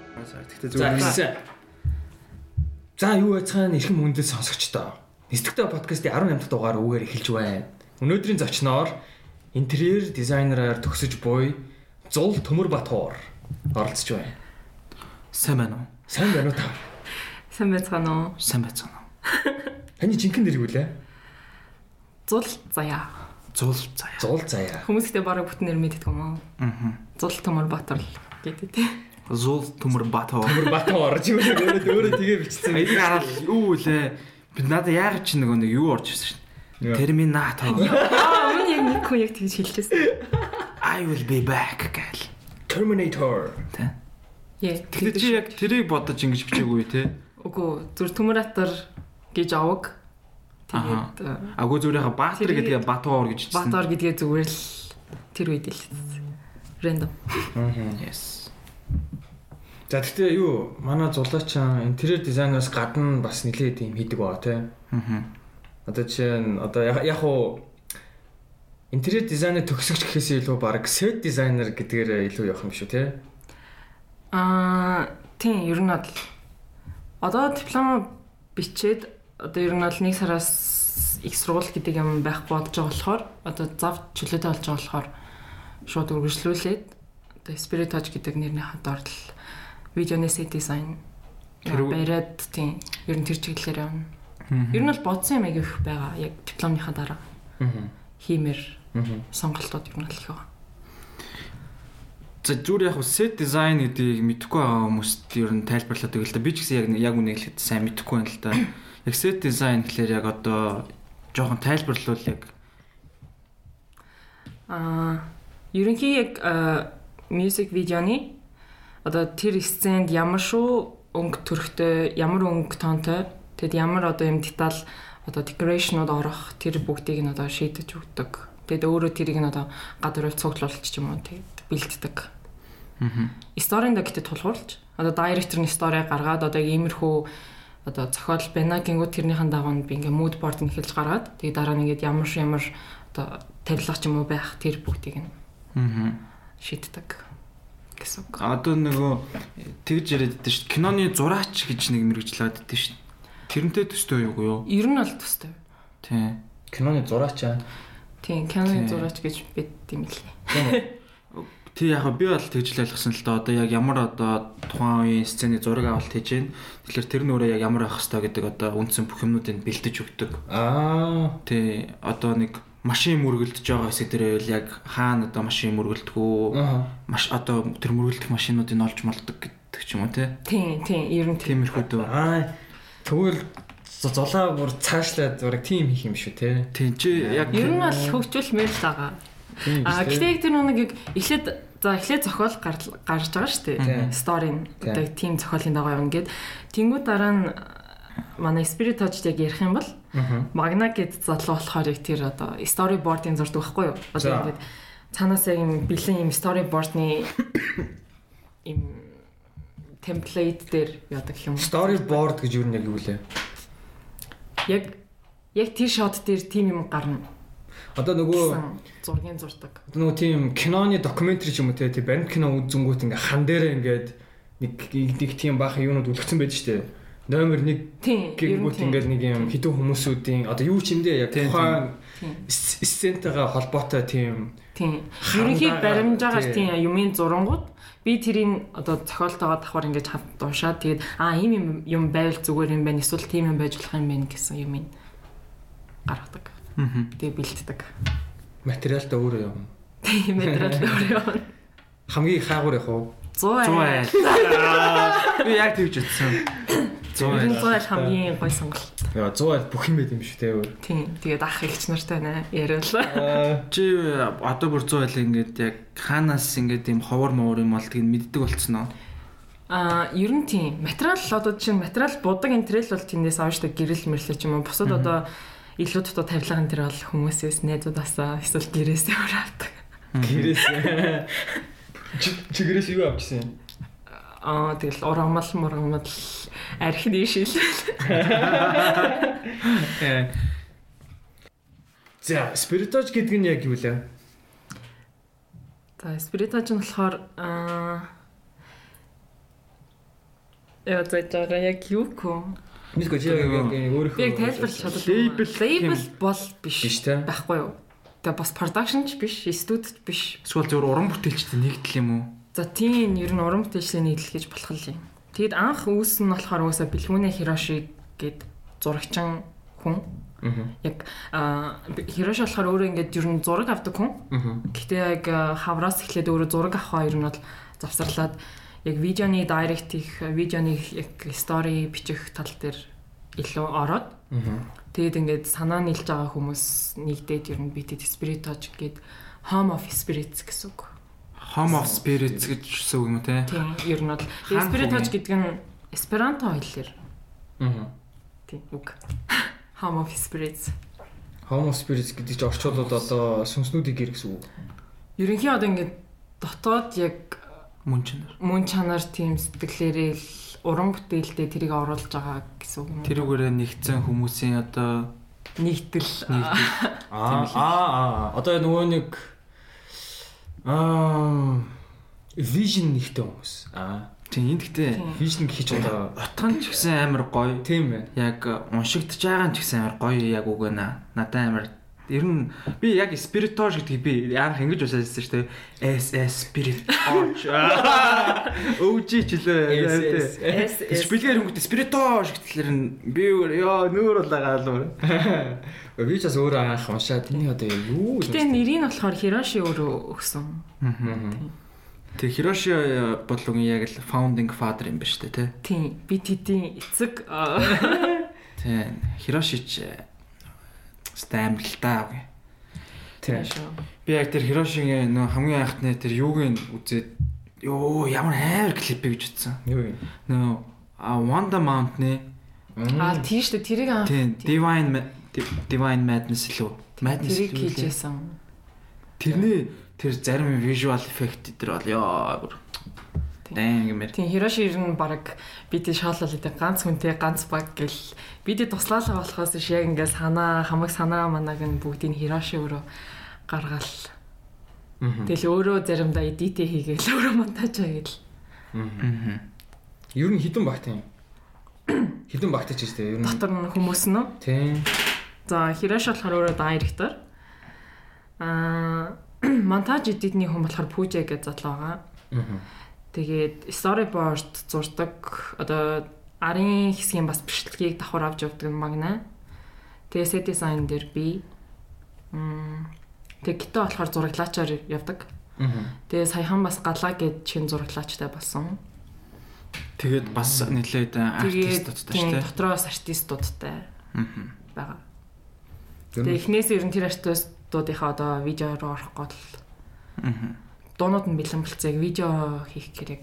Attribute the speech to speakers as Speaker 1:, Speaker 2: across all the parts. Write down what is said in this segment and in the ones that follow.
Speaker 1: Гэтэ
Speaker 2: За
Speaker 1: зүгээр.
Speaker 2: гэсэн. За юу яцхан эрхэм хүндэл сонсогчдоо. Нисдэгтэй подкастын 18 дахь дугаар үгээр эхэлж байна. Өнөөдрийн зочноор интерьер дизайнераар төгсөж буй Зул Төмөр Батуур оролцож байна.
Speaker 3: Сайн байна уу?
Speaker 2: Сайн байна уу та?
Speaker 4: Сайн байцгаана уу?
Speaker 3: Сайн байцгаана уу?
Speaker 2: Таны жинхэнэ нэр юу лээ?
Speaker 4: Зул заяа.
Speaker 3: Зуул заяа.
Speaker 2: Зул Заяа.
Speaker 4: Хүмүүстээ бараг бүтэн нэр мэддэг юм аа.
Speaker 3: Аа.
Speaker 4: Зул Төмөр Батар л гэдэг тий.
Speaker 3: Зуул төмөр батаа.
Speaker 2: Төмөр Батуур орж юм шиг өөрөө өөрөө тэгээ бичсэн.
Speaker 3: Энийг хараад юу вэ? Би надад яг чи нэг нэг юу орж ирсэн шин.
Speaker 2: Яа.
Speaker 3: Терминатор.
Speaker 4: Аа, өмнө яг нэг хүн яг тэгж хэлчихсэн.
Speaker 3: I will be back гэл.
Speaker 2: Terminator.
Speaker 3: Тэ.
Speaker 4: Яа.
Speaker 3: Тэгэхээр чи яг тэрийг бодож ингэж бичээгүй те.
Speaker 4: Үгүй, зүр Төмөр Батар гэж аваг. Тэгээд э,
Speaker 3: Агуу зүрийнхаа баатар
Speaker 4: Тэрийг-
Speaker 3: гэдгээ батуур гэж хэлсэн.
Speaker 4: Батар гэдгээ зүгээр л тэр үед л хэлсэн. Рэндом.
Speaker 3: Yes.
Speaker 2: За тэгтээ юу манай зулаачаа интерьер дизайнераас гадна бас нилээд юм хийдэг баа тий.
Speaker 3: Аа.
Speaker 2: Одоо жишээ нь одоо яг- яг уу интерьер дизайны төгсөгч гэхээс илүү баг сет дизайнер гэдгээр илүү явах юм шүү тий.
Speaker 4: Аа, тийм, ер нь бол одоо диплома бичээд одоо ер нь бол нэг сараас их сургууль гэдэг юм байхгүй болж байгаа болохоор одоо зав чөлөөтэй болж байгаа болохоор шууд үргэлжлүүлээд одоо Spirit Touch гэдэг нэрний хадаар л видеоны сет дизайн
Speaker 3: Тэр үү?
Speaker 4: бариад тийм ер нь тэр чиглэлээр явна. Ер нь бол бодсон юм аяг их байгаа яг дипломныхаа дараа
Speaker 2: Аа.
Speaker 4: хиймэр
Speaker 2: Аа.
Speaker 4: сонголтууд ер нь л их байгаа.
Speaker 3: За зүгээр яг set design гэдгийг мэдэхгүй байгаа хүмүүст ер нь тайлбарлаад өгөл та. Би ч гэсэн яг яг үнэ хэлэхэд сайн мэдэхгүй байна л да. Яг set design гэхэлэр яг одоо жоохон тайлбарлавал яг
Speaker 4: Аа, ерөнхий яг аа, music видеоны одоо тэр сценд ямар шүү өнгө төрхтэй, ямар өнгө тонтой, тэгэд ямар одоо юм детал одоо decoration-ууд орох тэр бүгдийг нь одоо шийдэж өгдөг. Тэгэд өөрөө тэрийг нь одоо гадуур цуглуулж ч юм уу тэгэд бэлддэг.
Speaker 3: Мгм.
Speaker 4: Сторинда гэдэг тулгуурлж одоо директор нь стори гаргаад одоо яг иймэрхүү одоо зохиол байна гингүү тэрнийхэн дагуу нь би ингээ mood board нь хэлж гаргаад тэгээ дараа нь ингээд ямар ш- ямар одоо тавилах ч юм уу байх тэр бүгдийг нь
Speaker 3: аа
Speaker 4: шийддэг гэсэн үг.
Speaker 3: одоо нөгөө тэгж яриад байдсан шүү дээ. Киноны зураач гэж нэг мэрэгжлээд байдсан шүү дээ. Тэрнтэй төстэй юу юу?
Speaker 4: Ер нь бол төстэй.
Speaker 3: Тий.
Speaker 2: Киноны зураачаа.
Speaker 4: Тийм, Canon
Speaker 3: Тийм.
Speaker 4: зураач гэж бид димэлээ.
Speaker 3: Тэг яг би бол тэгж л ойлгосон л да одоо яг ямар одоо тухайн үеийн сцены зураг авалт хийж гин. Тэгэхээр тэр нүрээ яг ямар байх хэвээр гэдэг одоо үндсэн бүх юмнуудыг бэлдэж өгдөг.
Speaker 2: Аа.
Speaker 3: Тий. Одоо нэг машин мөргөлдөж байгаа хэсэг дээр байвал яг хаана одоо машин мөргөлдөхөө
Speaker 2: Аа.
Speaker 3: маш одоо тэр мөргөлдөх машинуудыг нь олж молдог гэдэг ч юм уу тий.
Speaker 4: Тийм, тийм, ер нь тийм.
Speaker 3: Тиймэрхүү дөө.
Speaker 2: Аа. Тэгвэл зо- золоо бүр цаашлаад зураг тийм их юм шүү тий.
Speaker 3: Тий чи яг
Speaker 4: Ер нь бол хөгжүүлмээр л байгаа.
Speaker 2: Тийм.
Speaker 4: А гэхдээ яг тэр нэг яг эхлээд за эхлээд зохиол гарл- гарч байгаа шүү
Speaker 2: Тийм.
Speaker 4: дээ. Сторийн
Speaker 2: Тийм.
Speaker 4: одоо яг тийм зохиолын дагаа юм гээд тэнгуү дараа нь манай Spirit Touch-д яг ярих юм бол
Speaker 2: Аа.
Speaker 4: Magna гэд залуу болохоор яг тэр одоо storyboard-ын зурдаг байхгүй юу? Одоо
Speaker 2: За.
Speaker 4: ингээд цаанаас яг юм бэлэн юм storyboard-ны юм template дээр яадаг юм.
Speaker 2: Storyboard гэж юу нэг юу лээ.
Speaker 4: Яг яг тэр shot дээр тийм юм гарна
Speaker 2: Одоо нөгөө
Speaker 4: гэсэн зургийн зурдаг.
Speaker 2: нөгөө тийм киноны докюментари ч юм уу те тийм баримт кино үзэнгүүт ингээ хан дээрээ ингээд нэг нэг тийм баахан юунууд үлгцэн байдаг штэ. Номер 1
Speaker 4: Тийм, ер нь
Speaker 2: гингүүт
Speaker 4: тийм.
Speaker 2: ингээд нэг юм хитүү хүмүүсүүдийн одоо юу ч юм дээ яг
Speaker 3: Тийм,
Speaker 2: тухайн
Speaker 4: Тийм.
Speaker 2: с- сценттэйгээ холбоотой тийм
Speaker 4: Тийм.
Speaker 2: Хандагаар,
Speaker 4: Ерөнхий баримжаагаар
Speaker 2: тий.
Speaker 4: тийм юмын зурангууд би тэрийг одоо цохиолтойгоо давхар ингэж хав дуушаад тэгээд аа ийм юм юм байвал зүгээр юм байна эсвэл тийм юм байж болох юм байна гэсэн юм ин гаргадаг.
Speaker 3: Мгм.
Speaker 4: Тэгээд бэлддэг.
Speaker 2: материалтай өөрөө юм.
Speaker 4: Тийм материал өөр юм.
Speaker 2: Хамгийн хаагур яг уу.
Speaker 4: 100
Speaker 3: 100
Speaker 4: айл.
Speaker 3: айл. Би яг тэгж утсан. 100
Speaker 4: Ер нь 100
Speaker 3: айл.
Speaker 4: айл хамгийн гой сонголт.
Speaker 2: Яа 100 аль бүх юм байт юм шүү те өөр.
Speaker 4: Тийм. Тэгээд ах ихч нартай байна. Ярил.
Speaker 2: Аа
Speaker 3: Чи одоо бүр 100 айл ингээд яг хаанаас ингээд юм ховор мовор юм болтгийг мэддэг болцсон уу?
Speaker 4: Аа, ер нь тийм. Материал одоо чинь материал будаг интерьер бол тэндээс авч та гэрэл мэрлээ ч юм уу. Бусад одоо илүү дотоо тавилга энэ төр бол хүмүүсээс найзуудаасаа эсвэл гэрээсээ өөр авдаг.
Speaker 2: гэрээс Чи- чигээрээс юу авчихсан юм?
Speaker 4: Аа, тэгэл ургамал мургамал архи дээшил.
Speaker 2: Э. За, спириточ гэдэг нь яг юу лээ?
Speaker 4: За, спиритаж нь болохоор аа Яа зөөж байгаа яг юуко.
Speaker 2: Мэдгүй чи яг яг энэ өөрөө
Speaker 4: Би яг тайлбарлах чадвар.
Speaker 3: Label
Speaker 4: label бол биш.
Speaker 2: Биш те.
Speaker 4: Байхгүй юу? Тэгээ бас production ч биш, studio ч биш.
Speaker 3: Эсвэл зөвөр уран бүтээлчтэй нэгдэл юм уу?
Speaker 4: За тийм ер нь уран бүтээлчлийн нийлэл гэж болох л юм. Тэгэд анх үүс нь болохоор угаасаа Бэлгүүнэ Хироши гэд зурагчин хүн.
Speaker 2: Мгм.
Speaker 4: Яг аа, Б- Хироши болохоор өөрөө ингээд ер нь зураг авдаг хүн.
Speaker 2: Мгм.
Speaker 4: Гэтэ яг аа, хавраас эхлээд өөрөө зураг авахаа ер нь бол завсарлаад яг видеоны дайрект их видеоны яг стори бичих тал дээр илүү ороод
Speaker 2: Мгм.
Speaker 4: Тэгэд ингээд санаа нийлж байгаа хүмүүс нэгдээд ер нь битэд спиритож ингээд home of spirits гэсэн үг.
Speaker 3: Home of Spirits гэж гэсэн үг юм уу те?
Speaker 4: Тийм, ер нь бол
Speaker 3: Хаан
Speaker 4: спиритож
Speaker 3: хүн.
Speaker 4: гэдэг нь эсперанто хэлээр
Speaker 2: Мгм.
Speaker 4: тийм үг. Home of spirits.
Speaker 2: Homo spirits гэдэг чинь орчуулод одоо сүнснүүдийн гэр гэсэн үг.
Speaker 4: Ерөнхийн одоо ингээд дотоод яг
Speaker 3: Мөн чанар.
Speaker 4: мөн чанар тийм сэтгэлээрээ л уран бүтээлдээ тэрийг оруулж байгаа гэсэн үг юм. уу?
Speaker 3: Тэрүүгээрээ нэгцэн хүмүүсийн одоо
Speaker 4: нэгдэл аа,
Speaker 3: нэгдэл
Speaker 2: Аа аа одоо нөгөө нэг аа vision нэгтэй хүмүүс. Аа
Speaker 3: тийм энд гэдэг.
Speaker 4: тийм.
Speaker 2: vision гэх чинь одоо
Speaker 3: Утхан ч гэсэн амар гоё.
Speaker 2: тийм ээ.
Speaker 3: Яг уншигдж байгаа нь ч гэсэн амар гоё яг үг байна. Надад амар ер нь би яг спиритож гэдэг би яарах ингэж усаасан шүү дээ. SS спиритож. Өвж
Speaker 2: Yes,
Speaker 3: чилээ.
Speaker 2: yes.
Speaker 3: Тэгс бэлгээр хөнгөд спиритож гэтэлэр нь би өөр- ёо нүүр улаагаа л өөр.
Speaker 2: Би ч бас өөрөө анх уншаад энэ одоо юу вэ?
Speaker 4: Гэтэ нэрийг нь болохоор Хироши өөрөө өгсөн.
Speaker 2: Мгм.
Speaker 3: Тэг Хироши бодлогын яг л founding father юм ба штэ тий.
Speaker 4: Тийм, би тэдийн эцэг аа,
Speaker 3: Тий. Хироши ч э, стамбилтаа үгүй.
Speaker 2: Тийм.
Speaker 4: шүү.
Speaker 3: Би яг тэр Хирошигийн нөө хамгийн анхны тэр юугийн үзээд ёо ямар хайр клип бэ гэж утсан.
Speaker 2: Юу юм?
Speaker 3: Нөө а Wanda Mountain-ы
Speaker 4: Аа, тийм шүү, тэрийг аа
Speaker 3: тий Divine Ma- Di- Divine Madness лөө. Madness
Speaker 4: тэрийг
Speaker 3: лөө лээ.
Speaker 4: хийжсэн.
Speaker 3: Тэрний тэр зарим visual effect тэр бол ёо.
Speaker 4: Тий.
Speaker 3: Дан гэмээр.
Speaker 4: Тийм, Хироши ер нь баг бидний шоолол гэдэг ганц хүнтэй ганц баг гэл бидний туслаалга болохоос биш яг ингээд санаа, хамаг санаа манааг нь бүгдийг нь Хироши өөрөө гаргаал.
Speaker 2: Мгм.
Speaker 4: Тэгэл өөрөө заримдаа эдитэ хийгээл өөрөө монтаж хийгээл.
Speaker 3: Мгм.
Speaker 2: Ер нь хідэн багт юм. Хідэн багт ч гэжтэй. Ер нь
Speaker 4: Дотор нь хүмүүс нь.
Speaker 2: тийм.
Speaker 4: За, Хироши болохоор өөрөө дайректор. Аа, монтаж эдитний хүн болохоор Пүүжэ гэж задлаа байгаа.
Speaker 2: Мгм.
Speaker 4: Тэгээд storyboard зурдаг одоо арын хэсгийн бас бичлэгийг давхар авч явдаг нь магна. Тэгээд set design дээр би мм тэгээд гитэ болохоор зураглаачаар явдаг.
Speaker 2: Мгм.
Speaker 4: Тэгээд саяхан бас галаа гэд чин зураглаачтай болсон.
Speaker 3: Тэгээд бас нэлээд
Speaker 4: Тэгээд
Speaker 3: артистуудтай
Speaker 4: тийм,
Speaker 3: шүү дээ.
Speaker 4: дотроос артистуудтай
Speaker 3: Мгм.
Speaker 4: байгаа.
Speaker 2: Ер
Speaker 4: Тэгээд
Speaker 2: нь
Speaker 4: эхнээс ер нь тэр артистуудынхаа одоо видеоор орох гол
Speaker 3: Мгм.
Speaker 4: дуунууд нь бэлэн болцсон. Яг видео хийх гэрэг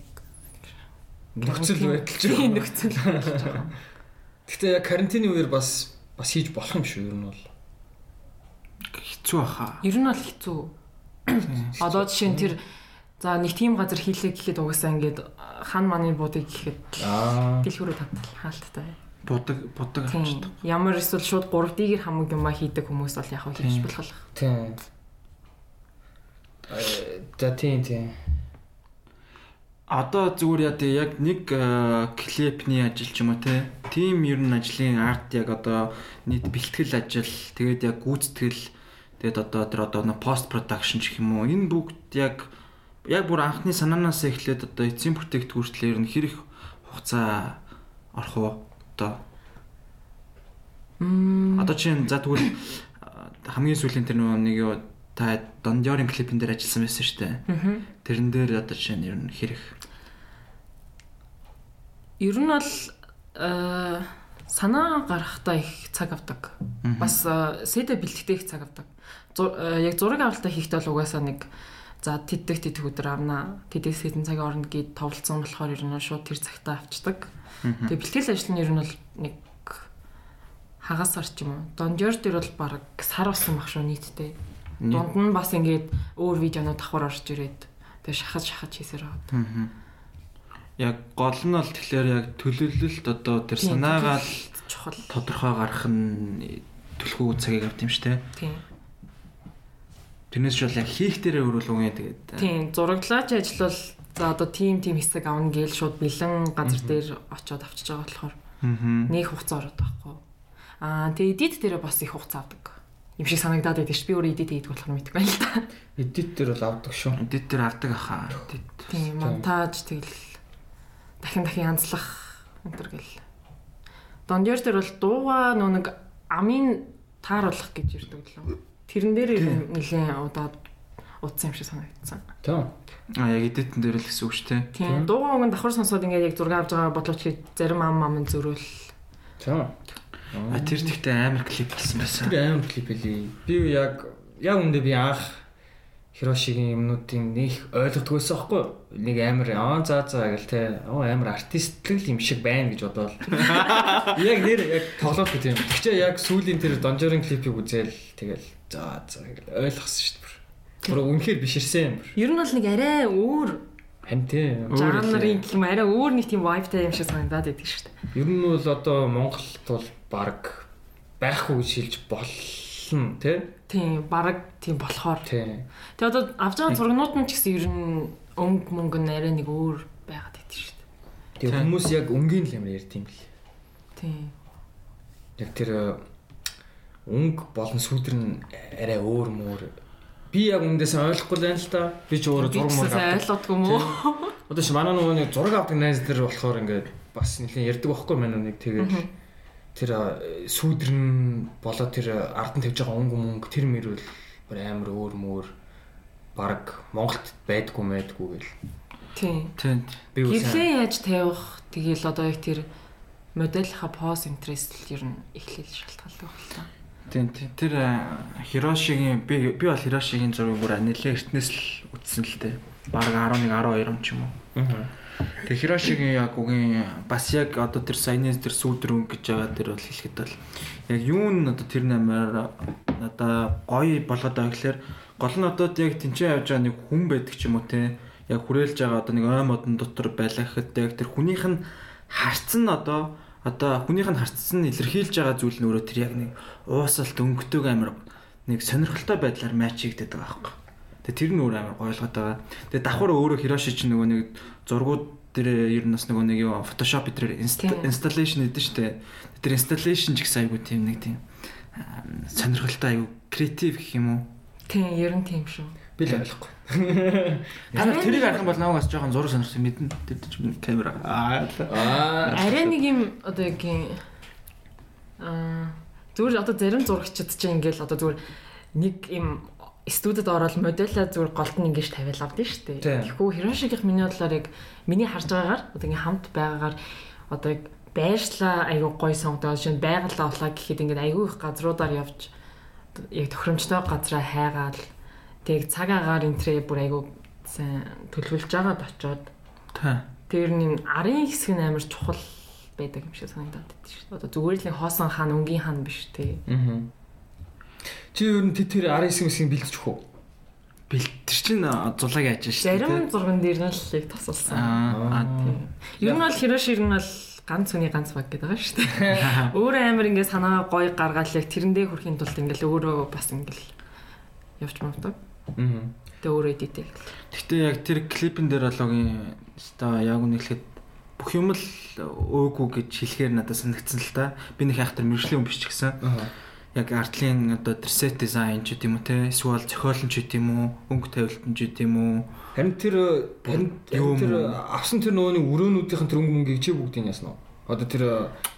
Speaker 2: нөхцөл байдал ч юм.
Speaker 4: Тийм, нөхцөл байдал жаа.
Speaker 2: Гэтэ карантины үеэр бас бас хийж болох юм шүү. Ер нь бол.
Speaker 3: Хэцүү баха.
Speaker 4: Ер нь бол хэцүү. Одоо жишээ нь тэр за нэг тийм газар хийлээ гэхэд угаасаа ингээд хан маны буудыг гэхэд
Speaker 2: Аа.
Speaker 4: гэл хөрөө татал хаалттай.
Speaker 3: Будаг будаг
Speaker 4: Тийм.
Speaker 3: авчдаг.
Speaker 4: Ямар эсвэл шууд 3D-гээр хамаг юмаа хийдэг хүмүүс бол яг хөө хийж
Speaker 3: Тийм.
Speaker 4: болох.
Speaker 2: Тийм. Э, За тийм тийм.
Speaker 3: Одоо зүгээр яа тий яг нэг э, клипний ажил ч юм уу те. Тим ер нь ажлын арт яг одоо нийт бэлтгэл ажил, тэгээд яг гүйцэтгэл, тэгээд одоо тэр одоо нэ пост продакшн гэх юм уу. Энэ бүгд яг яг бүр анхны санаанаас эхлээд одоо эцсийн бүтээгт хүртэл ер нь хэрэг хугацаа орох уу? Одоо
Speaker 4: Мм.
Speaker 3: одоо чинь за тэгвэл э, хамгийн сүүлийн тэр нөгөө нэг юу та Дондёрын клипэн дээр ажилласан байсан шүү дээ.
Speaker 4: Мгм.
Speaker 3: Тэрэн дээр одоо чинь ер нь хэрэг
Speaker 4: Ер нь бол э, санаа гаргахтаа их цаг авдаг. Бас э, сэдэ бэлтгэдэг их цаг авдаг. Зур- э, Яг зураг авалтаа хийхдээ бол угаасаа нэг за тэтдэг тэтг өдөр авнаа. Тэтдэг сэдэн цагийн оронд гээд товлцсон болохоор ер нь шууд тэр цагтаа авчдаг. Тэгээ бэлтгэл ажил нь ер нь бол нэг хагас сар ч юм уу. Дондёр дээр бол баг сар болсон баг шүү нийтдээ. Дунд нь бас ингээд өөр видеонууд давхар орж ирээд тэгээ шахаж шахаж хийсээр байгаа.
Speaker 3: Мгм. Яг гол нь бол тэгэхээр яг төлөвлөлт одоо тэр
Speaker 4: Тийм,
Speaker 3: санаагаа л
Speaker 4: чухал.
Speaker 3: тодорхой гаргах нь төлхөө цагийг авт юм штэ.
Speaker 4: Тийм.
Speaker 3: Тэрнээс ч бол яг хийх дээрээ өрүүлгэн тэгээд. э,
Speaker 4: Тийм, зураглаач ажил бол За одоо team team хэсэг авна гээл шууд бэлэн газар дээр очиод авчиж байгаа болохоор
Speaker 3: Мгм.
Speaker 4: нэг хугацаа ороод байхгүй. Аа тэгээ edit дээрээ бас их хугацаа авдаг. Юм шиг санагдаад байдаг ш. Би өөрөө edit хийдэг болохоор мэдгүй байл та.
Speaker 2: Эдит дээр бол авдаг шүү.
Speaker 3: Эдит дээр авдаг аха. Эдит.
Speaker 4: Тийм монтаж тэгэл дахин дахин янзлах өнтер гэл. Дондёр дээр бол дууга нөө нэг амын тааруулах гэж ирдэг лөө. Тэрэн дээр ер нь нэлээд удаад утсан юм шиг санагдсан.
Speaker 2: Тийм.
Speaker 3: А яг эдитэн дээр л гэсэн үг шүү дээ.
Speaker 4: Тийм. Дуугаа өнгө давхар сонсоод ингээд яг зураг авч байгаа бодлооч хэд зарим ам ам нь зөрүүл.
Speaker 2: Тийм.
Speaker 3: А тэр тэгтээ амар клип болсон байсан.
Speaker 2: Тэр амар клип билий. Би яг яг үндэ би анх Хирошигийн юмнуудын нэг ойлгодгүй байсан хөөхгүй. Нэг амар аа за за гэл те. Оо амар артистлэг л юм шиг байна гэж бодоол. Яг нэр яг тоглоод би тийм. Тэгчээ яг сүүлийн тэр Донжорын клипийг үзэл тэгэл за за гэл ойлгосон шүү дээ. бүр. Бүр үнэхээр биширсэн юм. бүр.
Speaker 4: Ер нь бол нэг арай өөр
Speaker 2: Харин тийм.
Speaker 3: Өөр хэлээ.
Speaker 4: жанрын юм арай өөр нэг тийм vibe-тай юм шиг санагдаад байдаг шүү
Speaker 2: Ер
Speaker 4: дээ.
Speaker 2: нь бол одоо Монголд бол баг байхгүй гэж хэлж болно тий.
Speaker 4: Тийм, баг тийм болохоор.
Speaker 2: Тий.
Speaker 4: Тэгээ одоо авч байгаа зургнууд нь ч гэсэн ер нь өнгө мөнгө нь арай нэг өөр байгаад байдаг шүү дээ.
Speaker 2: Тэгээ
Speaker 3: Тий.
Speaker 2: хүмүүс яг өнгийн л амар ярьд юм бэл.
Speaker 4: Тийм.
Speaker 2: Яг тэр э, өнг болон сүудэр нь арай өөр мөр. Би яг үндээс ойлгохгүй л байна л да. Би ч өөрө зураг мөр
Speaker 4: Бичсэн
Speaker 2: авдаг.
Speaker 4: ойлгодгүй юм уу?
Speaker 2: Одоо чи манай нөгөө нэг зураг авдаг найз дээр болохоор ингээд бас нэлээд ярддаг байхгүй манай нэг тэгээд тэр э, сүудэр нь болоо тэр э, ард нь тавьж байгаа өнг мөнгө тэр мөрөл бүр амар өөр мөр баг Монголд байдгүй мэдгүй гэл.
Speaker 4: Тийм.
Speaker 3: Тийм.
Speaker 2: Би үсэн.
Speaker 4: Гэрлээ яаж тавих? Тэгээл одоо яг тэр модельха поз интерес л ер нь эхлэл шалтгаалдаг байна.
Speaker 3: Тийм тийм. Тэр э, Хирошигийн би би бол Хирошигийн зургийг бүр нэлээ эртнээс л үзсэн л дээ. Бараг 11 12 юм ч юм уу. Тэг Хирошигийн яг үгийн бас яг одоо тэр сайнэс тэр сүүлдрүн гэж байгаа тэр бол хэлэхэд бол яг юу н одоо тэр нэмээр одоо гоё болгоод байгаа гэхэлэр гол нь одоо яг тэнцээ явж байгаа нэг хүн байдаг ч юм уу те яг хүрээлж байгаа одоо нэг ой модон дотор байлгахад яг тэр хүнийх нь харцсан одоо одоо хүнийх нь харцсан илэрхийлж байгаа зүйл нь өөрөө тэр яг нэг уусалт өнгөтэйг амар нэг сонирхолтой байдлаар матчигдэдэг байгаа байхгүй. Тэгээ тэр нь өөр амар гойлгоод байгаа. Тэгээ давхар өөрөө Хироши чинь нөгөө нэг зургууд дээр ер нь бас нөгөө нэг юу Photoshop дээр
Speaker 4: Тийм.
Speaker 3: installation гэдэг шүү дээ. Тэр installation ч гэсэн айгүй тийм нэг тийм аа, сонирхолтой айгүй creative гэх юм уу.
Speaker 4: Тийм, ер нь тийм шүү.
Speaker 2: Би л ойлгохгүй.
Speaker 3: Харин тэрийг харах юм бол намайгаас жоохон зураг сонирхсан мэднэ. Тэр чинь миний камера. Аа.
Speaker 2: Аа.
Speaker 4: Арай нэг юм одоо яг юм аа зүгээр одоо зарим зурагчид ч ингээл одоо зүгээр нэг юм студид ороод модельа зүгээр голд нь ингэж тавиал авдаа шүү
Speaker 2: Тийм.
Speaker 4: дээ. Тэгэхгүй Хирошигийнх миний бодлоор яг миний харж байгаагаар одоо ингээм хамт байгаагаар одоо яг байршлаа айгүй гой сонгодоо шинэ байгалаа улаа гэхэд ингээд айгүй их газруудаар явж одоо яг тохиромжтой газраа хайгаал тэг цаг агаар энтрээ бүр айгүй сайн төлөвлөж байгаад очиод
Speaker 3: Та.
Speaker 4: Тэр нь арын хэсэг нь амар чухал байдаг юм шиг санагдаад байна шүү дээ. Одоо зүгээр л нэг хоосон хаан өнгийн хаан биш те.
Speaker 2: Аа. Чи ер нь тэ- тэр 19 мэсгийн бэлдчих үү?
Speaker 3: Бэлтэр чинь аа, зулаг яаж шүү
Speaker 4: Зарим зурган дээр нь л яг тасалсан.
Speaker 3: Аа. аа,
Speaker 4: Ер нь бол хирош ер нь бол ганц хүний ганц баг гэдэг байгаа шүү дээ. Өөрөө амар ингээ санаагаа гоё гаргаад л яг тэрэндээ хүрхийн тулд ингээл өөрөө бас ингээл явж муудаг.
Speaker 2: Аа.
Speaker 4: Тэгээ өөрөө эдитэл.
Speaker 3: Гэхдээ яг тэр клипэн дээр алогийн ста яг үнэхээр бүх юм л өөгүй гэж хэлэхээр надад санагдсан л та. Би нэг хайх тэр мэржлийн хүн биш ч гэсэн
Speaker 2: Аа.
Speaker 3: яг артлын одоо тэр set design ч гэдэм үү те эсвэл зохиолн ч гэдэм үү өнгө тавилт нь ч гэдэм үү
Speaker 2: Харин тэр харин
Speaker 3: Юу
Speaker 2: харин тэр
Speaker 3: юм?
Speaker 2: авсан тэр нөгөөний өрөөнүүдийнх нь тэр өнгө мөнгөийг чи бүгдийг ясна уу? Одоо тэр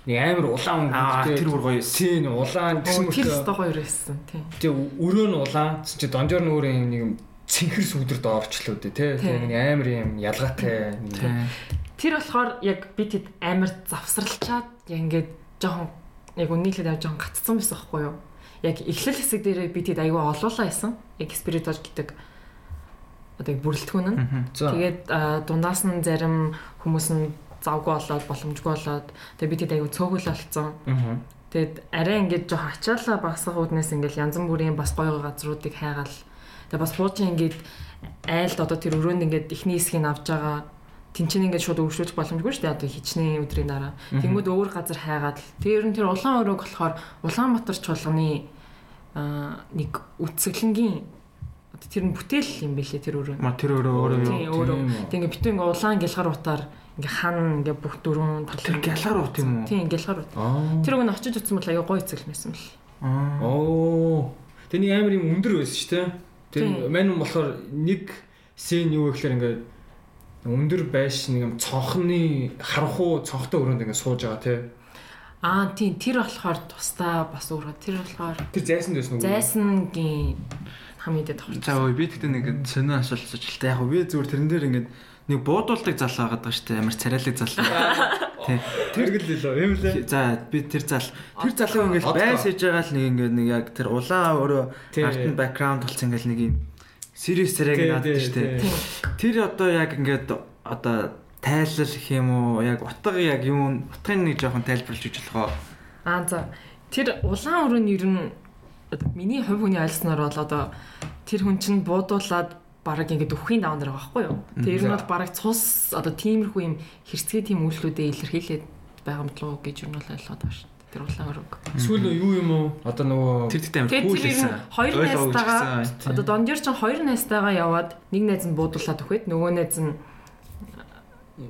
Speaker 2: нэг амар улаан
Speaker 3: Аа,
Speaker 2: өнгөтэй
Speaker 3: тэр бүр гоё.
Speaker 2: Син улаан гэсэн
Speaker 4: Тэр
Speaker 2: мөртөө.
Speaker 4: л тоо хоёр байсан тийм.
Speaker 2: Тэгээ өрөө нь улаан чи донжор нь өөрөө юм нэг юм цэнхэр сүудэр доорчлоо дээ тий. Тэгээ нэг амар юм ялгаатай. нэг
Speaker 3: те
Speaker 4: Тэр болохоор яг би тэд амар завсралчаад яг ингээд жоохон яг үннийлээд аваад жоохон гаццсан байсан байхгүй юу? Яг эхлэл хэсэг дээрээ би тэд айгүй олоолаа исэн. Яг спиритуал гэдэг одоо яг бүрэлдэхүүн нь.
Speaker 2: За.
Speaker 4: Тэгээд аа, дундаас нь зарим хүмүүс нь завгүй болоод боломжгүй болоод тэгээд би тэд айгүй цөөхөл болцсон.
Speaker 2: Аа.
Speaker 4: Тэгэд арай ингээд жоохон ачаалаа багсах үднээс ингээд янз бүрийн бас гоё газруудыг хайгаал. Тэгээ бас хуучин ингээд айлд одоо тэр өрөөнд ингээд ихний хэсгийг авж байгаа тэнцэн ингээд шууд өвшүүлж боломжгүй шүү дээ одоо хичнээн өдрийн дараа. Тэнгүүд өөр газар хайгаад л. Тэр нь тэр улаан өрөөг болохоор Улаанбаатар чуулганы аа, нэг үцэглэнгийн тэр нь бүтээл юм бэлээ тэр өөрөө.
Speaker 3: Ма тэр өөрөө өөрөө юу?
Speaker 4: Тийм өөрөө.
Speaker 2: Тийм үү?
Speaker 4: Тэг ингээ битүү ингээ улаан гэлхар утаар ингээ хан ингээ бүх дөрөн
Speaker 3: Тэр гялгар ут юм уу?
Speaker 4: Тийм гэлхар ут.
Speaker 2: Аа.
Speaker 4: Тэр өгн очиж утсан бол аяа гоё эцэг л байсан бэл.
Speaker 3: Аа.
Speaker 2: Оо. Тэр нэг амар юм өндөр байсан шүү дээ. Тэр
Speaker 4: Тийм.
Speaker 2: мань нь болохоор нэг сцен юу гэхээр ингээд өндөр байш нэг юм цонхны харанхуу цонхтой өрөөнд ингээд сууж байгаа тий.
Speaker 4: Аа тийм тэр болохоор тусдаа бас өөрөө тэр болохоор
Speaker 2: Тэр зайсан дэс нүг.
Speaker 4: зайсангийн хамгийн дэд хорч.
Speaker 3: За уу би тэгтээ нэг сонио асуулт асууж та яг уу би зүгээр тэрэн дээр ингээд нэг буудуулдаг зал байгаа даа штэ амар царайлаг зал. Тий.
Speaker 2: Тэр гэл лөө юм лээ.
Speaker 3: За би тэр зал тэр залуу ингээд
Speaker 2: Одоо.
Speaker 3: байс хийж байгаа л нэг ингээд нэг яг тэр улаан өөрөө
Speaker 2: Тий.
Speaker 3: артын бэкграунд болсон ингээд нэг юм serious зэрэг
Speaker 2: Тий,
Speaker 3: надад
Speaker 2: тий,
Speaker 3: штэ.
Speaker 2: тий.
Speaker 3: Тэр одоо яг ингээд одоо тайлал гэх юм уу яг утга яг юм утгын нэг жоохон тайлбарлаж өгч болох уу?
Speaker 4: Аа за тэр улаан өрөө нь ер нь одоо миний хувь хүний ойлсноор бол одоо тэр хүн чинь буудуулаад бараг ингээд өхийн даван дээр байгаа байхгүй юу. Тэр ер нь бол бараг цус одоо тиймэрхүү юм хэрцгий тийм үйлслүүдэд илэрхийлээд байгаа мэт л үү гэж ер нь бол ойлгоод байна шүү дээ. Тэр улаан өрөөг.
Speaker 2: Сүүл нь юу юм уу? Одоо нөгөө
Speaker 3: Тэр тэгтээ амар
Speaker 4: Тэгээд
Speaker 3: cool
Speaker 4: тэр ер
Speaker 3: байсан.
Speaker 4: нь хоёр
Speaker 3: Ойлгоогч
Speaker 4: найзтайгаа
Speaker 3: гэсэн.
Speaker 4: одоо дондёр чинь хоёр найзтайгаа яваад нэг найз нь буудуулаад өгөхөд нөгөө найз нь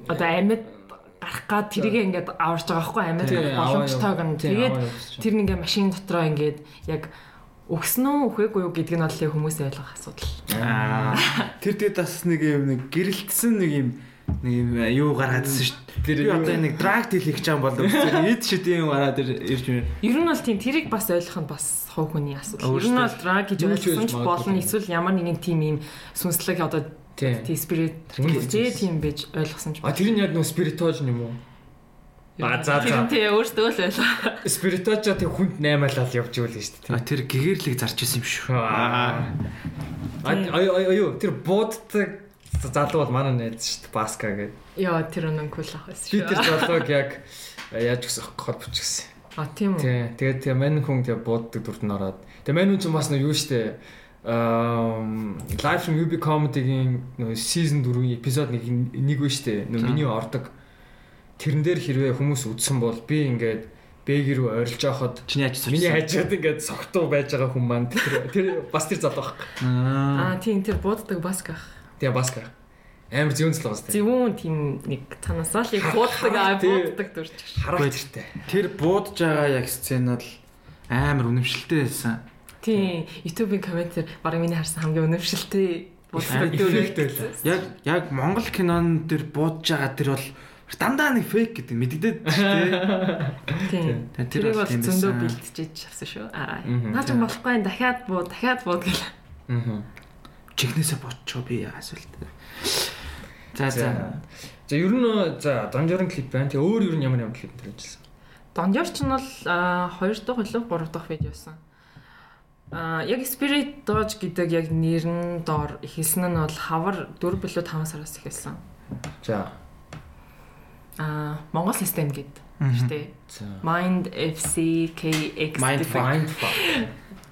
Speaker 4: одоо амьд гарах гад тэрийг ингээд аварч байгаа байхгүй юу? амьд
Speaker 2: Тий,
Speaker 4: гарах
Speaker 2: аваа
Speaker 4: боломжтойг
Speaker 2: яваа.
Speaker 4: нь
Speaker 2: Тий,
Speaker 4: тэгээд
Speaker 2: аваа явуулчих.
Speaker 4: тэр нь ингээ машин дотроо ингээд яг өгсөн үү өгөхгүй юу гэдг нь бол яг хүмүүсийн ойлгох асуудал.
Speaker 3: Аа. Тэр тэгээд бас нэг юм нэг гэрэлтсэн нэг юм нэг юм э, юу гаргаадсэн шүү
Speaker 2: Тэр
Speaker 3: дээ. Би
Speaker 2: юу-
Speaker 3: одоо энэ нэг драг тэл хийж байгаа юм болов уу? Эд шид юм гараад ир- ирж байна.
Speaker 4: Ер нь бол тийм тэрийг бас ойлгох нь бас хов хүний асуудал. Ер нь бол
Speaker 3: Өөрсдөө
Speaker 4: драг гэж
Speaker 2: юу ч байж
Speaker 4: ойлгосон ч
Speaker 2: магадгүй.
Speaker 4: болно эсвэл ямар нэгэн тийм юм сүнслэг одоо
Speaker 2: тий.
Speaker 4: тий спирит
Speaker 2: Мөн л
Speaker 4: тий
Speaker 2: хэлж
Speaker 4: тийм байж ойлгосон ч
Speaker 2: А тэр нь яг нөгөө спиритож юм уу? А, за, за.
Speaker 4: Тэр нь тий өөртөө л ойлгох.
Speaker 2: Спиритожа тэг хүнд наймаалал явж ивэл шүү дээ.
Speaker 3: А тэр гэгэрлэг зарч исэн юм шүү.
Speaker 2: Аа. А ой ой ой тэр бууддаг залуу бол манай найз шүү дээ. Баска гэдэг.
Speaker 4: Яа тэр өнөн кул ах байсан
Speaker 2: Би
Speaker 4: шүү.
Speaker 2: тэр залууг яг яаж гэсэн хол бичсэн.
Speaker 4: А тийм үү.
Speaker 2: Тий. Тэгээд тэгээ мань хүн тэгээ бууддаг дүрд нь ороод. Тэгээ мань хүн чинь бас нэг юу штэ аа live from UB comedy-гийн нөгөө season 4-ийн эпизод нэг нэг вэ штэ. Нөгөө миний ордог. Тэрэн дээр хэрвээ хүмүүс үзсэн бол би ингээд бээг рүү орилж авахд
Speaker 3: Чиний ажи сурсан.
Speaker 2: миний хажууд ингээд согтуу байж байгаа хүн маань тэр тэр бас тэр залуу баг.
Speaker 3: Аа.
Speaker 4: А тийм тэр бууддаг баск ах.
Speaker 2: Тэгээ бас гэх. Амар зүүн залуу бас тэр.
Speaker 4: Зөвүүн тийм нэг танасаа л их бууддаг аа
Speaker 2: Тий.
Speaker 4: бууддаг дурч.
Speaker 2: Хараа тэртэй.
Speaker 3: Тэр буудж байгаа яг сценад л амар үнэмшилтэй байсан.
Speaker 4: Тийм YouTube-ийн комментэр баг миний харсан хамгийн өнөвшөлтэй бууддаг дүр.
Speaker 2: Эффекттэй л.
Speaker 3: Яг яг Монгол кинон дээр буудж байгаа тэр бол дандаа нэг фейк гэдэг мэддэгдээд шүү дээ.
Speaker 4: Тийм.
Speaker 3: Тэр- тэр
Speaker 4: Тэрийг
Speaker 3: бол
Speaker 4: бол
Speaker 3: тийм
Speaker 4: зөндөө
Speaker 3: байсан.
Speaker 4: бэлтжиж авсан шүү. Аа.
Speaker 2: Мгм.
Speaker 4: Наач болохгүй энэ дахиад буу дахиад бууд гэл.
Speaker 2: Аа.
Speaker 3: Чихнээсээ бодчихо би асуулт. За за.
Speaker 2: За. За ер нь за донжорын клип байна. Тэгээ өөр ер нь ямар ямар клип дээр ажилласан.
Speaker 4: Дондёрч нь бол 2 дахь хөлөг 3 дахь видеосан. Аа яг Spirit Dodge гэдэг яг нэрн доор эхэлсэн нь бол хавар 4 билүү 5 сараас эхэлсэн.
Speaker 2: За.
Speaker 4: Аа Монгол систем гэдэг штэ.
Speaker 2: За.
Speaker 4: Mind FC KX
Speaker 3: Mind
Speaker 4: гэдэг.
Speaker 3: Fuck.
Speaker 2: Mindfuck.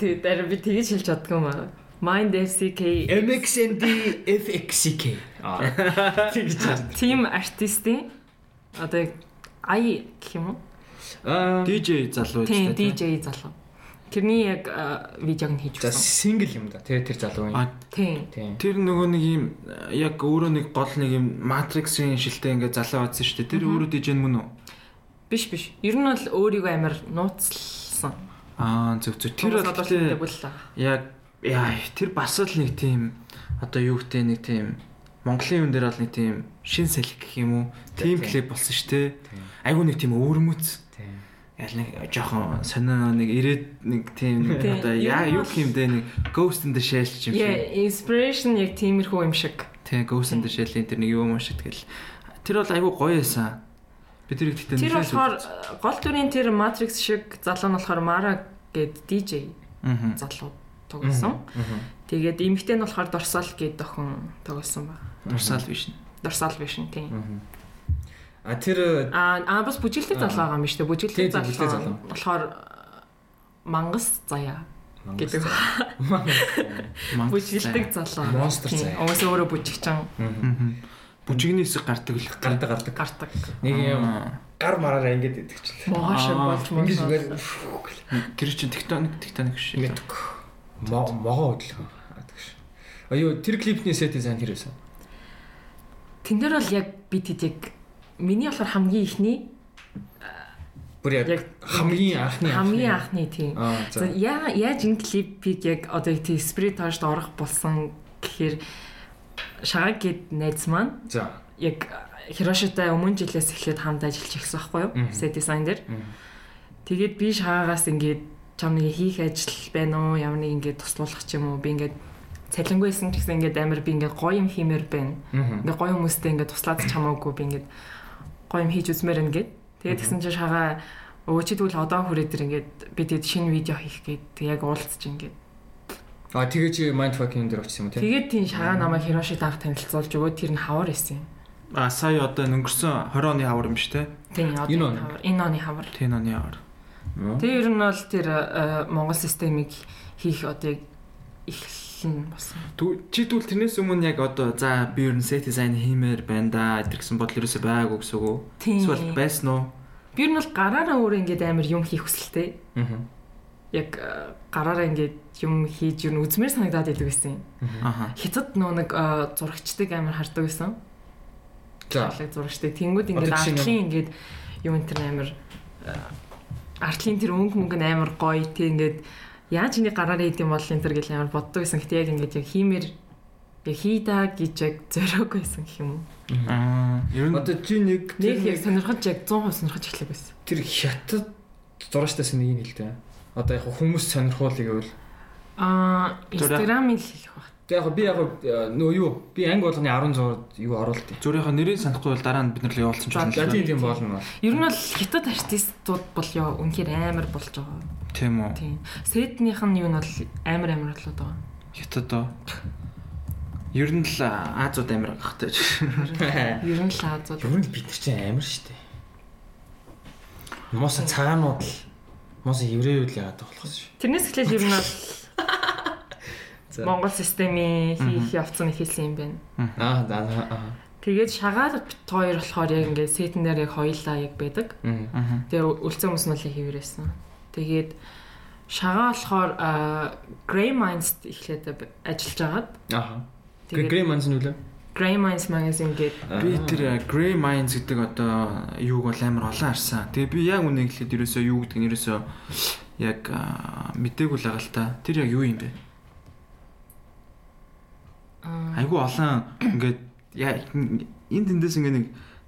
Speaker 4: Тэ дараа би тэгж хэлж чаддгүй юм аа. Mind FC KX
Speaker 2: MXND FXK. Аа. Тэгж байна.
Speaker 4: team артистийн одоо яг I гэх юм уу?
Speaker 2: Аа.
Speaker 3: DJ залуу
Speaker 4: Тийм
Speaker 3: дээ, тий?
Speaker 4: DJ залуу. Тэрний яг аа, видеог нь хийж
Speaker 2: За
Speaker 4: өгсөн.
Speaker 2: сингл юм да. Тэгээ тэр залуугийн.
Speaker 3: А
Speaker 4: Тийм.
Speaker 2: Тийм.
Speaker 3: тэр нөгөө нэг юм э, яг өөрөө нэг гол нэг юм Matrix-ийн шилтэй ингээд залуу байсан шүү дээ. Тэр өөрөө DJ нь мөн үү?
Speaker 4: Биш биш. Ер нь бол өөрийгөө амар нууцлсан.
Speaker 3: Аа зөв зөв. Тэр
Speaker 4: Тэр
Speaker 3: бол
Speaker 4: бол
Speaker 3: тий,
Speaker 4: тэгвэл л.
Speaker 3: яг яа тэр бас л нэг тийм одоо юу гэдэг нэг тийм Монголын юм дээр бол нэг тийм шин салхи гэх юм уу? Тим
Speaker 2: тий.
Speaker 3: клип болсон шүү дээ. Айгу нэг тийм өөрмөц
Speaker 2: Тийм.
Speaker 3: яг нэг жоохон сонио нэг ирээд нэг тийм нэг
Speaker 4: Тий.
Speaker 3: одоо
Speaker 4: Ер
Speaker 3: яа
Speaker 4: нь
Speaker 3: юу
Speaker 4: бол-
Speaker 3: гэх юм дээ нэг Ghost in the Shell ч юм шиг.
Speaker 4: Яа, inspiration яг тиймэрхүү юм шиг.
Speaker 3: Тий, Ghost in the Shell-ийн тэр нэг юм шиг тэгэл. Тэр бол айгүй гоё байсан. Би тэр их тэгтээ
Speaker 4: Тэр
Speaker 3: нэлээд
Speaker 4: болохоор
Speaker 3: үз-
Speaker 4: э, гол дүрийн тэр Matrix шиг залуу нь болохоор Mara гэд DJ
Speaker 3: Мгм.
Speaker 4: залуу тоглосон. Тэгээд эмэгтэй нь болохоор Dorsal гэд охин тоглосон ба.
Speaker 3: Дурсаал биш.
Speaker 4: Dorsal Vision тийм.
Speaker 2: А тэр
Speaker 4: Аа аа бас бүжиглэлтэй залуу байгаа юм биш үү?
Speaker 2: Тийм,
Speaker 4: Бүжиглэлтэй
Speaker 2: тийм, бүжиглэлтэй
Speaker 4: залуу.
Speaker 2: залуу.
Speaker 4: Болохоор э, Мангас заяа гэдэг. Бүжиглдэг залуу.
Speaker 2: Monster
Speaker 4: Тийм,
Speaker 2: заяа.
Speaker 4: Угаас өөрөө бүжигчин
Speaker 3: Бүжигний хэсэг гардаг л
Speaker 2: гардаг гардаг.
Speaker 4: гардаг.
Speaker 2: Нэг юм гар мараараа ингэж идэгчлээ.
Speaker 4: Могош
Speaker 3: Аа,
Speaker 4: болж
Speaker 2: Ингэж
Speaker 4: мөн.
Speaker 2: үгээр
Speaker 3: Тэр чинь тектоник тектоник биш.
Speaker 2: мэдгүй. Могоо хөдлөх. А юу тэр клипний сет дизайн хэр байсан?
Speaker 4: Тэн дээр бол яг бид хэд яг миний болохоор хамгийн ихний
Speaker 2: Бүр яг
Speaker 4: Яг-
Speaker 2: хамгийн анхны
Speaker 4: хамгийн анхны тийм.
Speaker 2: Аа
Speaker 4: За
Speaker 2: за.
Speaker 4: яа- яаж энэ клипийг яг одоо яг тийм сприт тоошд орох болсон гэхээр шагаг гэд найз маань
Speaker 2: За.
Speaker 4: яг Хирошитай өмнө жилээс эхлээд хамт ажиллаж эхэлсэн байхгүй юу?
Speaker 2: Мгм.
Speaker 4: Set design дээр.
Speaker 2: Мгм.
Speaker 4: Тэгээд би шаагаас ингээд чам нэг хийх ажил байна уу? Ямар нэг ингээд туслуулах ч юм уу? Би ингээд цалингүйсэн гэсэн ингээд амар би ингээд гоё юм хиймээр байна.
Speaker 2: Мгм.
Speaker 4: Ингээд гоё хүмүүстэй ингээд туслаад чамаагүй би ингээд гоё юм хийж үзмээр ингээд. Тэгээд тэгсэн чинь шагаа өөчид тэгвэл одоо хүрээд ир ингээд би тэгэд шинэ видео хийх гээд тэг яг уулзч ингээд.
Speaker 2: А тэгээ чи mind fucking дээр очсон юм тий.
Speaker 4: Тэгээд тийм шагаа намайг Хироши таах танилцуулж өгөө тэр нь хавар исэн.
Speaker 3: А сая одоо энэ өнгөрсөн 20 оны хавар юм шүү дээ.
Speaker 4: Тийм одоо
Speaker 2: Энэ оны?
Speaker 4: хавар. Энэ оны хавар.
Speaker 3: Тэн оны хавар.
Speaker 4: Тэр ер нь бол тэр э, Монгол системийг хийх одоо яг эхлэн болсон.
Speaker 3: Түү- Чи тэгвэл тэрнээс өмнө яг одоо за би ер нь set design хиймээр байна да гэдэг гэсэн бодол ерөөсөө байгаагүй гэсэн үг.
Speaker 4: Тийм.
Speaker 3: Эсвэл байсан уу?
Speaker 4: Би ер нь бол гараараа өөр ингээд амар юм хийх хүсэлтэй.
Speaker 2: Мгм.
Speaker 4: Яг э, гараараа ингээд юм хийж ер нь үзмээр санагдаад идэв гэсэн.
Speaker 3: Аха.
Speaker 4: Хятад нөө нэг э, зурагчдыг амар хардаг байсан.
Speaker 2: За.
Speaker 4: Арлаг зурагчдыг. Тэнгүүд ингээд
Speaker 2: Одоо жишээ нь-
Speaker 4: артлын ингээд юм энэ тэр амар э, артлын тэр өнгө мөнгө нь амар гоё тий ингээд яаж энийг гараараа хийх юм бол энэ тэр гэл амар боддог байсан. Гэтэ яг ингээд яг хиймээр яг хийдаа гэж яг зориог байсан гэх юм уу?
Speaker 3: Аа. Ер нь
Speaker 2: Одоо чи нэг
Speaker 4: Нэг
Speaker 2: тэр
Speaker 4: яг сонирхож яг 100% сонирхож эхлэх байсан.
Speaker 2: тэр хятад зурагчдаас нэг юм хэлдэг. Одоо яг хүмүүс сонирхуул гэвэл
Speaker 4: Аа, Instagram-ыг л хэлэх баг.
Speaker 2: Тэг яг би яг э, нөө юу би анги болгоны 16-д юу оруулт.
Speaker 3: зүрийнхээ нэрийг санахгүй бол дараа нь бид нар л явуулсан ч
Speaker 4: За,
Speaker 2: За
Speaker 3: болно.
Speaker 2: тийм тийм болно.
Speaker 4: Ер нь бол хятад артистууд бол ёо үнэхээр амар болж байгаа.
Speaker 3: Тийм үү.
Speaker 4: Тийм. Сэднийх нь юу нь бол амар амар болоод байгаа.
Speaker 3: Хятад оо. Ер нь л Азууд амир гахтай.
Speaker 2: Ер
Speaker 4: Ер нь л Азууд.
Speaker 2: нь бид нар чинь амар штэ. Моос цагаанууд л моос еврейуд л яадаг болохос ш.
Speaker 4: Тэрнээс эхлээд ер нь бол
Speaker 2: За.
Speaker 4: Монгол системийн хийх явцсан ихэлсэн юм байна.
Speaker 2: Аа за за, аа.
Speaker 4: Тэгээд шагаар бит хоёр болохоор яг ингээд сэтэн дээр яг хоёлаа яг байдаг.
Speaker 2: Мгм.
Speaker 3: Аа.
Speaker 4: Тэгээ үлцэн хүмүүс нь л хэвэрсэн. Тэгээд шагаа болохоор аа, Grey Minds эхлээд б- ажиллаж агаад
Speaker 2: Аа.
Speaker 4: тэгээд
Speaker 2: Грэ манс нүлээ.
Speaker 4: Grey Minds magazine гэдэг
Speaker 3: Би тэр Grey Minds гэдэг одоо юуг бол амар олон харсан. Тэгээ би яг үнэ хэлэхэд ерөөсөө юу гэдэг нь ерөөсөө яг аа, мэдээгүй л байгаа л та. Тэр яг юу юм бэ?
Speaker 4: аа,
Speaker 3: Айгүй олон ингээд яа энэ тэндээс ингээд нэг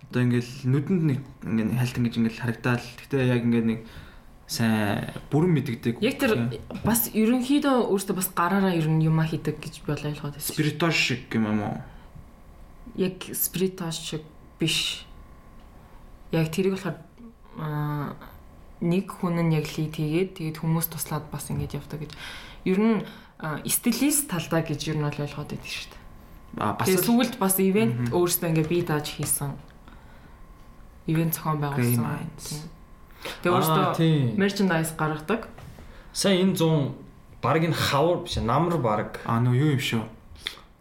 Speaker 3: одоо ингээд нүдэнд нэг ингээд хальт ингээд ингээд харагдаал. Гэтэ яг ингээд нэг сайн бүрэн мэдэгдэг.
Speaker 4: яг тэр бас ерөнхийдөө өөртөө бас гараараа ер нь юма хийдэг гэж би бол ойлгоод байсан.
Speaker 3: спиритор шиг юм аа.
Speaker 4: Яг спиритаж шиг биш. Яг тэрийг болохоор аа, нэг хүн нь яг лид хийгээд тэгээд хүмүүс туслаад бас ингэж явдаг гэж. Ер нь аа, стилист талдаа гэж ер нь бол ойлгоод байдаг шүү дээ.
Speaker 3: А бас
Speaker 4: Тэгээд
Speaker 3: л
Speaker 4: сүгэлд бас ивент өөртөө ингээ бие дааж хийсэн. Ивент зохион
Speaker 3: Grey
Speaker 4: байгуулсан.
Speaker 3: Minds.
Speaker 4: Тийм. Тэгээд өөртөө
Speaker 2: тийм.
Speaker 4: merchandise гаргадаг.
Speaker 2: Сая энэ 100 баг энэ хавар биш намар баг
Speaker 3: а нөө юу юм шүү.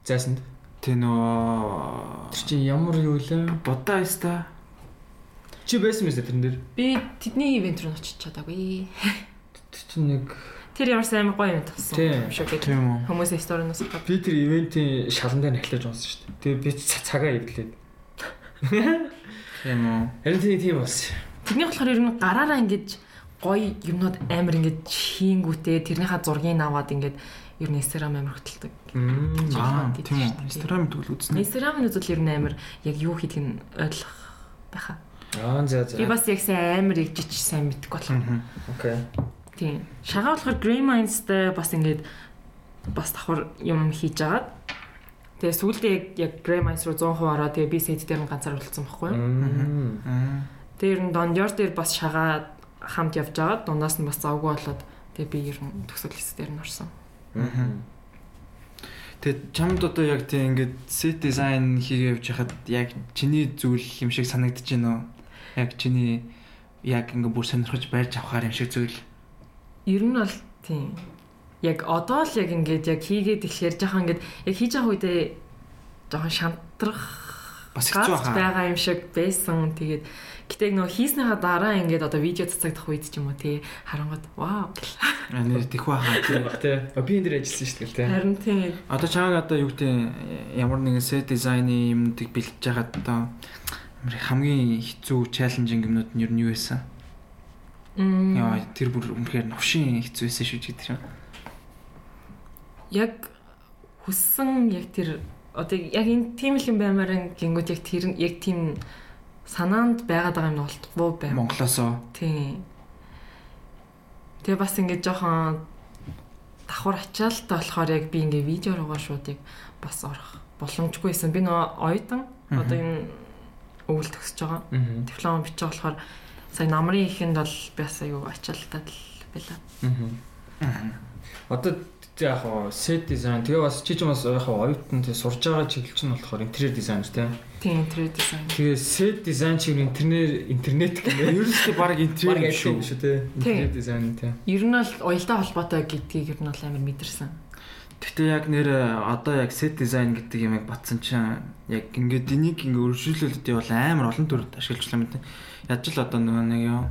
Speaker 2: зайсанд.
Speaker 3: Тэ нөө
Speaker 2: Тэр чинь ямар юу лээ?
Speaker 3: Буддаиста
Speaker 2: Чи байсан мэт тэрэн дээр.
Speaker 4: Би тэдний ивент руу очиж чадаагүй.
Speaker 2: Тэр чинь нэг
Speaker 4: Тэр ямар сайн гоё юм тавсан
Speaker 2: Тийм.
Speaker 4: юм шүү гэдэг.
Speaker 3: тийм үү.
Speaker 4: Хүмүүсийн сторинос хатаа.
Speaker 2: би тэр ивентийн шалан дээр нэхлэж унсан шүү дээ. Тэгээ би ца- цагаа эвдлээд.
Speaker 3: Тийм үү.
Speaker 2: Харин тийм тийм болсон.
Speaker 4: Тэрний болохоор ер нь гараараа ингэж гоё юмнууд амар ингэж хийнгүүтээ тэрнийхээ зургийг аваад ингэж ер нь Instagram амар хөтэлдэг.
Speaker 2: Мм.
Speaker 3: Аа
Speaker 4: Жаахан гэдэг
Speaker 3: тийм
Speaker 4: шүү
Speaker 3: үү.
Speaker 4: дээ.
Speaker 3: Инстаграм төгөл үзнэ.
Speaker 4: Instagram-ын үзэл ер нь амар яг юу хийдэг нь ойлгох байха.
Speaker 2: Аа за за.
Speaker 4: Би бас яг сайн амар яг жижиг сайн мэддэг болох.
Speaker 3: Мгм.
Speaker 2: Окей.
Speaker 4: Тийм. Шагаа болохоор Grey Minds-тай бас ингэж бас давхар юм хийж агаад Тэгээ сүүлдээ яг- яг Grey Minds руу 100% ороо тэгээ би set дээр нь ганцаар болцсон байхгүй юу?
Speaker 2: Мм.
Speaker 3: Аа.
Speaker 4: Тэр нь Дондёр дээр бас шагаа хамт явж байгаа. Дундаас нь бас завгүй болоод тэгээ би ер нь төсөл хэсэг дээр нь орсон.
Speaker 2: Мм.
Speaker 3: Тэгээд чамд одоо яг тийм ингээд сет дизайн хийгээ явж хахад яг чиний зүйл юм шиг санагдаж байна уу? Яг чиний яг ингээд бүр сонирхож барьж авахаар юм шиг зүйл.
Speaker 4: Ер нь бол тийм. Яг одоо л яг ингээд яг хийгээд ихээр жоохон ингээд яг хийж байгаа үедээ жоохон шантрах
Speaker 3: Бас их
Speaker 4: гац
Speaker 3: жоохон
Speaker 4: байгаа юм шиг байсан. Тэгээд гэтээ нөгөө хийснийхаа дараа ингээд одоо видео цацагдах үед ч юм уу тий харангууд вау.
Speaker 3: аа, нэр тэхүү хаа.
Speaker 2: Тийм баг тий. А би энэ дээр ажилласан шүү дээ тий.
Speaker 4: Харин тий
Speaker 3: Одоо чамаг одоо юу гэдэг ямар нэгэн set design-ийн юмдыг бэлдэж байгаад одоо ямар хамгийн хэцүү challenging юмнууд нь ер нь юу байсан?
Speaker 4: м,
Speaker 3: Яа, тэр бүр үнэхээр новшин хэцүү байсан шүү дээ тэр.
Speaker 4: яг хүссэн яг тэр одоо яг энэ тийм л юм баймаар гингүүд яг тэр нь- яг тийм санаанд байгаад байгаа юм болтгоо байм.
Speaker 3: Монголоосоо
Speaker 4: Тий. Тэгээ бас ингээд жоохон давхар ачаалттай болохоор яг би ингээд видео руугаа шууд яг бас орох боломжгүйсэн. Би нөгөө оюутан
Speaker 3: Мгм.
Speaker 4: одоо энэ өвөл төгсөж байгаа.
Speaker 2: Мгм.
Speaker 4: Диплом бичиж байгаа болохоор сая намрын ихэнд бол би бас аюу ачаалттай л байла.
Speaker 2: Мгм. Одоо тэ яг хоо set design тэгээ бас чи ч бас яг хоо оюутан тий сурж байгаа чиглэл чинь болохоор интерьер дизайнер тий.
Speaker 4: Тий, интерьер дизайн.
Speaker 2: Тэгээ set design чинь интернет интернет гэх юм.
Speaker 3: ерөөсөө баг
Speaker 2: Баг
Speaker 3: интерьер
Speaker 2: адилхан юм
Speaker 3: шүү.
Speaker 2: шүү тий.
Speaker 4: Тий.
Speaker 2: Интерьер дизайн тий.
Speaker 4: Ер нь бол уялдаа холбоотой гэдгийг ер нь бол амар мэдэрсэн.
Speaker 3: Гэхдээ яг нэр э, одоо яг set design гэдэг юм яг батсан чинь яг ингээд энийг ингээд өршөөлөлт явал амар олон төрөд ашиглаж байгаа юм дий. Яаж л одоо нөгөө нэг юм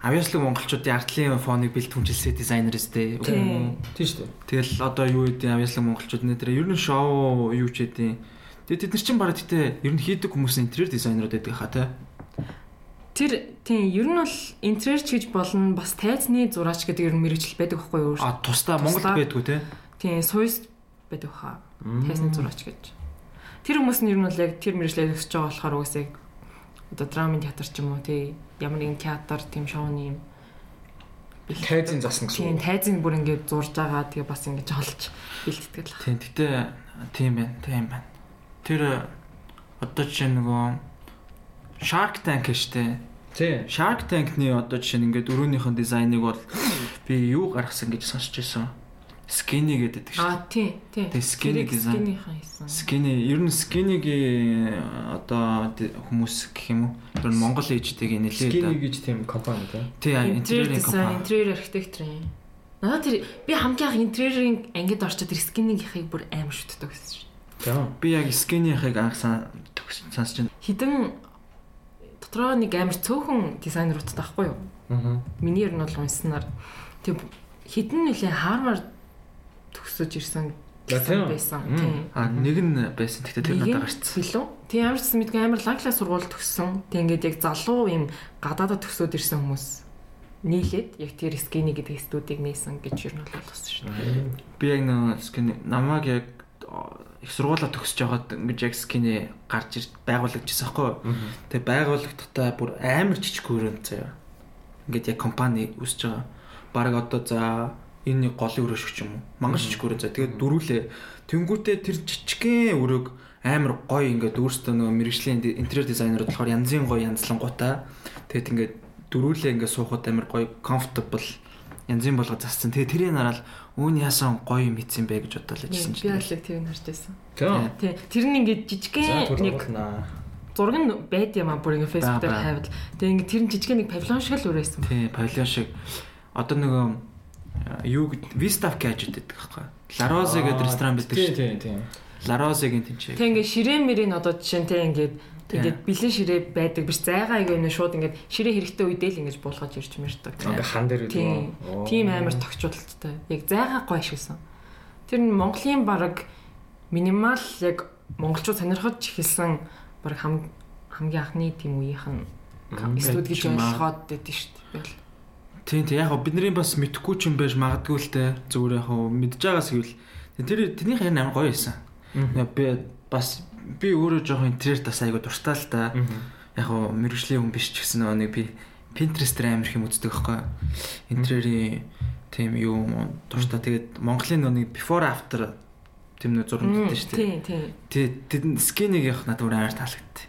Speaker 3: авьяаслаг монголчуудын артлын фоныг бэлд хүнжилсэн дизайнерээс тээ.
Speaker 4: Тий.
Speaker 2: Тий шүү дээ.
Speaker 3: Тэгэл одоо юу гэдэг авьяаслаг монголчууд нэ тэр ер нь шоу юу ч гэдэг. Тэгээ тэд нар чинь бараг гэхдээ ер нь хийдэг хүмүүс нь интерьер дизайнерууд гэдэг хаа тээ.
Speaker 4: Тэр тийм ер нь бол интерьерч гэж болно бас тайзны зураач гэдэг ер нь мэрэгжил байдаг байхгүй юу?
Speaker 3: А тусдаа Монголд
Speaker 4: Туслаа.
Speaker 3: байдгүй тээ.
Speaker 4: Тийм суйс байдаг хаа. Тайзны зураач гэж. Тэр хүмүүс нь ер нь бол яг тэр мэрэгчлээ өсөж байгаа болохоор үгүйс яг одоо драмын театр ч юм уу тий ямар нэгэн театр тийм шоуны юм.
Speaker 2: Тайзын засан гэсэн.
Speaker 4: Тийм
Speaker 2: үг.
Speaker 4: тайзын бүр ингээд зурж байгаа тэгээ бас ингэж олж бэлтгэл
Speaker 3: Тийм гэтээ тийм байна, тийм байна. Тэр одоо жишээ нөгөө Shark Tank штэ.
Speaker 2: Тий.
Speaker 3: Shark Tank-ны одоо жишээ нь ингээд өрөөнийхөө дизайныг бол би юу гаргасан гэж сонсч байсан. Skinny гэдэг шүү.
Speaker 4: А тийм тийм.
Speaker 3: Тэгээ skinny design.
Speaker 4: Скины хайсан.
Speaker 3: Skinny ер нь Skinny-гийн одоо ди- хүмүүс гэх юм уу? Тэр нь Монгол ээжтэйг
Speaker 2: Skinny
Speaker 3: нэлээд
Speaker 2: гэж тийм компани тий.
Speaker 3: тий
Speaker 4: интерьер
Speaker 3: интерьерийн
Speaker 4: дизайн,
Speaker 3: компани.
Speaker 4: интерьер архитектор юм. Надад тэр би хамгийн анх интерьерийн ангид орчод тэр скиннийхийг бүр аим шүтдэг гэсэн шин.
Speaker 2: Тийм.
Speaker 3: Би яг Skinny-ийг анхсан төгсөн сонсч байна.
Speaker 4: Хідэн дотроо нэг амар цөөхөн дизайнер утдаг байхгүй юу?
Speaker 2: Аа.
Speaker 4: Миний ер нь бол унснаар тэг хідэн нүлээ хаармаар төгсөж ирсэн
Speaker 2: За, тийм.
Speaker 4: гэсэн байсан.
Speaker 2: Мм.
Speaker 4: Тийм.
Speaker 3: А нэг нь байсан. Тэгтээ тэр
Speaker 4: Нэг нь
Speaker 3: надад гарцсан.
Speaker 4: Билүү? Тийм ямар ч юм мэдгүй амар лаглаа сургууль төгссөн. Тэг ингээд яг залуу юм гадаадад төгсөөд ирсэн хүмүүс нийлээд яг тэр скини гэдэг студийг нээсэн гэж ер нь бол болсон шин.
Speaker 3: Би яг нэг скин намайг яг о, их сургуулаа төгсөж яваад ингэж яг скинээ гарч ирж байгуулагдчихсан байхгүй юу? Тэгээ байгуулагдтаа бүр амар жижиг өрөөнд заяа. Ингээд яг компани үсэж байгаа. Бараг одоо за энэ нэг голын өрөөшгч юм уу? Мангар жижиг өрөө за. Тэгээд дөрүүлээ. Тэнгүүтээ тэр жижигхэн өрөөг амар гоё ингээд өөртөө нөгөө мэрэгжлийн ди- интерьер дизайнер болохоор янзын гоё янзлангуудаа тэгээд ингээд дөрүүлээ ингээд суухад амар гоё comfortable янзын болго зассан. Тэгээд тэрийг нараад үүн яасан гоё юм хийсэн бэ гэж бодлоо жисэн
Speaker 4: Би
Speaker 3: чинь.
Speaker 4: алиг тв нь харж байсан.
Speaker 2: Тийм.
Speaker 4: Тий. Тэр нь ингээд
Speaker 2: Э, За
Speaker 4: жижигхэн
Speaker 2: түр
Speaker 4: нэг
Speaker 2: болно.
Speaker 4: зураг нь байд юм аа бүр ингээд фейсбુક дээр
Speaker 3: Ба, ба.
Speaker 4: тавиад. Тэгээ ингээд тэр нь жижигхэн нэг павильон шиг л өрөөсөн.
Speaker 3: Тий, павильон шиг одоо нөгөө э, юу гэд- Vista Gadget гэдэг байхгүй. Laroze гэдэг ресторан байдаг
Speaker 2: шүү.
Speaker 3: шүү дээ.
Speaker 2: Тийм тийм.
Speaker 3: Laroze-гийн тэнцээ.
Speaker 4: Тэгээ ингээд ширээ мэрийн одоо жишээнтэй ингээд ингээд бэлэн ширээ байдаг биш зайгаа ингээд нэ шууд ингээд ширээ хэрэгтэй үедээ л ингээд буулгаж ирж мэрдэг.
Speaker 2: Ингээ хан дээр гэдэг
Speaker 4: Тийм.
Speaker 2: үү?
Speaker 4: Тийм амар тогтчлолттой. Яг зайгаа гоё ашигласан. Тэр нь Монголын баг минимал яг монголчууд сонирхож эхэлсэн баг хам- хамгийн анхны тийм үеийнх нь студ гэж
Speaker 3: юм аа.
Speaker 4: ойлгоод байдсан шүү дээ. Тэгэл.
Speaker 3: Тийм тийм яг хав бидний бас мэдхгүй ч юм байж магадгүй л те зүгээр яг хав мэдж байгаас гэвэл тэр тэрнийх яг амар гоё байсан.
Speaker 2: Мгм.
Speaker 3: Яг Би бас би өөрөө жоохон интерьер тас айгу дуртай л та. Яг хав мэрэгжлийн хүн биш ч гэсэн нөгөө нэг би Pinterest дээр амар их юм үздэг байхгүй. Интерьерийн тийм юу юм дуртай. Тэгээд Монголын нөгөө нэг before after тийм нэг зураг
Speaker 4: Мм,
Speaker 3: мэддэг шүү дээ.
Speaker 4: Тийм, тийм.
Speaker 3: Тэ тэр скинийг явах надад өөр амар таалагдтыг.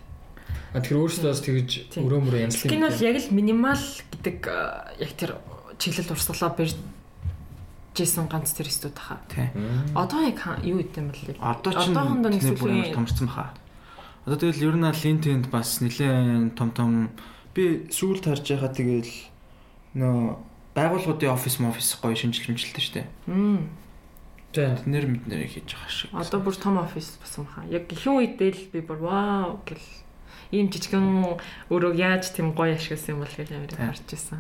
Speaker 2: А тэр өөрөөсөө бас тэгж
Speaker 4: Тийм.
Speaker 2: өрөө мөрөө янзлах
Speaker 4: Скин бол яг л минимал гэдэг э, яг тэр чиглэлд урсгалаа бэрж жисэн ганц тэр студ хаа.
Speaker 3: Тэ.
Speaker 4: Одоо яг хаа- юу гэдэм бэл
Speaker 3: Одоо ч
Speaker 4: Одоохондоо нэг
Speaker 3: нэг бүр амар
Speaker 4: сүлийн-
Speaker 3: томрсон баха. Одоо тэгэл ер нь аль энэ тэнд бас нэлээд том том би сүүлд харж байгаа тэгэл нөө байгууллагуудын офис мофис гоё шинжилж мжилтэй штэ.
Speaker 4: Мм.
Speaker 2: Тийм.
Speaker 3: Тэднэр мэднэрээ хийж байгаа шиг.
Speaker 4: Одоо бүр том офис басан хаа. Яг гихэн үедээ л би бүр вау гэл ийм жижигэн өрөө яаж тийм гоё ашигласан юм бол гэж амар
Speaker 3: Тийм.
Speaker 4: харж байсан.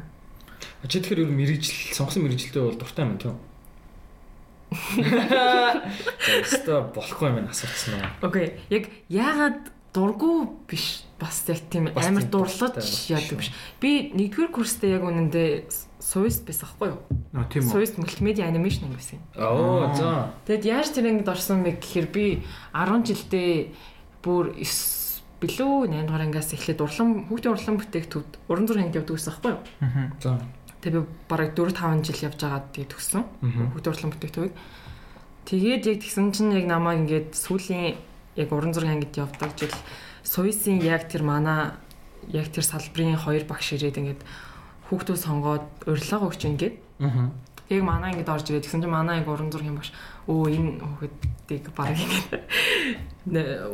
Speaker 2: Чи тэгэхээр ер нь мэрэгжил сонгосон мэрэгжилтэй бол дуртай юм тийм. Тэстэ болохгүй юм байна асуусан аа.
Speaker 4: Окей. Яг яагаад дургу биш бас яг тийм
Speaker 2: Бас
Speaker 4: амар
Speaker 2: тийм
Speaker 4: дурлаж
Speaker 2: дуртай
Speaker 4: яадаг
Speaker 2: биш.
Speaker 4: биш. Би 1-р курстээ яг үнэндээ сувист байсан хгүй юу?
Speaker 3: Нөө тийм үү.
Speaker 4: Сувист мультимедиа анимашн анги байсан.
Speaker 2: Оо за.
Speaker 4: Тэгэд яаж тэр ангид орсон бэ гэхээр би 10 жилдээ бүр 9 билүү 8 дугаар ангиас эхлээд урлан хүүхдийн урлан бүтээгтүүд уран зургийн ангид явдаг байсан хгүй юу?
Speaker 3: Мгм.
Speaker 2: За.
Speaker 4: Тэгээ би бараг 4 5 жил явж байгаа тэгээ төгссөн.
Speaker 2: Мгм.
Speaker 4: Хүүхд урлан бүтээгтүүг. Тэгээд яг тэгсэн чинь яг намайг ингээд сүүлийн яг уран зургийн ангид явдаг жил Суисийн яг тэр мана яг тэр салбарын хоёр багш ирээд ингээд хүүхдүүд сонгоод урилга өгч ингээд
Speaker 2: Аа.
Speaker 4: яг мана ингээд орж ирээд тэгсэн чинь мана яг уран зургийн багш өө энэ хүүхдүүдийг бараг ингээд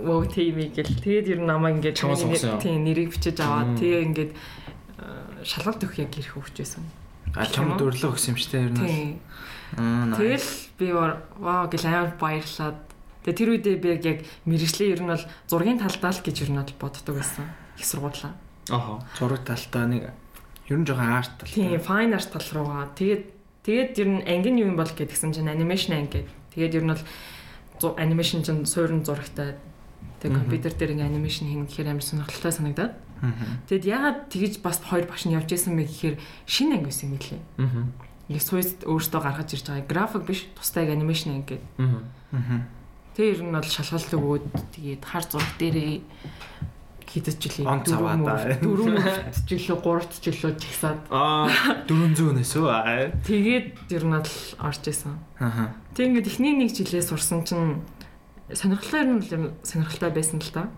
Speaker 4: воо тимиг гэл тэгээд ер нь намайг ингээд
Speaker 2: Чамаа
Speaker 4: нэрийг-
Speaker 2: сонгосон юм.
Speaker 4: тийм нэрийг бичиж
Speaker 2: Мм.
Speaker 4: аваад тэгээ ингээд э, шалгалт өгөх яг ирэх хөвч байсан.
Speaker 3: А чамд өрлөг өгсөн юм шүү дээ ер нь. бол.
Speaker 4: Тийм.
Speaker 3: Аа. nice.
Speaker 4: Тэгэл би бор- ваа гэл амар баярлаад. Тэгээ тэр үедээ би яг яг мэрэгчлээ ер нь бол зургийн талдаа л гэж ер нь бол боддог байсан. Их сургуулаа.
Speaker 2: Аха.
Speaker 3: зураг талтаа нэг ер нь жоохон арт
Speaker 4: Тийм,
Speaker 3: талтаа.
Speaker 4: fine art тал руугаа. Тэгээд тэгээд ер нь ангийн юу юм бол гэдгсэн чинь animation анги гэд. Тэгээд ер нь бол зу- animation чинь суурин зурагтай.
Speaker 3: Мгм.
Speaker 4: Тэгээд компьютер дээр ингээ animation хийнэ гэхээр амар сонирхолтой санагдаад.
Speaker 3: Мгм.
Speaker 4: Тэгэд ягаад тэгж бас хоёр багш нь явж исэн бэ гэхээр шинэ анги байсан юм лээ.
Speaker 2: Аа.
Speaker 4: Ингээ сууст өөртөө гаргаж ирж байгаа график биш, тусдайг animation анги гэд.
Speaker 2: Аа.
Speaker 3: Мгм.
Speaker 4: Тэр ер нь бол шалгалт өгөөд тэгээд хар зураг дээрээ хэдэж жилийн
Speaker 3: Он цаваа даа.
Speaker 4: дөрөв мөрөлт жилүү гуравт жилүү чагсаад
Speaker 3: Аа 400-өөс үү? Аа.
Speaker 4: тэгээд ер нь бол орж исэн.
Speaker 3: Аха.
Speaker 4: Тэг ингээд эхний нэг жилээ сурсан чинь сонирхолтой ер нь бол ер нь сонирхолтой байсан л да.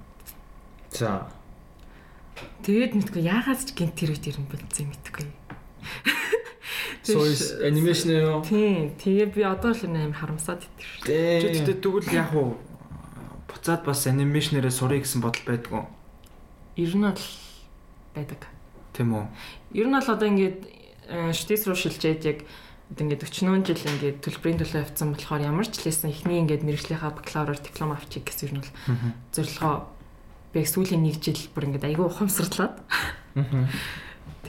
Speaker 2: За.
Speaker 4: Тэгээд мэдгүй яагаад ч гинт тэр үед ер нь болцсон юм мэдгүй.
Speaker 2: Сойс анимашн юу?
Speaker 4: Тийм, тэгээ би одоо л ер нь амар харамсаад идэв.
Speaker 2: Тэ.
Speaker 3: Тэгтээ тэгвэл яг уу буцаад бас анимашнэрээ сурыг гэсэн бодол байдгүй.
Speaker 4: Ер нь бол байдаг.
Speaker 3: Тийм үү?
Speaker 4: Ер нь бол одоо ингээд э, штис руу шилжээд яг одоо ингээд 40 жил ингээд төлбөрийн төлөө авцсан болохоор ямар ч лсэн эхний ингээд мэрэгжлийнхаа бакалавраар диплом авчих гэсэн ер нь бол
Speaker 3: Мгм.
Speaker 4: зорилгоо би яг сүүлийн нэг жил бүр ингээд айгүй ухамсарлаад
Speaker 2: Аа.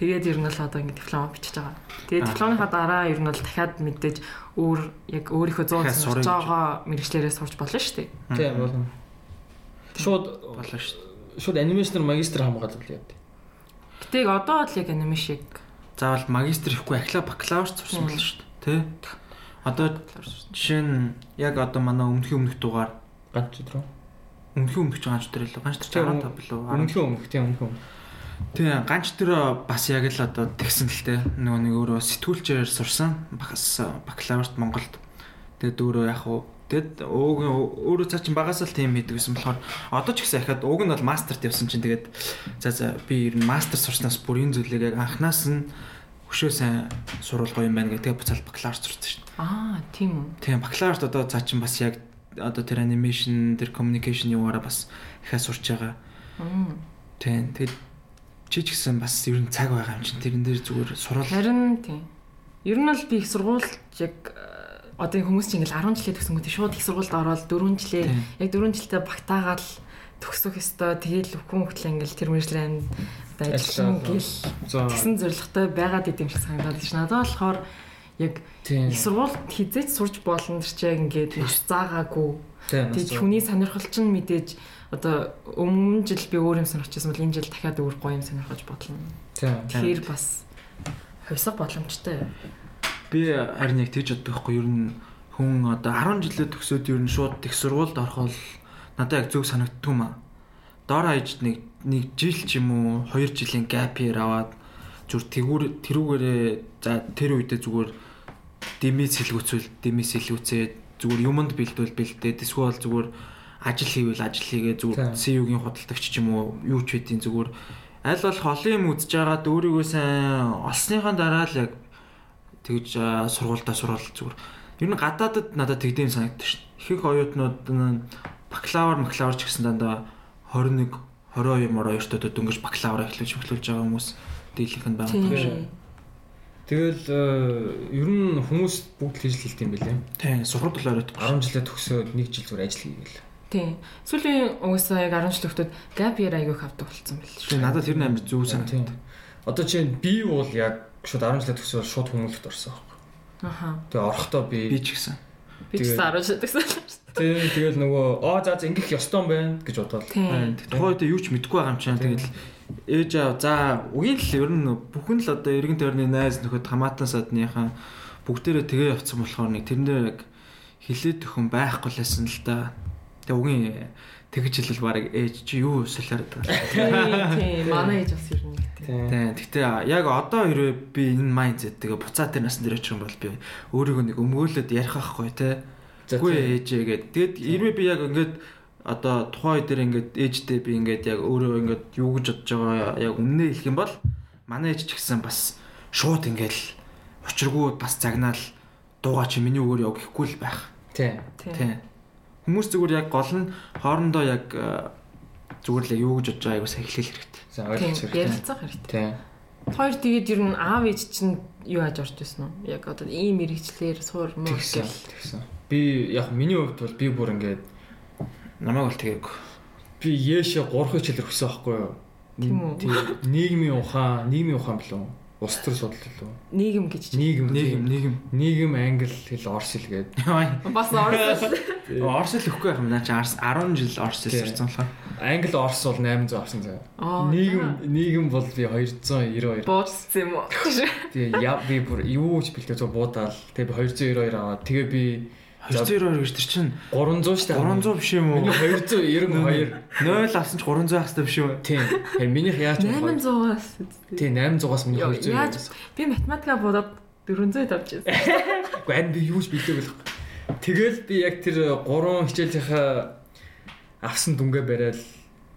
Speaker 4: тэгээд ер нь бол одоо ингээд диплом бичиж байгаа. Тэгээд
Speaker 3: Аа.
Speaker 4: дипломынхаа дараа ер нь бол дахиад мэдээж өөр яг өөрийнхөө 100
Speaker 3: Дахиад
Speaker 4: сурж
Speaker 3: сурах
Speaker 4: байгаа мэрэгчлэрээ сурч болно шүү дээ.
Speaker 2: Тийм болно. Шууд
Speaker 3: болно шүү. дээ.
Speaker 2: шууд анимашнер магистр хамгаалал яа.
Speaker 4: Гэтэ яг одоо л яг аним шиг
Speaker 3: Заавал магистр ихгүй ахлаа бакалавр сурсан болно шүү. дээ. Тэ? Одоо жишээ нь яг одоо манай өмнөхийн өмнөх дугаар
Speaker 2: Ганц өдрөө.
Speaker 3: өмнөхийн өмнөх ганч төр илүү ганч төр
Speaker 2: Тийм.
Speaker 3: 15 билүү.
Speaker 2: Өмнөхөө өмнөх тийм өмнөхөө.
Speaker 3: Тийм, ганч тэр бас яг л одоо тэгсэн л тээ. Нөгөө нэг өөрөө сэтгүүлчээр сурсан. Багас бакалаврт Монголд. Тэгэд өөрөө яг уу тэгэд ууг өөрөө цаа чин багаас л тийм хийдэг гэсэн болохоор одоо ч гэсэн ахад ууг нь бол мастерт явсан чинь тэгээд за за би ер нь мастер сурснаас бүр энэ зүйлийг яг анханаас нь хөшөө сайн сурулгаа юм байна гэдэг буцаал бакалавр сурсан шүү дээ.
Speaker 4: аа тийм үү.
Speaker 3: Тийм, бакалаврт одоо цаа чин бас яг одоо тэр анимашн, тэр communication яваараа бас ихээ сурч байгаа.
Speaker 4: Мм.
Speaker 3: Тийм. Тэгэл чи ч гэсэн бас ер нь цаг байгаа юм чинь тэрэн дээр зүгээр сурал.
Speaker 4: Харин тийм. Ер нь л би их сургуульд яг э, одоо энэ хүмүүс чинь ингээл 10 жилээ төгсөнгөтэй шууд их сургуульд ороод 4 жилээ
Speaker 3: Тийм.
Speaker 4: яг 4 жилдээ багтаагаад л төгсөх ёстой. Тэгээд л хүн хөтлөө ингээл тэр мэржлээ амьд одоо ажиллана
Speaker 2: Ажиллаад
Speaker 4: гэл
Speaker 2: За.
Speaker 4: тэгсэн зоригтой байгаад идэм шиг санагдаад байна. Надад болохоор яг
Speaker 2: Тийм.
Speaker 4: их сургуульд хизээч сурч болно гэж яг ингээд маш заагаагүй.
Speaker 2: Тийм.
Speaker 4: Тэгээд хүний сонирхол чинь мэдээж одоо өмнө жил би өөр юм сонирхчихсан бол энэ жил дахиад өөр гоё юм сонирхож бодлоо.
Speaker 2: Тийм.
Speaker 4: Тэгэхээр бас хувьсах боломжтой.
Speaker 3: Би харин яг тэгж боддог байхгүй ер нь хүн одоо 10 жилээ төгсөөд ер нь шууд их сургуульд орохол надад яг зөв санагддгүй юм аа. Дор хаяж нэг нэг жил ч юм уу 2 жилийн gap year аваад зүр тэгүр тэрүүгээрээ за тэр үедээ зүгээр дэмэс хэлгүүцвэл дэмэс хэлгүүцээд зүгээр юмд бэлдвэл бэлдээд эсвэл зүгээр ажил хийвэл ажил хийгээ
Speaker 2: Тийм.
Speaker 3: зүгээр CU-гийн худалдагч ч юм уу юу ч хэдийн зүгээр аль бол холын юм үзэж байгаад өөрийгөө сайн олсныхаа дараа л яг тэгж аа, сургуультай сурвал зүгээр ер нь гадаадад надад тэгдэм санагддаг шин их их оюутнууд нь бакалавр бакалавр ч гэсэн дандаа 21 22 мороо 2-т одоо дөнгөж бакалавр эхлүүлж эхлүүлж байгаа хүмүүс дийлэнх нь байгаа юм шиг.
Speaker 2: Тэгэл э, ер нь хүмүүс бүгд хийж л хэлт юм билээ.
Speaker 3: Тийм, сургууль долоо оройт
Speaker 2: 10 жилээ төгсөөд 1 жил зүгээр ажил хийгээл.
Speaker 4: Тийм. Сүүлийн угаасаа яг 10 жил өгтөд gap year аягүйх авдаг болсон байл шүү.
Speaker 3: Тийм, надад тэр нь амар зүг санагдав.
Speaker 2: Тийм. Одоо чинь би бол яг шууд 10 жилээ төгсөөд шууд хүмүүлэгт орсон.
Speaker 4: Аха.
Speaker 2: Тэгээ орохдоо
Speaker 3: Би
Speaker 2: би
Speaker 3: ч гэсэн.
Speaker 4: Би ч
Speaker 2: Тэгээд-
Speaker 4: 10 жил гэсэн.
Speaker 2: тийм тэгэл нөгөө оо за за ингэх ёстой юм байна гэж бодоод
Speaker 4: Тийм.
Speaker 3: Тухайн үед юу ч мэдэхгүй байгаа юм чинь. Тэгэл ээж аа за үгийн л ер нь бүхэн л одоо эргэн тойрны найз нөхөд хамаатан садныхаа бүгдээрээ тэгээ явцсан болохоор нэг тэрнээр яг хилээд төхөн байхгүй лсэн л да. Тэг үгийн тэгж хэлэл баг ээж чи юу солиороод байгаа.
Speaker 4: Тийм. Манай ээж бас ер нь гэдэг.
Speaker 2: Тийм.
Speaker 3: Тийм. Гэтэ яг одоо хэрвээ би энэ майндсет тэгээ буцаа тэр насан дээр очих юм бол би өөрийгөө нэг өмгөөлөд ярих байхгүй те.
Speaker 2: За,
Speaker 3: Үгүй
Speaker 2: тийм.
Speaker 3: ээжээ гээд. Тэгэд хэрвээ би яг ингээд одоо тухайн үедэр ингээд ээжтэй би ингээд яг өөрөө ингээд юу гэж бодож байгаа яг үнэнээ хэлэх юм бол манай ээж ч гэсэн бас шууд ингээд л учиргүй бас загнаал дуугаа чи миний өгөр яв гэхгүй л байх.
Speaker 2: Тийм.
Speaker 4: Тийм.
Speaker 3: Тийм. Хүмүүс зүгээр яг гол нь хоорондоо яг э, зүгээр л яг юу гэж бодож байгааг бас эхлэх хэрэгтэй.
Speaker 2: За
Speaker 4: Тийм.
Speaker 2: ойлгож хэрэгтэй.
Speaker 4: Ярилцах хэрэгтэй.
Speaker 2: Тийм.
Speaker 4: Хоёр тэгээд ер нь аав ээж чинь юу хаж орж ирсэн үү? Яг одоо ийм мэрэгчлэр суур муу
Speaker 2: Тэгсэн.
Speaker 4: гэл.
Speaker 2: Тэгсэн. Би яг миний хувьд бол би бүр ингээд
Speaker 3: Намайг бол тэгээг.
Speaker 2: би яшээ 3 хичээл өгсөн байхгүй юу?
Speaker 4: Тийм үү?
Speaker 2: Тийм. Нийгмийн ухаан, нийгмийн ухаан билүү? Улс төр судлал билүү?
Speaker 4: Нийгэм гэж чинь.
Speaker 2: Нийгэм.
Speaker 3: Нийгэм нийгэм.
Speaker 2: Нийгэм англи хэл орс хэл гээд.
Speaker 3: Яа.
Speaker 4: Бас орсон.
Speaker 3: Орс л өгөхгүй юм наа чи арс- 10 жил орс
Speaker 2: Тийм.
Speaker 3: хэлсэн болохоор.
Speaker 2: Англи орс бол 800 авсан заяа.
Speaker 4: Аа.
Speaker 2: Нийгэм нийгэм бол би 292.
Speaker 4: Боцсон юм уу?
Speaker 2: Тэгээ яа би бүр юу ч бэлдээ зөв буудаал. Тэгээ би 292 аваад тэгээ би
Speaker 3: 202 гэж тэр чинь
Speaker 2: 300 штэ.
Speaker 3: 300 биш юм уу?
Speaker 2: Миний 292.
Speaker 3: 0 авсан ч 300 ахстай биш үү?
Speaker 2: Тийм. Харин минийх яаж вэ?
Speaker 4: 800-аас.
Speaker 2: Тийм 800-аас миний
Speaker 4: Яа,
Speaker 2: 292.
Speaker 4: яаж-
Speaker 2: авсан.
Speaker 4: Би математика бодоод 400-д авчихсан.
Speaker 2: Уу харин би юу ч бэлдээгүй л. Тэгэл би яг тэр 3 хичээлийнхаа авсан дүнгээ барайл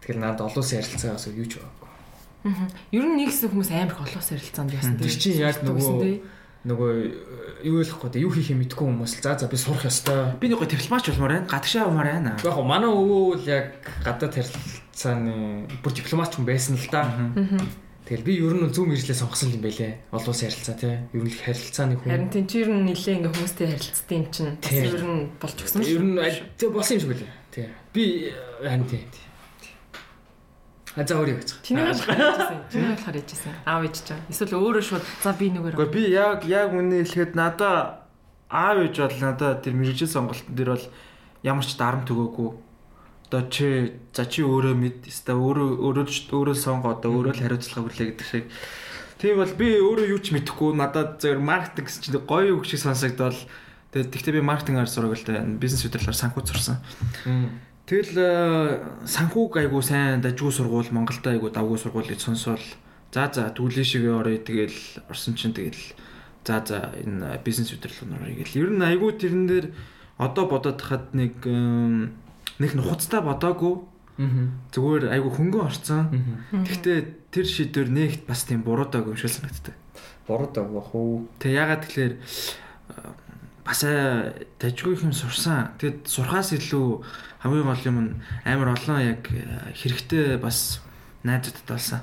Speaker 2: тэгэл надад олон улсын харилцаагаас юу ч байгаагүй.
Speaker 4: Мгм. Ер нь нэгсэн хүмүүс амар их олоос ярилцаанд яасан
Speaker 2: Тэр чинь яг нөгөө нөгөө э, юу хэлэхгүй дээ юу хийхээ мэдэхгүй хүмүүс л за за би сурах ёстой.
Speaker 3: Би нэг гоо дипломач болмоор байна. Гадагшаа явмаар байна.
Speaker 2: Яг хөө манай өвөө л яг гадаад харилцааны бүр дипломат хүн байсан л да. Тэгэл би ер нь зөв мэржлээ сонгосон юм байлээ. Олон улсын харилцаа тий. Ер нь л харилцааны хүн.
Speaker 4: Харин тийм чи ер нь нилээ ингээ хүмүүстэй харилцдаг юм чинь. бас
Speaker 2: Тийм.
Speaker 4: Ер нь болж өгсөн
Speaker 2: Ер
Speaker 4: шүү.
Speaker 2: нь аль- тэ болсон юм шиг үлээ. Тий. Би э, харин тий. тий. А за өөрөө гэж.
Speaker 4: Чиний болохоор яжсэн. Чиний болохоор яжсэн. Аав ээж чаа. Эсвэл өөрөө шууд за би
Speaker 3: Уу
Speaker 4: нүгээр.
Speaker 3: би яг яг үнэ хэлэхэд надаа аав ээж бол надаа тэр мэрэгжил сонголтын дээр бол ямар ч дарамт өгөөгүй. Одоо чи за чи өөрөө мэд, эсвэл өөрөө өөрөө ч- өөрөө л сонго одоо өөрөө л хариуцлага хүлээ гэдэг шиг. Тийм бол би өөрөө юу ч мэдэхгүй надад зөвөр маркетинг гэсэн чинь гоё үг шиг сонсогдвол тэгээд тэгтээ би маркетингаар сураг л да бизнес хөтөлбөр санхүү зурсан. Тэгэл э, санхүүг айгуу сайн дажгүй сургууль Монголд айгуу давгүй сургууль гэж сонсоол. За за түлэн шигээ орё тэгэл орсон чинь тэгэл за за энэ э, бизнес удирдлага нөр гэл. Ер нь айгуу тэрэн дээр одоо бодоод хахад нэг эм, нэг нухацтай бодоогүй
Speaker 2: Мм.
Speaker 3: зүгээр айгуу хөнгөн орцсон.
Speaker 2: Мм.
Speaker 3: Гэхдээ тэр шийдвэр нэгт бас тийм буруудаг юм шиг л санагддаг.
Speaker 2: Бород авах уу?
Speaker 3: Тэг ягаад тэгэхээр э, бас э, дажгүй юм сурсан. Тэгэд сурхаас илүү хамгийн гол юм нь амар олон яг э, хэрэгтэй бас найзуудад болсон.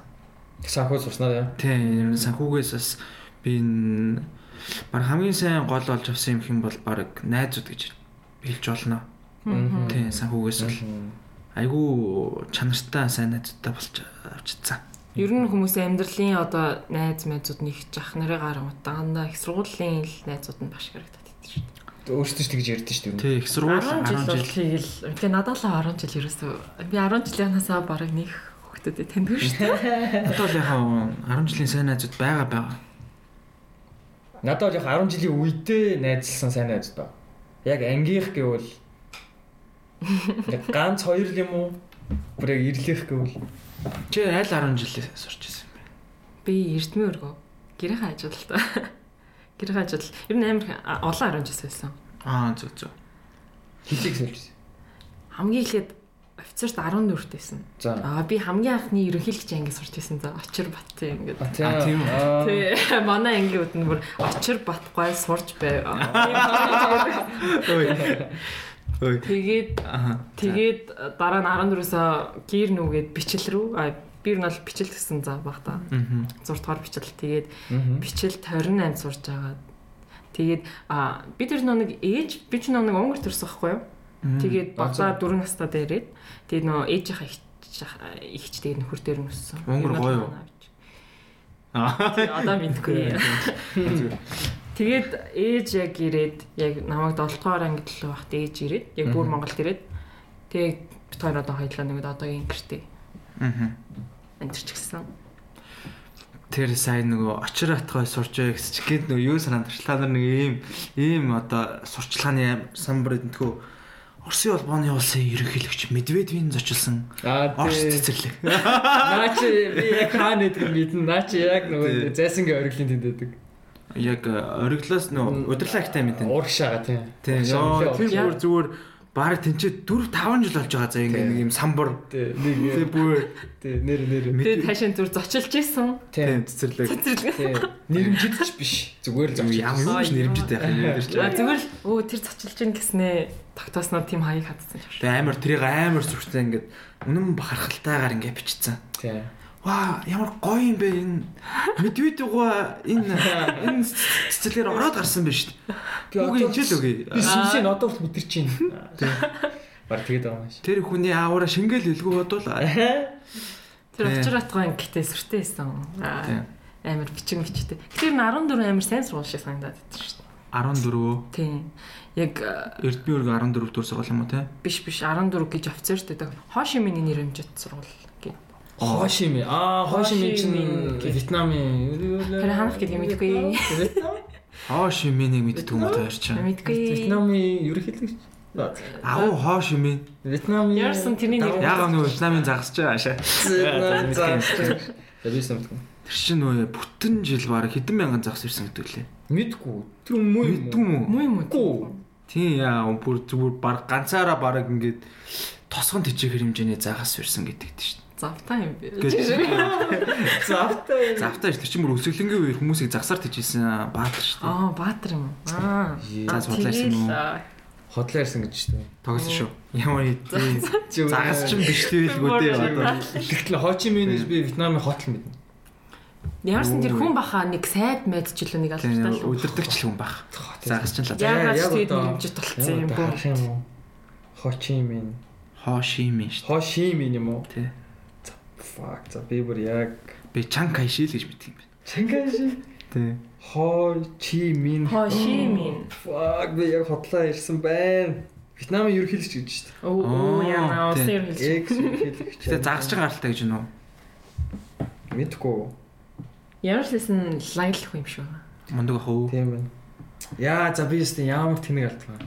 Speaker 2: Санхүү сурснаа яа.
Speaker 3: Тийм ер нь санхүүгээс бас би н- баг хамгийн сайн гол болж авсан юм хэм бол баг найзууд гэж хэлж болно.
Speaker 2: Мгм.
Speaker 3: Тийм санхүүгээс бол айгүй чанартай сайн найзуудтай болж э, авчихсан.
Speaker 4: Ер нь хүмүүсийн амьдралын одоо найз мэдүүд нэг жах нарын гар утаанда их сургуулийн л найзууд нь багш харагдаад байдаг шүү.
Speaker 2: Өөртөө ч тэгж ярьдэн шүү дээ.
Speaker 3: Тийм их сургууль
Speaker 4: 10 жил
Speaker 3: 10 жил
Speaker 4: болхийг л тэгээ надад л 10 жил ерөөсөө би 10 жилийнхнаасаа бараг нэг хүүхдүүдэд таньдаг шүү.
Speaker 3: бодвол яхаа 10 жилийн сайн найзууд байгаа байгаа.
Speaker 2: Надад бол яг 10 жилийн үедээ найзлсан сайн найз доо. Яг ангих гэвэл яг ганц хоёр л юм уу? Бүр яг ирлэх гэвэл
Speaker 3: Чи аль 10 жил сурч байсан юм бэ?
Speaker 4: Би эрдмийн өргөө. Гэрийн хажуудалтай. Гэрийн хажуудал. Ер нь амар их- а- олон 10 жил байсан.
Speaker 3: Аа зөв зөв.
Speaker 2: хэлийг сольжсэн.
Speaker 4: Хамгийн эхлээд офицерт 14-т байсан.
Speaker 2: За.
Speaker 4: Аа би хамгийн анхны ерөнхийлөгч анги сурч байсан. За очир бат тийм ингээд.
Speaker 3: А, тийм үү?
Speaker 2: аа.
Speaker 4: Тэ манай ангиуд нь бүр очир батгүй сурч байв. Аа,
Speaker 3: Ой. Ой.
Speaker 4: Тэгээд
Speaker 3: Аа.
Speaker 4: Тэгээд дараа нь 14-өөс гэр нүгээд бичлэл рүү аа би ер нь бол бичил гэсэн зав баг та.
Speaker 3: Мгм.
Speaker 4: 6 дугаар бичил тэгээд бичил 28 сурж байгаа. Тэгээд а бид нар нэг ээж би ч нэг өнгөр төрсөн байхгүй юу? Тэгээд
Speaker 2: Аа,
Speaker 4: баглаа
Speaker 2: зөв.
Speaker 4: 4 настай дээрээд тэгээд нөө ээжийнхээ ихч- ихч тэгээд нөхөр дээр нь өссөн.
Speaker 3: Өнгөр гоё юу? Аа.
Speaker 4: Тэгээд Одоо мэдгүй. Тэгээд ээж яг ирээд яг намайг 7 дугаар ангид л байхад ээж ирээд яг бүр
Speaker 2: Мгм.
Speaker 4: Монголд ирээд тэгээд бид хоёр одоо хоёулаа нэг одоогийн гэртээ
Speaker 3: Мгм.
Speaker 4: амьдэрч гисэн.
Speaker 3: Тэр сайн нөгөө очир атгай сурч байгаа гэсэн чинь гээд нөгөө юу санаанчлаа нар нэг ийм ийм одоо сурчлагын самбар эдэнтгүү Орсын улбооны улсын ерөнхийлөгч Медведевийн зочилсан
Speaker 2: Аа
Speaker 3: Орос
Speaker 2: тий.
Speaker 3: цэцэрлэг.
Speaker 2: Наа чи би яг хаана гэдэг мэдэн. Наа чи яг нөгөө
Speaker 3: Тий.
Speaker 2: зайсангийн ориглын тэнд байдаг.
Speaker 3: Яг э, ориглоос нөгөө удирлаа ихтэй мэдэн.
Speaker 2: Урагшаага тий.
Speaker 3: Тийм.
Speaker 2: Шамхи
Speaker 3: Яа,
Speaker 2: овч.
Speaker 3: тэр бүр зүгээр баг тэнцээ 4 5 жил болж байгаа за ингээ
Speaker 2: Тийм.
Speaker 3: нэг юм самбар.
Speaker 2: Тий. Нэг
Speaker 3: Тэр бүр
Speaker 2: тий нэр нэр.
Speaker 4: Тэгээд таашаа зүр зочилж исэн.
Speaker 2: Тий.
Speaker 3: цэцэрлэг.
Speaker 4: Цэцэрлэг.
Speaker 2: Тий. Нэрмжид ч биш. Зүгээр л
Speaker 3: Зам
Speaker 2: зам.
Speaker 3: ямар юм ч нэрмжтэй байх юм дээр чи.
Speaker 4: А зүгээр л өө тэр зочилж ийн гэснээ тогтоосноо тийм хаяг хатсан юм шиг.
Speaker 3: Тэгээ амар тэрийг амар зүгтээ ингээд үнэн бахархалтайгаар ингээ бичсэн.
Speaker 2: Тий.
Speaker 3: Ваа, ямар гоё юм бэ энэ. Медведевга энэ энэ цэцэрлэгээр ороод гарсан байна шүү дээ. Үгүй энэ л үгүй.
Speaker 2: Би сүнсээ нодоорт мэдэрч чинь. Тий. Бара тэгээд байгаа юм шиг.
Speaker 3: Тэр хүний аавра шингээл илгүү бодвол аа,
Speaker 4: Тэр
Speaker 3: Тий.
Speaker 4: очир атгаан гэтээ сүртэй исэн.
Speaker 3: тийм.
Speaker 4: Аа, Амар бичин бичтэй. Тэр 14 амар сайн сургууль шиг санагдаад байсан шүү
Speaker 3: 14
Speaker 4: дээ. Тийм. Яг а,
Speaker 3: Эрдмийн үрг 14 дүүр сургал юм уу те?
Speaker 4: биш биш 14 гэж офицертэй дэг. Хошиминий нэрэмжэд сургууль гэ.
Speaker 2: Хошими. Аа, Хошими чинь
Speaker 4: Хошими.
Speaker 2: Вьетнамын.
Speaker 4: Тэр ханах гэдэг юм мэдгүй.
Speaker 2: Вьетнам?
Speaker 3: Хоо шимэнийг мэддэг юм уу та ярьчаа.
Speaker 4: Мэдгүй.
Speaker 2: Вьетнамын ерөнхийлөгч. За,
Speaker 3: Аав хоо шимээ.
Speaker 2: Вьетнамын
Speaker 4: Яарсан тэрний нэр.
Speaker 3: Яг нэг Вьетнамын загасч байгаа шээ.
Speaker 2: Вьетнам заасан. Тэр биш юм.
Speaker 3: Тэр чинь нөө бүтэн жил баг хэдэн мянган загас ирсэн гэдэг лээ.
Speaker 2: Мэдгүй. Тэр муу юм.
Speaker 3: Мэдгүй юм уу?
Speaker 4: Муу юм
Speaker 2: Мэдгүй.
Speaker 4: уу?
Speaker 3: Тийм яа бүр зүгээр баг ганцаараа баг ингээд тосгон тижээх хэмжээний загас ирсэн гэдэгт шүү
Speaker 4: Завтаа юм би.
Speaker 3: дээ.
Speaker 2: Завтай.
Speaker 3: Завтаа ирсэн чинь бүр өсөглөнгийн үеэр хүмүүсийг загсаар тижсэн баг шүү дээ.
Speaker 4: Аа, Баатар юм. уу? Аа.
Speaker 2: Ээ,
Speaker 3: За, судлаа ирсэн юм уу?
Speaker 2: Хотлоо ирсэн гэж шүү дээ.
Speaker 3: Тоглосон шүү. Ямар хэдий
Speaker 2: Чи өөрөө-
Speaker 3: загас чинь биш лээгүй дээ одоо.
Speaker 2: Тэгтэл Хошиминээс би Вьетнамын хотл мэднэ.
Speaker 4: Яарсан тэр хүн баха нэг сайд мэдчил нэг
Speaker 3: Тийм
Speaker 4: алдартай л.
Speaker 3: өдөрдөгч хүн баг. Загас чинь л
Speaker 4: Яг
Speaker 2: За,
Speaker 4: л
Speaker 2: яг
Speaker 4: тэгээд
Speaker 2: одоо-
Speaker 4: нэрэмжэд толцсон юм бүү.
Speaker 2: Харах юм уу? Хошимин.
Speaker 3: хоо шимэн шүү.
Speaker 2: Хошимин юм уу?
Speaker 3: Тэ.
Speaker 2: Fuck. За би бүр яг
Speaker 3: Би чан кайшил гэж мэддэг юм байна.
Speaker 2: Чингэши
Speaker 3: Тэ.
Speaker 2: Хо Чи Мин.
Speaker 4: Хошимин.
Speaker 2: Fuck би яг хотлоо ирсэн байна. Вьетнамын ерөнхийлөгч гэж шүү
Speaker 4: Оо, Оо, яна
Speaker 3: Оо,
Speaker 4: усан
Speaker 3: тий.
Speaker 4: юм хэлж.
Speaker 2: дээ. Экс ерөнхийлөгч.
Speaker 3: Гэтэ загас чинь гаралтай гэж нү.
Speaker 2: мэдгүй.
Speaker 4: Ямар ч лсэн лаглах юм шүү.
Speaker 3: Мундаг ах уу.
Speaker 2: Тийм байна. Яа за би өстө ямар тэнэг алдсан.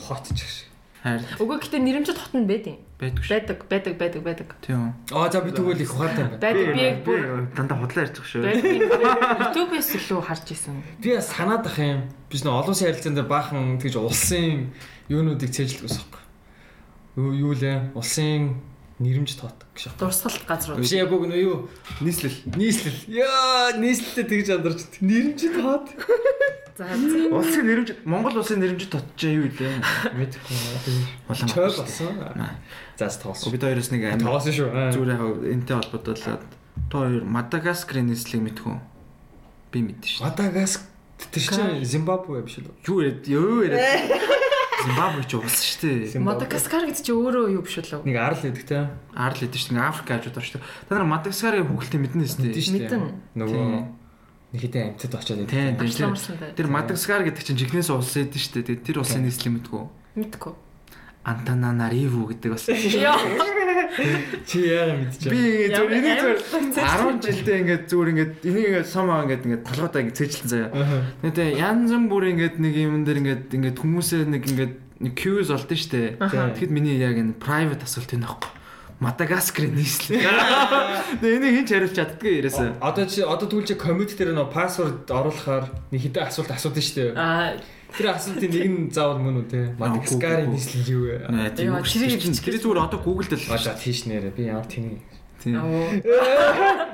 Speaker 2: Хот ч гэж.
Speaker 3: Хайр
Speaker 4: Өгөө гэтээ нэрэмжэд хот нь байдیں۔
Speaker 3: байдгүй шүү.
Speaker 4: Байдаг, байдаг, байдаг, байдаг.
Speaker 3: Тийм.
Speaker 2: Аа за би тэгвэл их ухаантай байна.
Speaker 4: Байдаг би яг бүр
Speaker 3: дандаа худлаа ярьчих шүү.
Speaker 4: байдаг. YouTube-с илүү харж исэн.
Speaker 2: Би бас санаад ах юм. Биш нэ олон улсын харилцаан дээр баахан тэгж улсын юунуудыг цээжлэх ус واخхой. Юу юу лээ? Улсын нэрэмж тоот гэж.
Speaker 4: Дурсгалт газрууд.
Speaker 2: Биш яг үг нь юу?
Speaker 3: Нийслэл.
Speaker 2: Нийслэл. Яа, нийслэлтэй тэгж амдарч. Нэрэмж тоот.
Speaker 4: За, за.
Speaker 3: Улсын нэрэмж Монгол улсын нэрэмж татчаа юу вэ?
Speaker 2: Мэдхгүй юм.
Speaker 3: Улаан
Speaker 2: Чой
Speaker 3: Батар.
Speaker 2: болсон. Заас тоолсон.
Speaker 3: Бид хоёроос нэг амир
Speaker 2: Тоолсон шүү. аа.
Speaker 3: зүгээр яг энтэй холбодуулаад та хоёр Мадагаскарын нийслэлийг мэдхүү. Би мэдэн шүү.
Speaker 2: Мадагаскар тэр чинь Зимбабве биш үү?
Speaker 3: Юу яриад юу яриад. Зимбабве ч улс шүү дээ.
Speaker 4: Мадагаскар гэдэг чи өөрөө юу биш үлээ.
Speaker 2: Нэг арал гэдэг те.
Speaker 3: Арал эдэн шүү дээ. Африк хажууд байна шүү дээ. Та нар Мадагаскарын хөвгөлтэй мэднэ шүү дээ.
Speaker 2: Мэдэн шүү.
Speaker 4: Мэдэн.
Speaker 2: Нөгөө нэг хитэн амьтад очиад
Speaker 3: Тийм,
Speaker 2: байдаг.
Speaker 3: тийм.
Speaker 4: Ажлаа
Speaker 3: Тэр-
Speaker 4: марсантай.
Speaker 3: Тэр Мадагаскар гэдэг чинь жигнээс улс эдэн шүү дээ. Тэгээд Тэр улсын нийслэлийг мэдхүү.
Speaker 4: Мэдгүй.
Speaker 3: Антананариву гэдэг бас.
Speaker 4: Яа.
Speaker 2: Чи яага мэдчихэ.
Speaker 3: Би ингээ
Speaker 4: Ямар
Speaker 3: зөв энийг зөв
Speaker 4: амар
Speaker 3: 10 жилдээ ингээд зүгээр ингээд энийг ингээд самаа ингээд ингээд толгойдоо ингээд цээжилсэн заяа.
Speaker 2: Аха.
Speaker 3: Тэгтээ янз бүр ингээд нэг юм дээр ингээд ингээд хүмүүсээ нэг ингээд нэг cues олдсон штэ.
Speaker 2: Аха.
Speaker 3: Тэгэхэд миний яг энэ private асуулт энэ аахгүй. Мадагаскарын нийслэл. Тэгээ энийг хинч хариулж чаддгүй ярээсээ.
Speaker 2: Одоо чи одоо түүлж коммент дээр нөө пассворд оруулахаар нэг хитэн асуулт асуудаг шүү дээ.
Speaker 4: А
Speaker 2: Тэр асуултын нэг нь заавал мөн үү те. Мадагаскарын нийслэл юу вэ?
Speaker 3: Нэ тийм
Speaker 4: Яа,
Speaker 3: үү.
Speaker 4: тэрийг
Speaker 3: Тэр чинь-
Speaker 4: биччихсэн.
Speaker 3: Тэр зүгээр одоо Google дээр л
Speaker 2: Ачаа тийш нэрэ би ямар тэнэг.
Speaker 3: тийм.
Speaker 4: оо.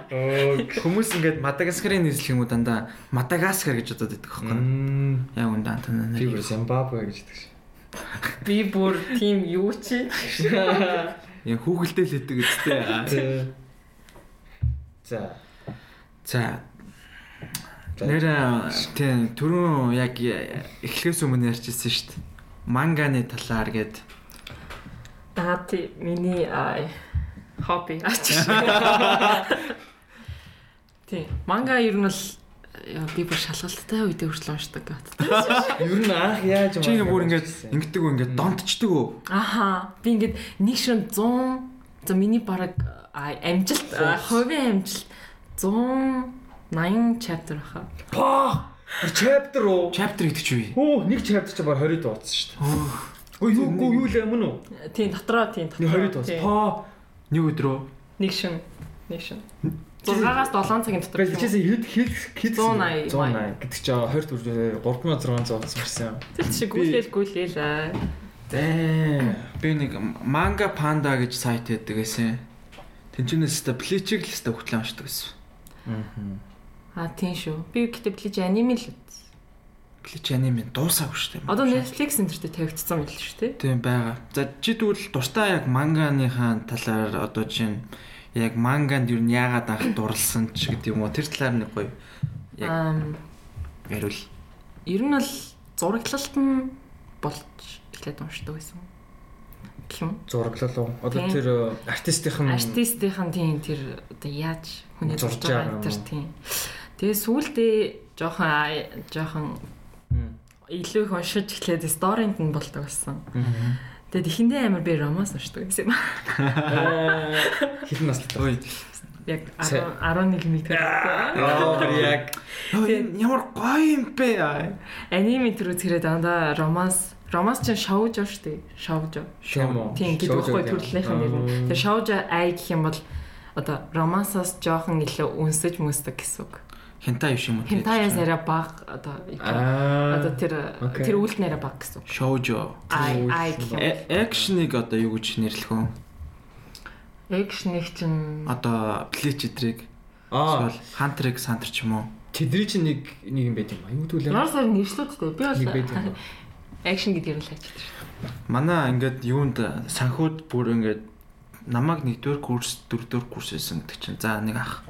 Speaker 2: Оо.
Speaker 3: Хүмүүс ингээд Мадагаскарын нийслэл юм уу дандаа Мадагаскар гэж бодоод байдаг байхгүй.
Speaker 2: Мм.
Speaker 3: Яг үндэ антана.
Speaker 2: Би бүр Зимбабве гэж хэлдэг шүү.
Speaker 4: би бүр тийм юу чи
Speaker 3: Яг Google дээр л хэдэг үстэй.
Speaker 2: Тэ. За.
Speaker 3: За.
Speaker 2: За.
Speaker 3: Нэрэ тийм түрүүн яг э, эхлээс өмнө ярьчихсан шүү дээ. Манганы талаар гээд
Speaker 4: Аа тий миний аа хобби ачиж. Тий манга ер нь л яа, би бүр шалгалттай үедээ хүртэл уншдаг гэдэг.
Speaker 2: Ер нь анх яаж
Speaker 3: чи ингээ бүр ингээ ингэдэг үү ингээ донтчдаг үү?
Speaker 4: Аха би ингээд нэг ширм 100 за миний бараг аа, амжилт аа, хувийн амжилт 180 chapter баха.
Speaker 2: Паа! Chapter уу?
Speaker 3: Chapter гэдэг чи юу?
Speaker 2: Хөө, нэг chapter ч баар 20-д дууцсан шүү дээ. Өө юу гоо юу л юм уу?
Speaker 4: Тий дотроо тий
Speaker 2: Нэг
Speaker 4: дотроо.
Speaker 2: 20-д дууцсан.
Speaker 4: тий.
Speaker 2: Паа!
Speaker 3: Нэг өдрөө
Speaker 4: Нэг шин нэг шин. 6-аас 7 цагийн дотор.
Speaker 2: Бэл чисээ хэд хэд хэд
Speaker 4: 180.
Speaker 2: 180 гэдэг чи 20 төр 3600 дууцсан гэсэн.
Speaker 4: Тэр чи гүйлээл гүйлээл аа.
Speaker 2: Дээ.
Speaker 3: би нэг Manga Panda гэж сайт байдаг гэсэн. Тэнчнээс та плечиг л та хөтлөн уншдаг гэсэн.
Speaker 4: А тийм шүү. Би гэтээ ближ аниме л. үз.
Speaker 3: Плеч аниме дуусаагүй шүү дээ.
Speaker 4: Одоо Netflix энтертэй тавигдсан байл шүү дээ.
Speaker 3: Тийм байгаа. За чи тэгвэл дуртай яг манганыхаа талаар одоо чинь яг манганд юу яагаад анх дурлсан ч гэдэг юм уу тэр талаар нэг гоё Яг.
Speaker 4: Аа
Speaker 3: ярил.
Speaker 4: ер нь л зураглалт нь болж эхлээд уншдаг байсан. Гэх юм.
Speaker 2: Зураглал уу? Одоо
Speaker 4: Тийм.
Speaker 2: тэр э, артистийнхэн
Speaker 4: Артистийнхэн тийм тэр одоо яаж хүний
Speaker 2: Зурж
Speaker 4: зурж байгаа
Speaker 2: байгаа юм
Speaker 4: тэр
Speaker 2: уу?
Speaker 4: тийм. Тэгээ сүүлдээ жоохон аа, жоохон
Speaker 2: Мм.
Speaker 4: илүү их уншиж эхлээд сторинд нь болдог байсан. Тэгээд эхэндээ амар би романс уншдаг гэсэн юм.
Speaker 2: Ээ, хэдэн настай
Speaker 3: Ой.
Speaker 4: Яг
Speaker 2: Сэ-
Speaker 4: 10 11 мэд.
Speaker 2: Яа, бүр яг
Speaker 3: Ой, ямар гоё юм бэ.
Speaker 4: Аниме төрөө зэрэг дандаа романс романс чинь шоужо штэ. Шоужо.
Speaker 2: Шоужо.
Speaker 4: Тийм гэдэг
Speaker 2: Шоужо
Speaker 4: байхгүй
Speaker 2: гэдэг.
Speaker 4: төрлийнхэн нэр нь.
Speaker 2: Аа.
Speaker 4: Тэгээ шоужо ай гэх юм бол одоо романсаас жоохон илүү үнсэж мөсдөг гэсэн үг.
Speaker 3: Хентай биш юм уу?
Speaker 4: Хентаяас нэрэ баг одоо
Speaker 2: Аа.
Speaker 4: одоо тэр
Speaker 2: окей.
Speaker 4: тэр үлд нэрэ баг гэсэн үг.
Speaker 3: Shoujo.
Speaker 4: Ай ай гэх юм.
Speaker 3: Э- Экшнийг одоо юу гэж нэрлэх вэ?
Speaker 4: Экшн их чинь
Speaker 3: Одоо плеч эдрийг
Speaker 2: Аа,
Speaker 3: эсвэл хантрыг сантар ч юм уу?
Speaker 2: тэдний чинь нэг нэг юм байт юм аа. Юу гэдэг вэ?
Speaker 4: Ямар сайн нэршлүүдтэй. Би
Speaker 2: Нэг байт
Speaker 4: бол
Speaker 2: юм.
Speaker 4: экшн гэдгээр л хайчдаг штэ.
Speaker 3: Манай ингээд юунд санхуд бүр ингээд намайг нэгдүгээр курс дөрөвдүгээр курс хийсэн гэдэг чинь за нэг ах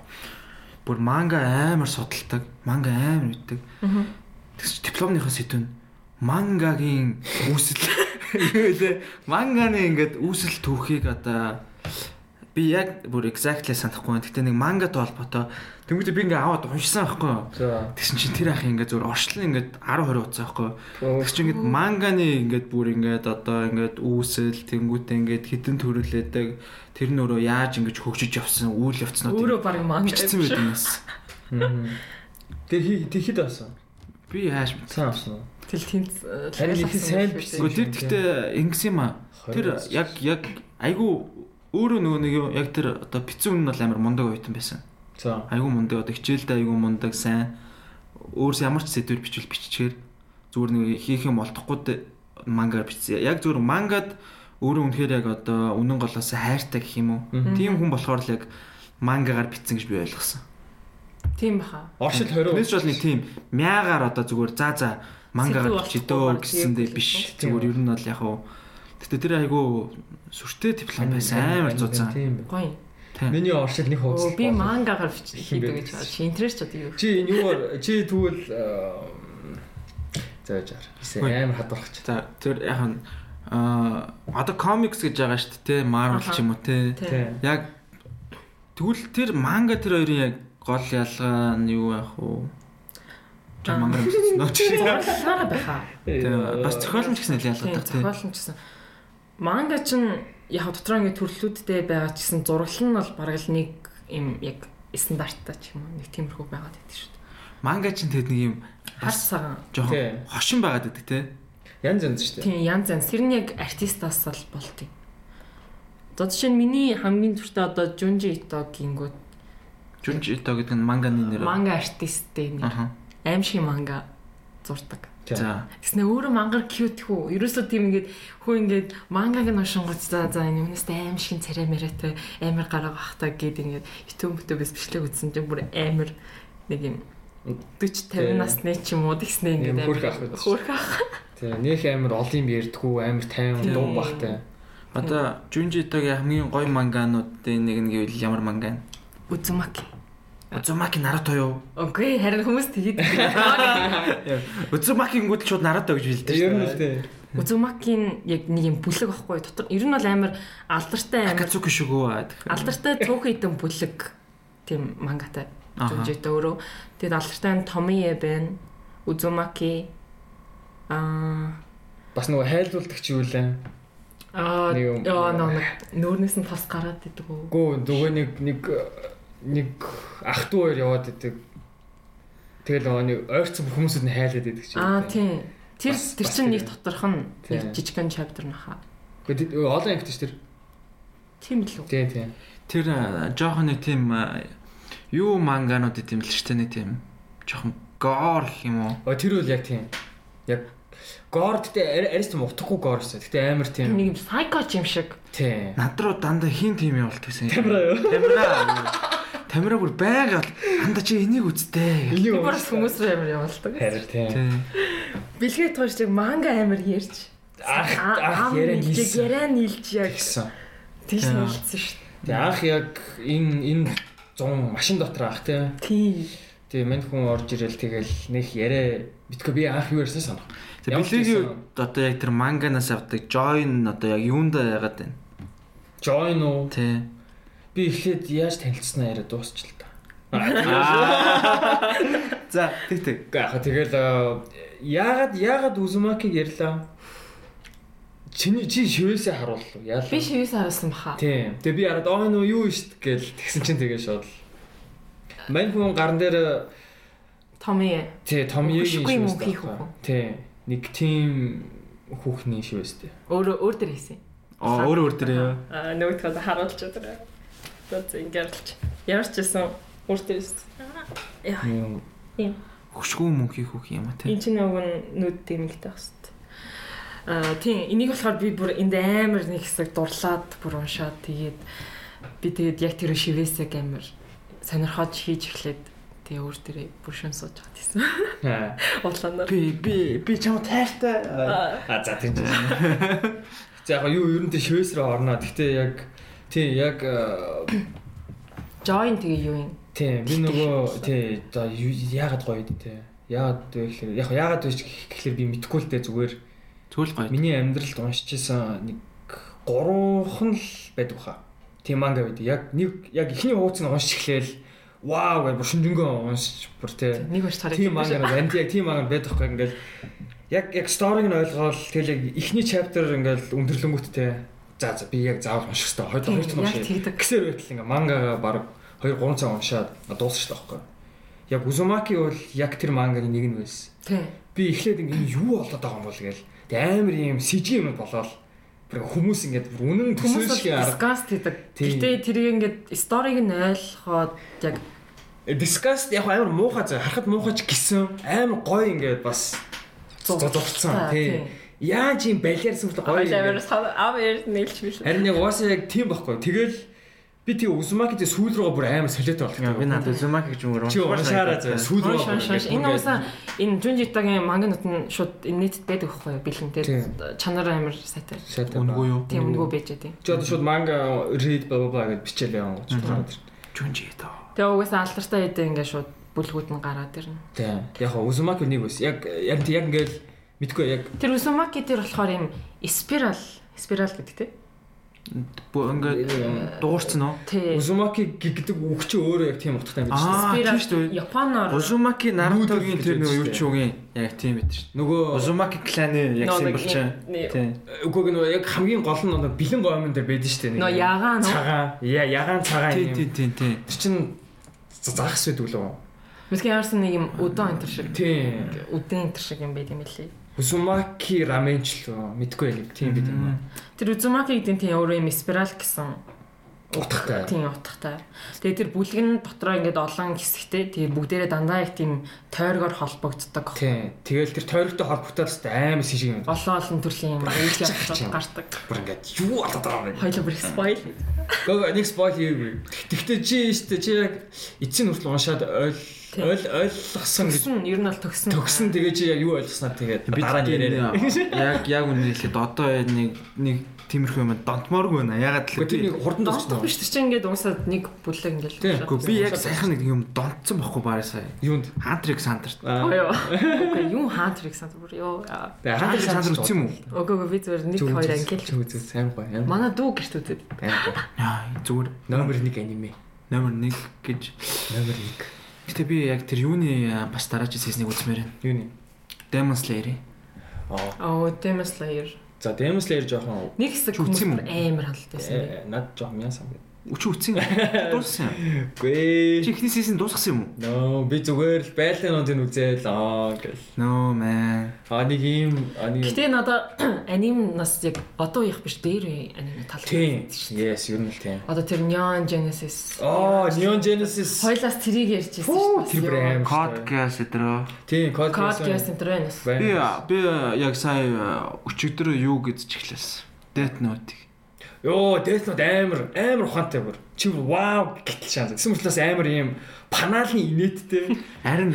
Speaker 3: бүр манга амар судалдаг манга амар үтдэг тэгс дипломныхоо сэдвэн мангагийн үүсэл хэлээ манганы ингээд үүсэл төрхийг одоо би яг бүр exactly санахгүй байна гэхдээ нэг мангатай холбоотой тэгмээд би ингээд аваад уншсан байхгүй юу
Speaker 2: За.
Speaker 3: Тэгсэн чинь тэр ах ингээд зур орчлон ингээд 10 20 утсаа байхгүй.
Speaker 2: Оо.
Speaker 3: Тэгс чинь ингээд манганы ингээд бүр ингээд одоо ингээд үүсэл тэнгуүтэ ингээд хитэн төрөлэдэг тэр нөрөө яаж ингээд хөгжиж явсан үйл явцнууд
Speaker 4: Өөрөө баг маань
Speaker 3: бичсэн байт юм бас.
Speaker 2: Мгм. Тэр хи- тэр хэд авсан?
Speaker 3: Би яаж
Speaker 2: Сайн
Speaker 3: мэдсэн.
Speaker 2: авсан уу?
Speaker 4: Тэл тэнд
Speaker 2: Харин их сайн бичсэн.
Speaker 3: Гэхдээ тэр тэгтээ ингэсэн юм аа. Тэр яг яг айгүй өөрөө нөгөө нэг юм яг тэр одоо бицэн үн нь бол амар мундаг ойтон байсан.
Speaker 2: За.
Speaker 3: Айгүй мундаг одоо хичээлдээ айгүй мундаг сайн. Өөрөөс ямар ч сэдвэр бичвэл биччихээр зүгээр нэг хийх юм олдохгүй дэ- мангаар бичсэн. Яг зүгээр мангад өөрөө үнэхээр яг одоо үнэн голоос хайртай гэх юм уу?
Speaker 2: Мгм.
Speaker 3: Тийм хүн болохоор л яг мангагаар бичсэн гэж би ойлгосон.
Speaker 4: Тийм баха.
Speaker 2: Оршил 20.
Speaker 3: Тэрнээс ч бол нэг тийм мяагаар одоо зүгээр за за мангагаар
Speaker 4: Сэдвүү
Speaker 3: бичдөө
Speaker 4: олдохгүй
Speaker 3: гэсэндээ
Speaker 4: гэсэн
Speaker 3: биш.
Speaker 2: үг.
Speaker 3: Зүгээр ер нь бол яг хуу Гэтэ тэр айгу сүртэй диплом байсан амар цуцсан.
Speaker 2: Тийм бай.
Speaker 4: Гоё.
Speaker 3: Тийм.
Speaker 2: Миний оршил нэг хуудас.
Speaker 4: Оо би
Speaker 2: болно.
Speaker 4: мангагаар бичдэг
Speaker 2: Хин
Speaker 4: хийдэг
Speaker 2: байдаг
Speaker 4: гэж байна. Чи интерес ч одоо юу?
Speaker 2: Чи энэ юу чи тэгвэл заажаар. Хисээ
Speaker 3: Ой.
Speaker 2: амар хадгалах.
Speaker 3: За тэр яг нь аа одоо комикс гэж байгаа шүү дээ, тэ, Marvel
Speaker 4: Аха.
Speaker 3: ч юм уу те.
Speaker 4: Тийм.
Speaker 3: Яг тэгвэл тэр манга тэр хоёрын яг гол ялгаа нь юу байх вэ? Тэр
Speaker 4: Аа.
Speaker 3: манга гэсэн үү? Чи-
Speaker 4: Зураглалаараа байха.
Speaker 3: Тэ, Бас зохиолч гэсэн л ялгаа
Speaker 4: Тийм,
Speaker 3: тах тийм.
Speaker 4: зохиолч гэсэн. Манга чинь яг дотроо ингээд төрлүүдтэй байгаа ч гэсэн зураглал нь бол бараг л нэг юм яг стандарттай ч юм уу нэг тиймэрхүү байгаад байдаг шүү дээ.
Speaker 3: Манга чинь тэр нэг юм
Speaker 4: Хар
Speaker 3: бас
Speaker 4: саган.
Speaker 2: Тэ.
Speaker 3: жоохон хошин байгаад байдаг те.
Speaker 2: Ян зэн шүү дээ.
Speaker 4: Тийм янз янз. Тэр нь яг артистаас л болтыг. За жишээ нь миний хамгийн түртэ одоо Junji Ito гингүүд
Speaker 3: Жүнж Ито гэдэг нь манганы нэр.
Speaker 4: манга артисттэй нэг
Speaker 3: Аха.
Speaker 4: аимшиг манга зурдаг.
Speaker 3: За.
Speaker 4: Тэснэ өөрөө мангар cute хүү. Ерөөсөө тийм ингээд хүү ингээд мангаг нь уншингууд за за энэ юмнаас аим шиг царай мэрэтэй амар гараа бахтаа гэд ингээд хитэн мөтөө бас бичлэг үзсэн чинь бүр амар нэг юм 40
Speaker 2: Тэ.
Speaker 4: 50 насны ч юм уу тэгснэ
Speaker 2: Ийм
Speaker 4: ингээд
Speaker 2: хөөрхөн ах байдаг шүү.
Speaker 4: хөөрх ах.
Speaker 2: Тэ нөх амар ол юм ярьдгүү амар тайван
Speaker 4: Тийм.
Speaker 2: дуу бахтай.
Speaker 3: Одоо Жүнж Итогийн хамгийн гоё мангануудын нэг нь гэвэл ямар манга вэ?
Speaker 4: Үзумаки.
Speaker 3: Узумаки Наруто юу?
Speaker 4: Окей, харин хүмүүс тэгээд байна.
Speaker 3: Узумаки гүдэл шууд Наруто гэж хэлдэг
Speaker 2: Ер нь л тий.
Speaker 4: Узумакийн яг нэг юм бүлэг байхгүй дотор. Ер нь бол амар алдартай амар
Speaker 3: Акацуки шүгөө.
Speaker 4: алдартай цөөхөн идэн бүлэг тийм мангатай
Speaker 3: Аха.
Speaker 4: жүжигтэй өөрөө. Тэгээд алдартай нь Томие байна. Узумаки аа
Speaker 2: Бас нөгөө хайлуулдаг ч юу лээ.
Speaker 4: аа
Speaker 2: Нэг юм.
Speaker 4: ёо нэг нүүрнээс нь тос гараад идэг үү?
Speaker 2: Гүү нөгөө нэг нэг нэг ах トゥ хоёр яваад идэг. Тэгэл нөгөө нэг ойрцсон бүх хүмүүсд нь хайлаад идэг чинь.
Speaker 4: Аа тийм. Тэр
Speaker 2: Бас-
Speaker 4: тэр
Speaker 2: бас
Speaker 4: чинь
Speaker 2: тэр
Speaker 4: нэг тоторх нь
Speaker 2: Тийм.
Speaker 4: нэг жижигхэн chapter наха.
Speaker 2: Гэхдээ олон амт ч тэр.
Speaker 4: Тийм л үү?
Speaker 2: Тий, тий.
Speaker 3: Тэр э, жоохон нэг тийм э, юу манганууд гэдэг юм л шүү дээ нэг тийм жоохон гоор гэх юм уу?
Speaker 2: Оо тэр бол яг тийм. Яг гор гэдэг арис юм утахгүй гор гэсэн. Гэтэ амар
Speaker 4: Тийм
Speaker 2: тийм.
Speaker 4: Нэг юм psycho ч юм шиг.
Speaker 2: Тий.
Speaker 3: Над руу дандаа хин тийм явуулт байсан.
Speaker 2: Тамира юу?
Speaker 3: Тамира. Тамира бүр байгаад ханда чи энийг үзтээ.
Speaker 4: Тэр бас хүмүүс рүү амар явуулдаг.
Speaker 2: Харин тий.
Speaker 3: Тий.
Speaker 4: Бэлгээ тууш яг манга амар ярьж.
Speaker 2: Ах
Speaker 4: Аа,
Speaker 2: ах
Speaker 4: ам
Speaker 2: яриа
Speaker 4: нэлж,
Speaker 2: хийсэн.
Speaker 4: Яриа нилж яг
Speaker 2: Гэсэн.
Speaker 4: тийш
Speaker 3: Тийм.
Speaker 4: нилжсэн шүү дээ.
Speaker 2: Тэг ах яг энэ энэ 100 машин дотор ах тий.
Speaker 4: Тий.
Speaker 2: Тэг мань хүн орж ирэл тэгэл нэг яриа битгүй би ах юу ярьсан санах.
Speaker 3: Тэгээ
Speaker 2: Явуулт
Speaker 3: бэлгийн
Speaker 2: хийсэн.
Speaker 3: одоо яг тэр манганаас авдаг join одоо яг юунд яагаад байна?
Speaker 2: Join уу?
Speaker 3: Тий.
Speaker 2: Би эхлээд яаж танилцсанаа яриа дуусч л та. Аа.
Speaker 3: За тэг тэг.
Speaker 2: Яг тэгэл э, яагаад яагаад Узумакиг ярьлаа? Чиний чи шивээсээ харууллаа. Яалаа.
Speaker 4: Би шивээс харсан баха.
Speaker 2: Тийм. Тэгээ би хараад оо нөө юу ишт гэл тэгсэн чинь тэгээ шууд. л. Мань хүн гарн дээр
Speaker 4: Томи.
Speaker 2: тий том
Speaker 4: Хүшгүй юм уу,
Speaker 2: шивээс
Speaker 4: хийх
Speaker 2: таахгүй.
Speaker 4: үү?
Speaker 2: Тий. Нэг тийм хүүхний шивээстэй.
Speaker 4: Өөр өөр төр хийсэн.
Speaker 3: Оо өөр өөр дээр яа.
Speaker 4: Аа нөгөөдхөө харуулж өдрөө. Тэгээд ингэрлж. Ямар ч байсан өөр төр хийсэн. Яа.
Speaker 2: Юм.
Speaker 3: Хөшгөө мөнх хийх үх юм а тий.
Speaker 4: Энд чинь нөгөө нь нүд дэмэгтэй байх хэвээр. Аа тийм энийг болохоор би бүр энд амар нэг хэсэг дурлаад бүр уншаад тэгээд би тэгээд яг тэр шивээсээ амар сонирхож хийж эхлээд тэгээ өөр дээрээ бүр шин сууж байгаа гэсэн.
Speaker 2: Аа
Speaker 4: Улаанаар.
Speaker 3: Би би би чам тайртай.
Speaker 4: Аа,
Speaker 2: А, за тийм. За яг юу ер нь тий шивээс рүү орно. Гэтэ яг тий яг э,
Speaker 4: Join тэгээ юу юм?
Speaker 2: Тийм, би
Speaker 4: Тэгтэл
Speaker 2: нөгөө
Speaker 4: хэлсэн.
Speaker 2: тий оо юу- яагаад гоё үү те. Яагаад вэ гэхээр яг хөө яагаад вэ гэх- гэхээр би мэдэхгүй л дээ зүгээр
Speaker 3: Түл гоё.
Speaker 2: миний амьдралд уншижсэн нэг гурван л байдаг хаа. Тийм манга байдаг. Яг нэг яг эхний хууц нь уншиж эхлээл вау гэж бүр шинжэнгөө уншиж бүр те.
Speaker 4: Нэг ууш тарай.
Speaker 2: Тийм манга байна. Яг тийм манга байдаг хаа ингээл яг яг сториг нь ойлгоол тэгэл яг эхний chapter ингээл өндөрлөнгөттэй. За за би яг заавал унших хэрэгтэй. Хойд
Speaker 4: Тийм,
Speaker 2: хоёр тань
Speaker 4: яг
Speaker 2: унших
Speaker 4: тэгдэг.
Speaker 2: гэсээр байтал ингээ мангага баг 2 3 цаг уншаад дуусчихлаа байхгүй. Яг Узумаки бол яг тэр мангагийн нэг нь байсан.
Speaker 4: Тийм.
Speaker 2: Би эхлээд ингээ юу болоод байгаа юм бол гээл тэг амар юм сэжиг юм болоод бүр хүмүүс ингээд бүр үнэн төсөөл
Speaker 4: Хүмүүс бол
Speaker 2: шиг арга
Speaker 4: discuss хийдэг.
Speaker 2: Тийм.
Speaker 4: Гэтэ тэрийг ингээд сториг нь ойлгоод яг
Speaker 2: discussed яг амар муухай зэ харахад муухайч гэсэн амар гоё ингээд бас зодорцсон тий. Яаж юм балиарсан бол гоё юм.
Speaker 4: аваар нэлж биш.
Speaker 2: Харин яг угаасаа яг тийм байхгүй. Тэгэл би тий Узумаки тий сүүл рүү бүр амар солиотой болчихсон.
Speaker 3: Би надад зумак гэж юм уу?
Speaker 2: Чи уншаараа зэ сүүл рүү.
Speaker 4: Хойш хойш хойш.
Speaker 2: ингээд
Speaker 4: Энэ
Speaker 2: бүр
Speaker 4: уусаа энэ Жунжитагийн манганууд нь шууд нийтэд байдаг байхгүй юу? Бэлэн
Speaker 2: Тийм.
Speaker 4: дээр чанар амар сайтай.
Speaker 2: Шатаа.
Speaker 3: Үнгүү юу?
Speaker 4: Тийм үнгүү байж байгаа тийм.
Speaker 2: Чи одоо шууд манга read blah blah blah гэж бичээлээ юм уу?
Speaker 3: Жүнжи тоо.
Speaker 4: Тэгээ угаасаа алдартай хэдэ ингээ шууд бүлгүүд нь гараад ирнэ.
Speaker 2: Тийм. Яг хоо Узумаки нэг байсан. Яг яг тийм, яг ингээл мэдгүй яг
Speaker 4: Тэр Усумаки дээр болохоор юм спираль спираль гэдэг тийм.
Speaker 3: Бөө
Speaker 2: Э,
Speaker 3: ингээд дуурцсан уу?
Speaker 4: Тий.
Speaker 2: Узумаки гэдэг үг чи өөрөө яг тийм утгатай юм
Speaker 3: Аа.
Speaker 2: биш.
Speaker 4: Спираль
Speaker 3: тийм шүү дээ.
Speaker 4: Японоор
Speaker 3: Узумаки Нарутогийн тэр нэг юу
Speaker 2: Нүүдэл гэж
Speaker 3: ч үгүй. Яг тийм байт шүү.
Speaker 2: Нөгөө
Speaker 3: Узумаки кланы яг
Speaker 4: Нөө, нэг-
Speaker 3: символч.
Speaker 4: нэг-
Speaker 3: Тийм.
Speaker 2: үгүй нөгөө яг хамгийн гол нь нөгөө бэлэн гомон дээр байдаг шүү дээ. нэг.
Speaker 4: нөө ягаан уу?
Speaker 2: цагаан. Яа ягаан цагаан
Speaker 3: Тийм
Speaker 2: юм.
Speaker 3: тийм тийм тийм.
Speaker 2: Тэр чин загас байдаг лөө.
Speaker 4: Мэдгүй яарсан нэг юм өдөн энэ төр шиг.
Speaker 2: Тийм.
Speaker 4: Үдэн энэ төр шиг юм байт юм лээ.
Speaker 2: Узумаки рамен ч лөө. Мэдгүй яг тийм бид юм аа.
Speaker 4: Тэр Узумаки гэдэг нь тийм өөрөө юм спираль гэсэн
Speaker 2: Утгатай.
Speaker 4: Тийм утгатай. Тэгээ тэр бүлэг нь дотроо ингээд олон хэсэгтэй. Тэгээ бүгдээрээ дандаа их тийм тойргоор холбогддог.
Speaker 2: Тийм. Тэгэл тэр тойрогтой холбогдоод л амар сэжиг юм.
Speaker 4: Олон олон төрлийн юм үйл явдлууд гардаг.
Speaker 2: Бүр ингээд юу болоод байгаа юм бэ?
Speaker 4: Хоёул бүр spoil.
Speaker 2: Гэхдээ нэг спойл хийгээгүй. Гэхдээ чи штэ чи яг эцсийн хүртэл уншаад ойл ойл ойлгосон гэж
Speaker 4: Төгсөн ер нь бол төгсөн.
Speaker 2: төгсөн тэгээ чи яг юу ойлгоснаар тэгээд
Speaker 3: Би
Speaker 2: дараа нь яриарай.
Speaker 3: яг яг үнэ хэлэхэд одоо нэг нэг тиймэрхүү юм донтмооргүй байна. Ягаад
Speaker 2: Гэхдээ тэр нэг хурдан
Speaker 4: Донтох
Speaker 2: дуусна.
Speaker 4: биш тэр чинь ингээд уусаад нэг бүлэг ингээд
Speaker 2: Тийм.
Speaker 3: Гэхдээ би яг сайхан нэг юм донтсон байхгүй баарай сая.
Speaker 2: Юунд?
Speaker 3: Хантрик сандарт.
Speaker 2: Аа.
Speaker 4: Оё. Окей, юу хаантрыг санаа бүр ёо.
Speaker 2: Тэгээ
Speaker 3: Хантрик сандар үтсэн юм уу?
Speaker 4: Окей, би зүгээр нэг
Speaker 2: Зүг
Speaker 4: хоёр
Speaker 2: үзээс,
Speaker 4: ангилж.
Speaker 2: зүг үзээс, сайн гоё. Амар
Speaker 4: Манай дүү гэрт үзээд.
Speaker 2: байна.
Speaker 3: Яа, зүгээр
Speaker 2: Номер 1 аниме.
Speaker 3: номер 1 гэж.
Speaker 2: Номер 1.
Speaker 3: Гэтэ би яг тэр юуны а, бас дараач сесснийг үзмээр байна.
Speaker 2: Юуны?
Speaker 3: Demon Slayer.
Speaker 2: Аа.
Speaker 4: Оо, Demon Slayer.
Speaker 2: За, Demon Slayer жоохон
Speaker 4: Нэг хэсэг
Speaker 3: Чи үзсэн юм уу?
Speaker 4: хүмүүс амар халтайсан.
Speaker 2: э, над жоохон мян сам.
Speaker 3: Өчиг үтсэн. Дууссан юм. Чи
Speaker 2: Гүй.
Speaker 3: эхний сессэн дуусгасан юм уу?
Speaker 2: Нөө би зүгээр л байлгаануудын үзэл аа гэл.
Speaker 3: No man.
Speaker 2: Аа нэг ийм аа нэг ийм-
Speaker 4: Гэтэ надаа аним нас яг одоо их биш дээр аним тал.
Speaker 2: Тийм. Yes, ер нь л тийм.
Speaker 4: Одоо тэр Neon Genesis.
Speaker 2: Оо, Neon Genesis.
Speaker 4: Хойлоос тэрийг ярьж
Speaker 2: Фу,
Speaker 4: байсан
Speaker 2: тэр бүр
Speaker 4: Ёо.
Speaker 2: аим.
Speaker 3: Code Geass өдрөө.
Speaker 2: Тийм, код
Speaker 4: Code Geass энэ төрөө нэс.
Speaker 3: Би
Speaker 2: байна.
Speaker 3: би яг сая э, өчигдөр юу гэж эхлээс. Death Note.
Speaker 2: Йоо, Death Note амар, амар ухаантай бүр. Чи вау гэтэл шаан. Гэсэн мөртлөөс амар ийм панаалын инээдтэй.
Speaker 3: Харин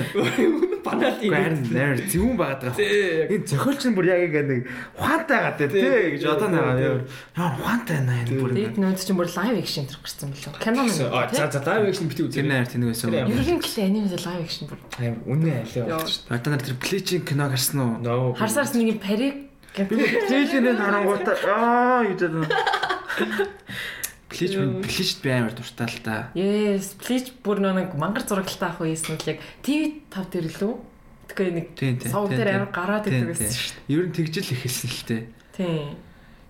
Speaker 2: Панаалын
Speaker 3: Үгүй, харин
Speaker 2: инээдтэй.
Speaker 3: нэр зөвөн байгаад байгаа.
Speaker 2: Тий.
Speaker 3: Энэ зохиолч нь бүр яг ингэ нэг ухаантай байгаа даа
Speaker 2: Тий.
Speaker 3: тий гэж одоо нэг
Speaker 2: Тий.
Speaker 3: яа ухаантай байна энэ бүр.
Speaker 4: Дэд нүүд чинь бүр live action төрөх гэсэн билүү. Кино мэн.
Speaker 2: А за за live action бити
Speaker 3: Тэр
Speaker 2: үзээ.
Speaker 3: нэр тэнэг байсан.
Speaker 2: Тэр
Speaker 3: юм.
Speaker 4: Ерөн гэлээ анимд live action бүр.
Speaker 2: Амар үнэн алей болчих.
Speaker 3: Одоо нар тэр Bleach-ийн киног харсан уу?
Speaker 2: No.
Speaker 4: Харсаарс нэг юм пари
Speaker 3: Би
Speaker 4: гэдэг.
Speaker 3: Bleach-ийн харангуйтай аа гэж байна. Bleach минь Bleach-д би амар дуртай л да.
Speaker 4: Yes, Bleach бүр нэг мангар зурагтай ах байсан л яг TV 5 дээр лөө. Тэгэхээр нэг
Speaker 3: Тийм тийм.
Speaker 4: сав
Speaker 3: тийм,
Speaker 4: дээр
Speaker 3: тийм.
Speaker 4: амар гараад
Speaker 3: Тийм,
Speaker 4: идэг байсан
Speaker 3: тийм.
Speaker 4: шүү
Speaker 3: Ер нь тэгж л эхэлсэн л тээ.
Speaker 4: дээ. Тийм.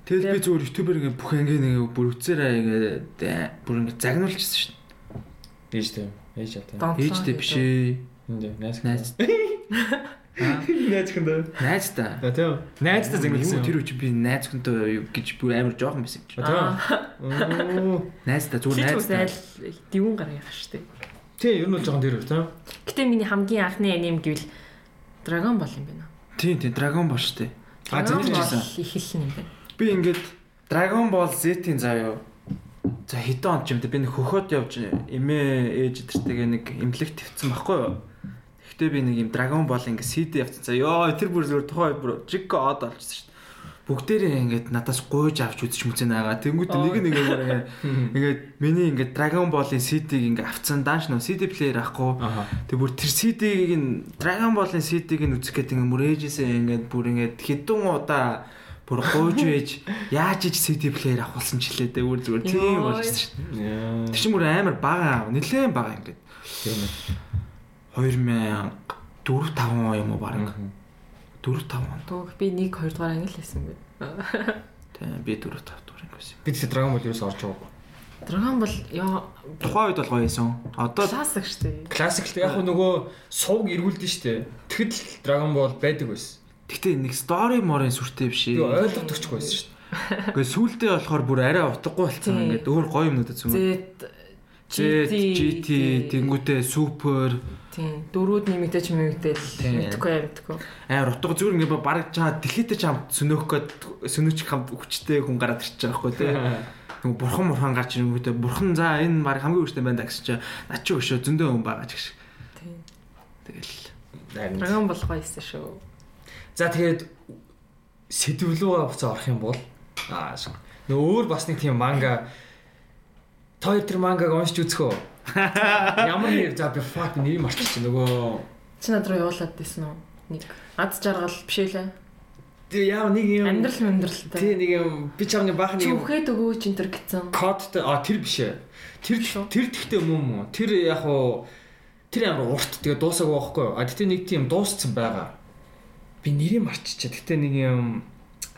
Speaker 3: Тэгэл би зүгээр YouTube-ээр ингээ бүх анги нэг бүр үцээрээ ингээ бүр ингээ загнуулчихсан шүү дээ.
Speaker 2: Ээж тийм. Ээж ятаа.
Speaker 4: Донтлоо
Speaker 3: Ээжтэй биш ээ.
Speaker 2: Энд найз.
Speaker 3: Найз. Аа,
Speaker 2: Найз хэнтэй.
Speaker 3: Найз та.
Speaker 2: За тийм. Найзтай зэмлсэн.
Speaker 3: Тэр үчи би найз хүнтэй юу гэж бүр амар жоохон байсан юм чи.
Speaker 2: А тийм. Оо.
Speaker 3: Найз та
Speaker 4: Чи
Speaker 3: зүгээр
Speaker 4: ч
Speaker 3: найз
Speaker 4: үгүй
Speaker 3: та.
Speaker 4: л дивэн гар явах шүү дээ.
Speaker 2: Тийм, ер нь бол жоохон дэр үү, тийм.
Speaker 4: Гэтэ миний хамгийн анхны аним гэвэл Dragon Ball юм байна.
Speaker 3: Тийм тийм Dragon Ball шүү дээ.
Speaker 2: А,
Speaker 4: Dragon
Speaker 2: зэрэгч
Speaker 4: Ball
Speaker 3: байсан.
Speaker 4: Эхэлсэн юм байна.
Speaker 3: Би ингээд Dragon Ball Z-ийн заяа. За хэдэн он ч юм дэ би нэг хөхөд явж эмээ ээж тэртэйгээ нэг имлэг твцсэн байхгүй юу? Тэгтээ би нэг юм Dragon Ball ингээд CD явцсан. За ёо тэр бүр зүгээр тухай бүр жигко од олчихсан шүү дээ. Бүгдээрээ ингээд надаас гуйж авч үзэж мүцэн байгаа. Тэнгүүд нэг нэг бүр ингээд ингээд миний ингээд Dragon Ball-ийн CD-г ингээд авцсан данш нөө CD player ахгүй.
Speaker 2: Аха.
Speaker 3: Тэг бүр тэр CD-ийг нь Dragon Ball-ын CD-ийг нь үзэх гэдэг юм бүр ээжээсээ ингээд бүр ингээд хэдэн удаа бүр гоож ээж яаж иж CD player авахулсан ч хэлээ дээ бүр зүгээр тийм
Speaker 4: Йой.
Speaker 3: болчихсон шүү. дээ.
Speaker 2: Яа.
Speaker 3: Тэр чинь бүр амар бага аав, нэлээд бага ингээд
Speaker 2: Тийм үү.
Speaker 3: 2000 4 5 он юм уу баг. 4 5 он.
Speaker 4: Төгөх би 1 2 дугаар ангил хэлсэн бэ.
Speaker 3: Тийм би 4 5 дуурай гэсэн.
Speaker 2: Би тэр Dragon Ball юус орж байгаагүй.
Speaker 4: Dragon Ball ёо
Speaker 3: Тухайн үед бол гоё юмсан. Одоо
Speaker 4: классик шүү дээ.
Speaker 2: Классик л яг хөө нөгөө сувг эргүүлдэ штэ. Тэгэхэд л Dragon Ball байдаг байсан.
Speaker 3: тэгтээ нэг story морын сүртэй биш.
Speaker 2: Би ойлгох төрчихгүй байсан штэ.
Speaker 3: Гэхдээ сүултээ болохоор бүр арай утгагүй болсон
Speaker 4: Тийм.
Speaker 3: ингээд өөр гоё юмнуудад зүмээ.
Speaker 4: Зэт
Speaker 3: Z, GT, тэнгуүтэ супер
Speaker 4: Тийм. Дөрүүд нэмэгдэж мэмэгдээл
Speaker 3: Тийм.
Speaker 4: мэдхгүй мэдхгүй.
Speaker 3: Амар утга зүгээр ингээ баг чаа дэлхийтэй ч хамт сөнөөх гээд сөнөөч хамт хүчтэй хүн гараад ирчихэж байгаа хгүй тий. Нөгөө бурхан мурхан гарч ирэнгүүтээ бурхан за энэ баг хамгийн өрштэй байна да гэсэн чи над чи өшөө зөндөө хүн байгаа ч гэсэн.
Speaker 4: Тийм.
Speaker 3: Тэгэл
Speaker 2: Харин.
Speaker 4: Dragon Ball гоёсэн шүү.
Speaker 2: За тэгээд сэтвлүүгээ буцаа орох юм бол аа шиг. Нөгөө өөр бас нэг тийм манга Та хоёр тэр мангаг уншиж үзэх үү? Ямар нэр за би fuck нэр марччих нөгөө
Speaker 4: Чи над руу явуулаад дээсэн үү? Нэг ад жаргал биш ээ лээ.
Speaker 2: тэр яа нэг юм
Speaker 4: Амьдрал мөндрэлтэй.
Speaker 2: тий нэг юм би чамны баах нэг
Speaker 4: Чи
Speaker 2: юм
Speaker 4: үхээд өгөө чи энэ төр гэсэн.
Speaker 2: кодтой а тэр биш ээ. Тэр
Speaker 4: Шүү.
Speaker 2: тэр тэгтээ юм уу? Тэр яг уу тэр амар урт тэгээ дуусаагүй байхгүй юу? А тэгтээ нэг тийм дууссан байгаа. Би нэрийг марччихэ. Тэгтээ нэг юм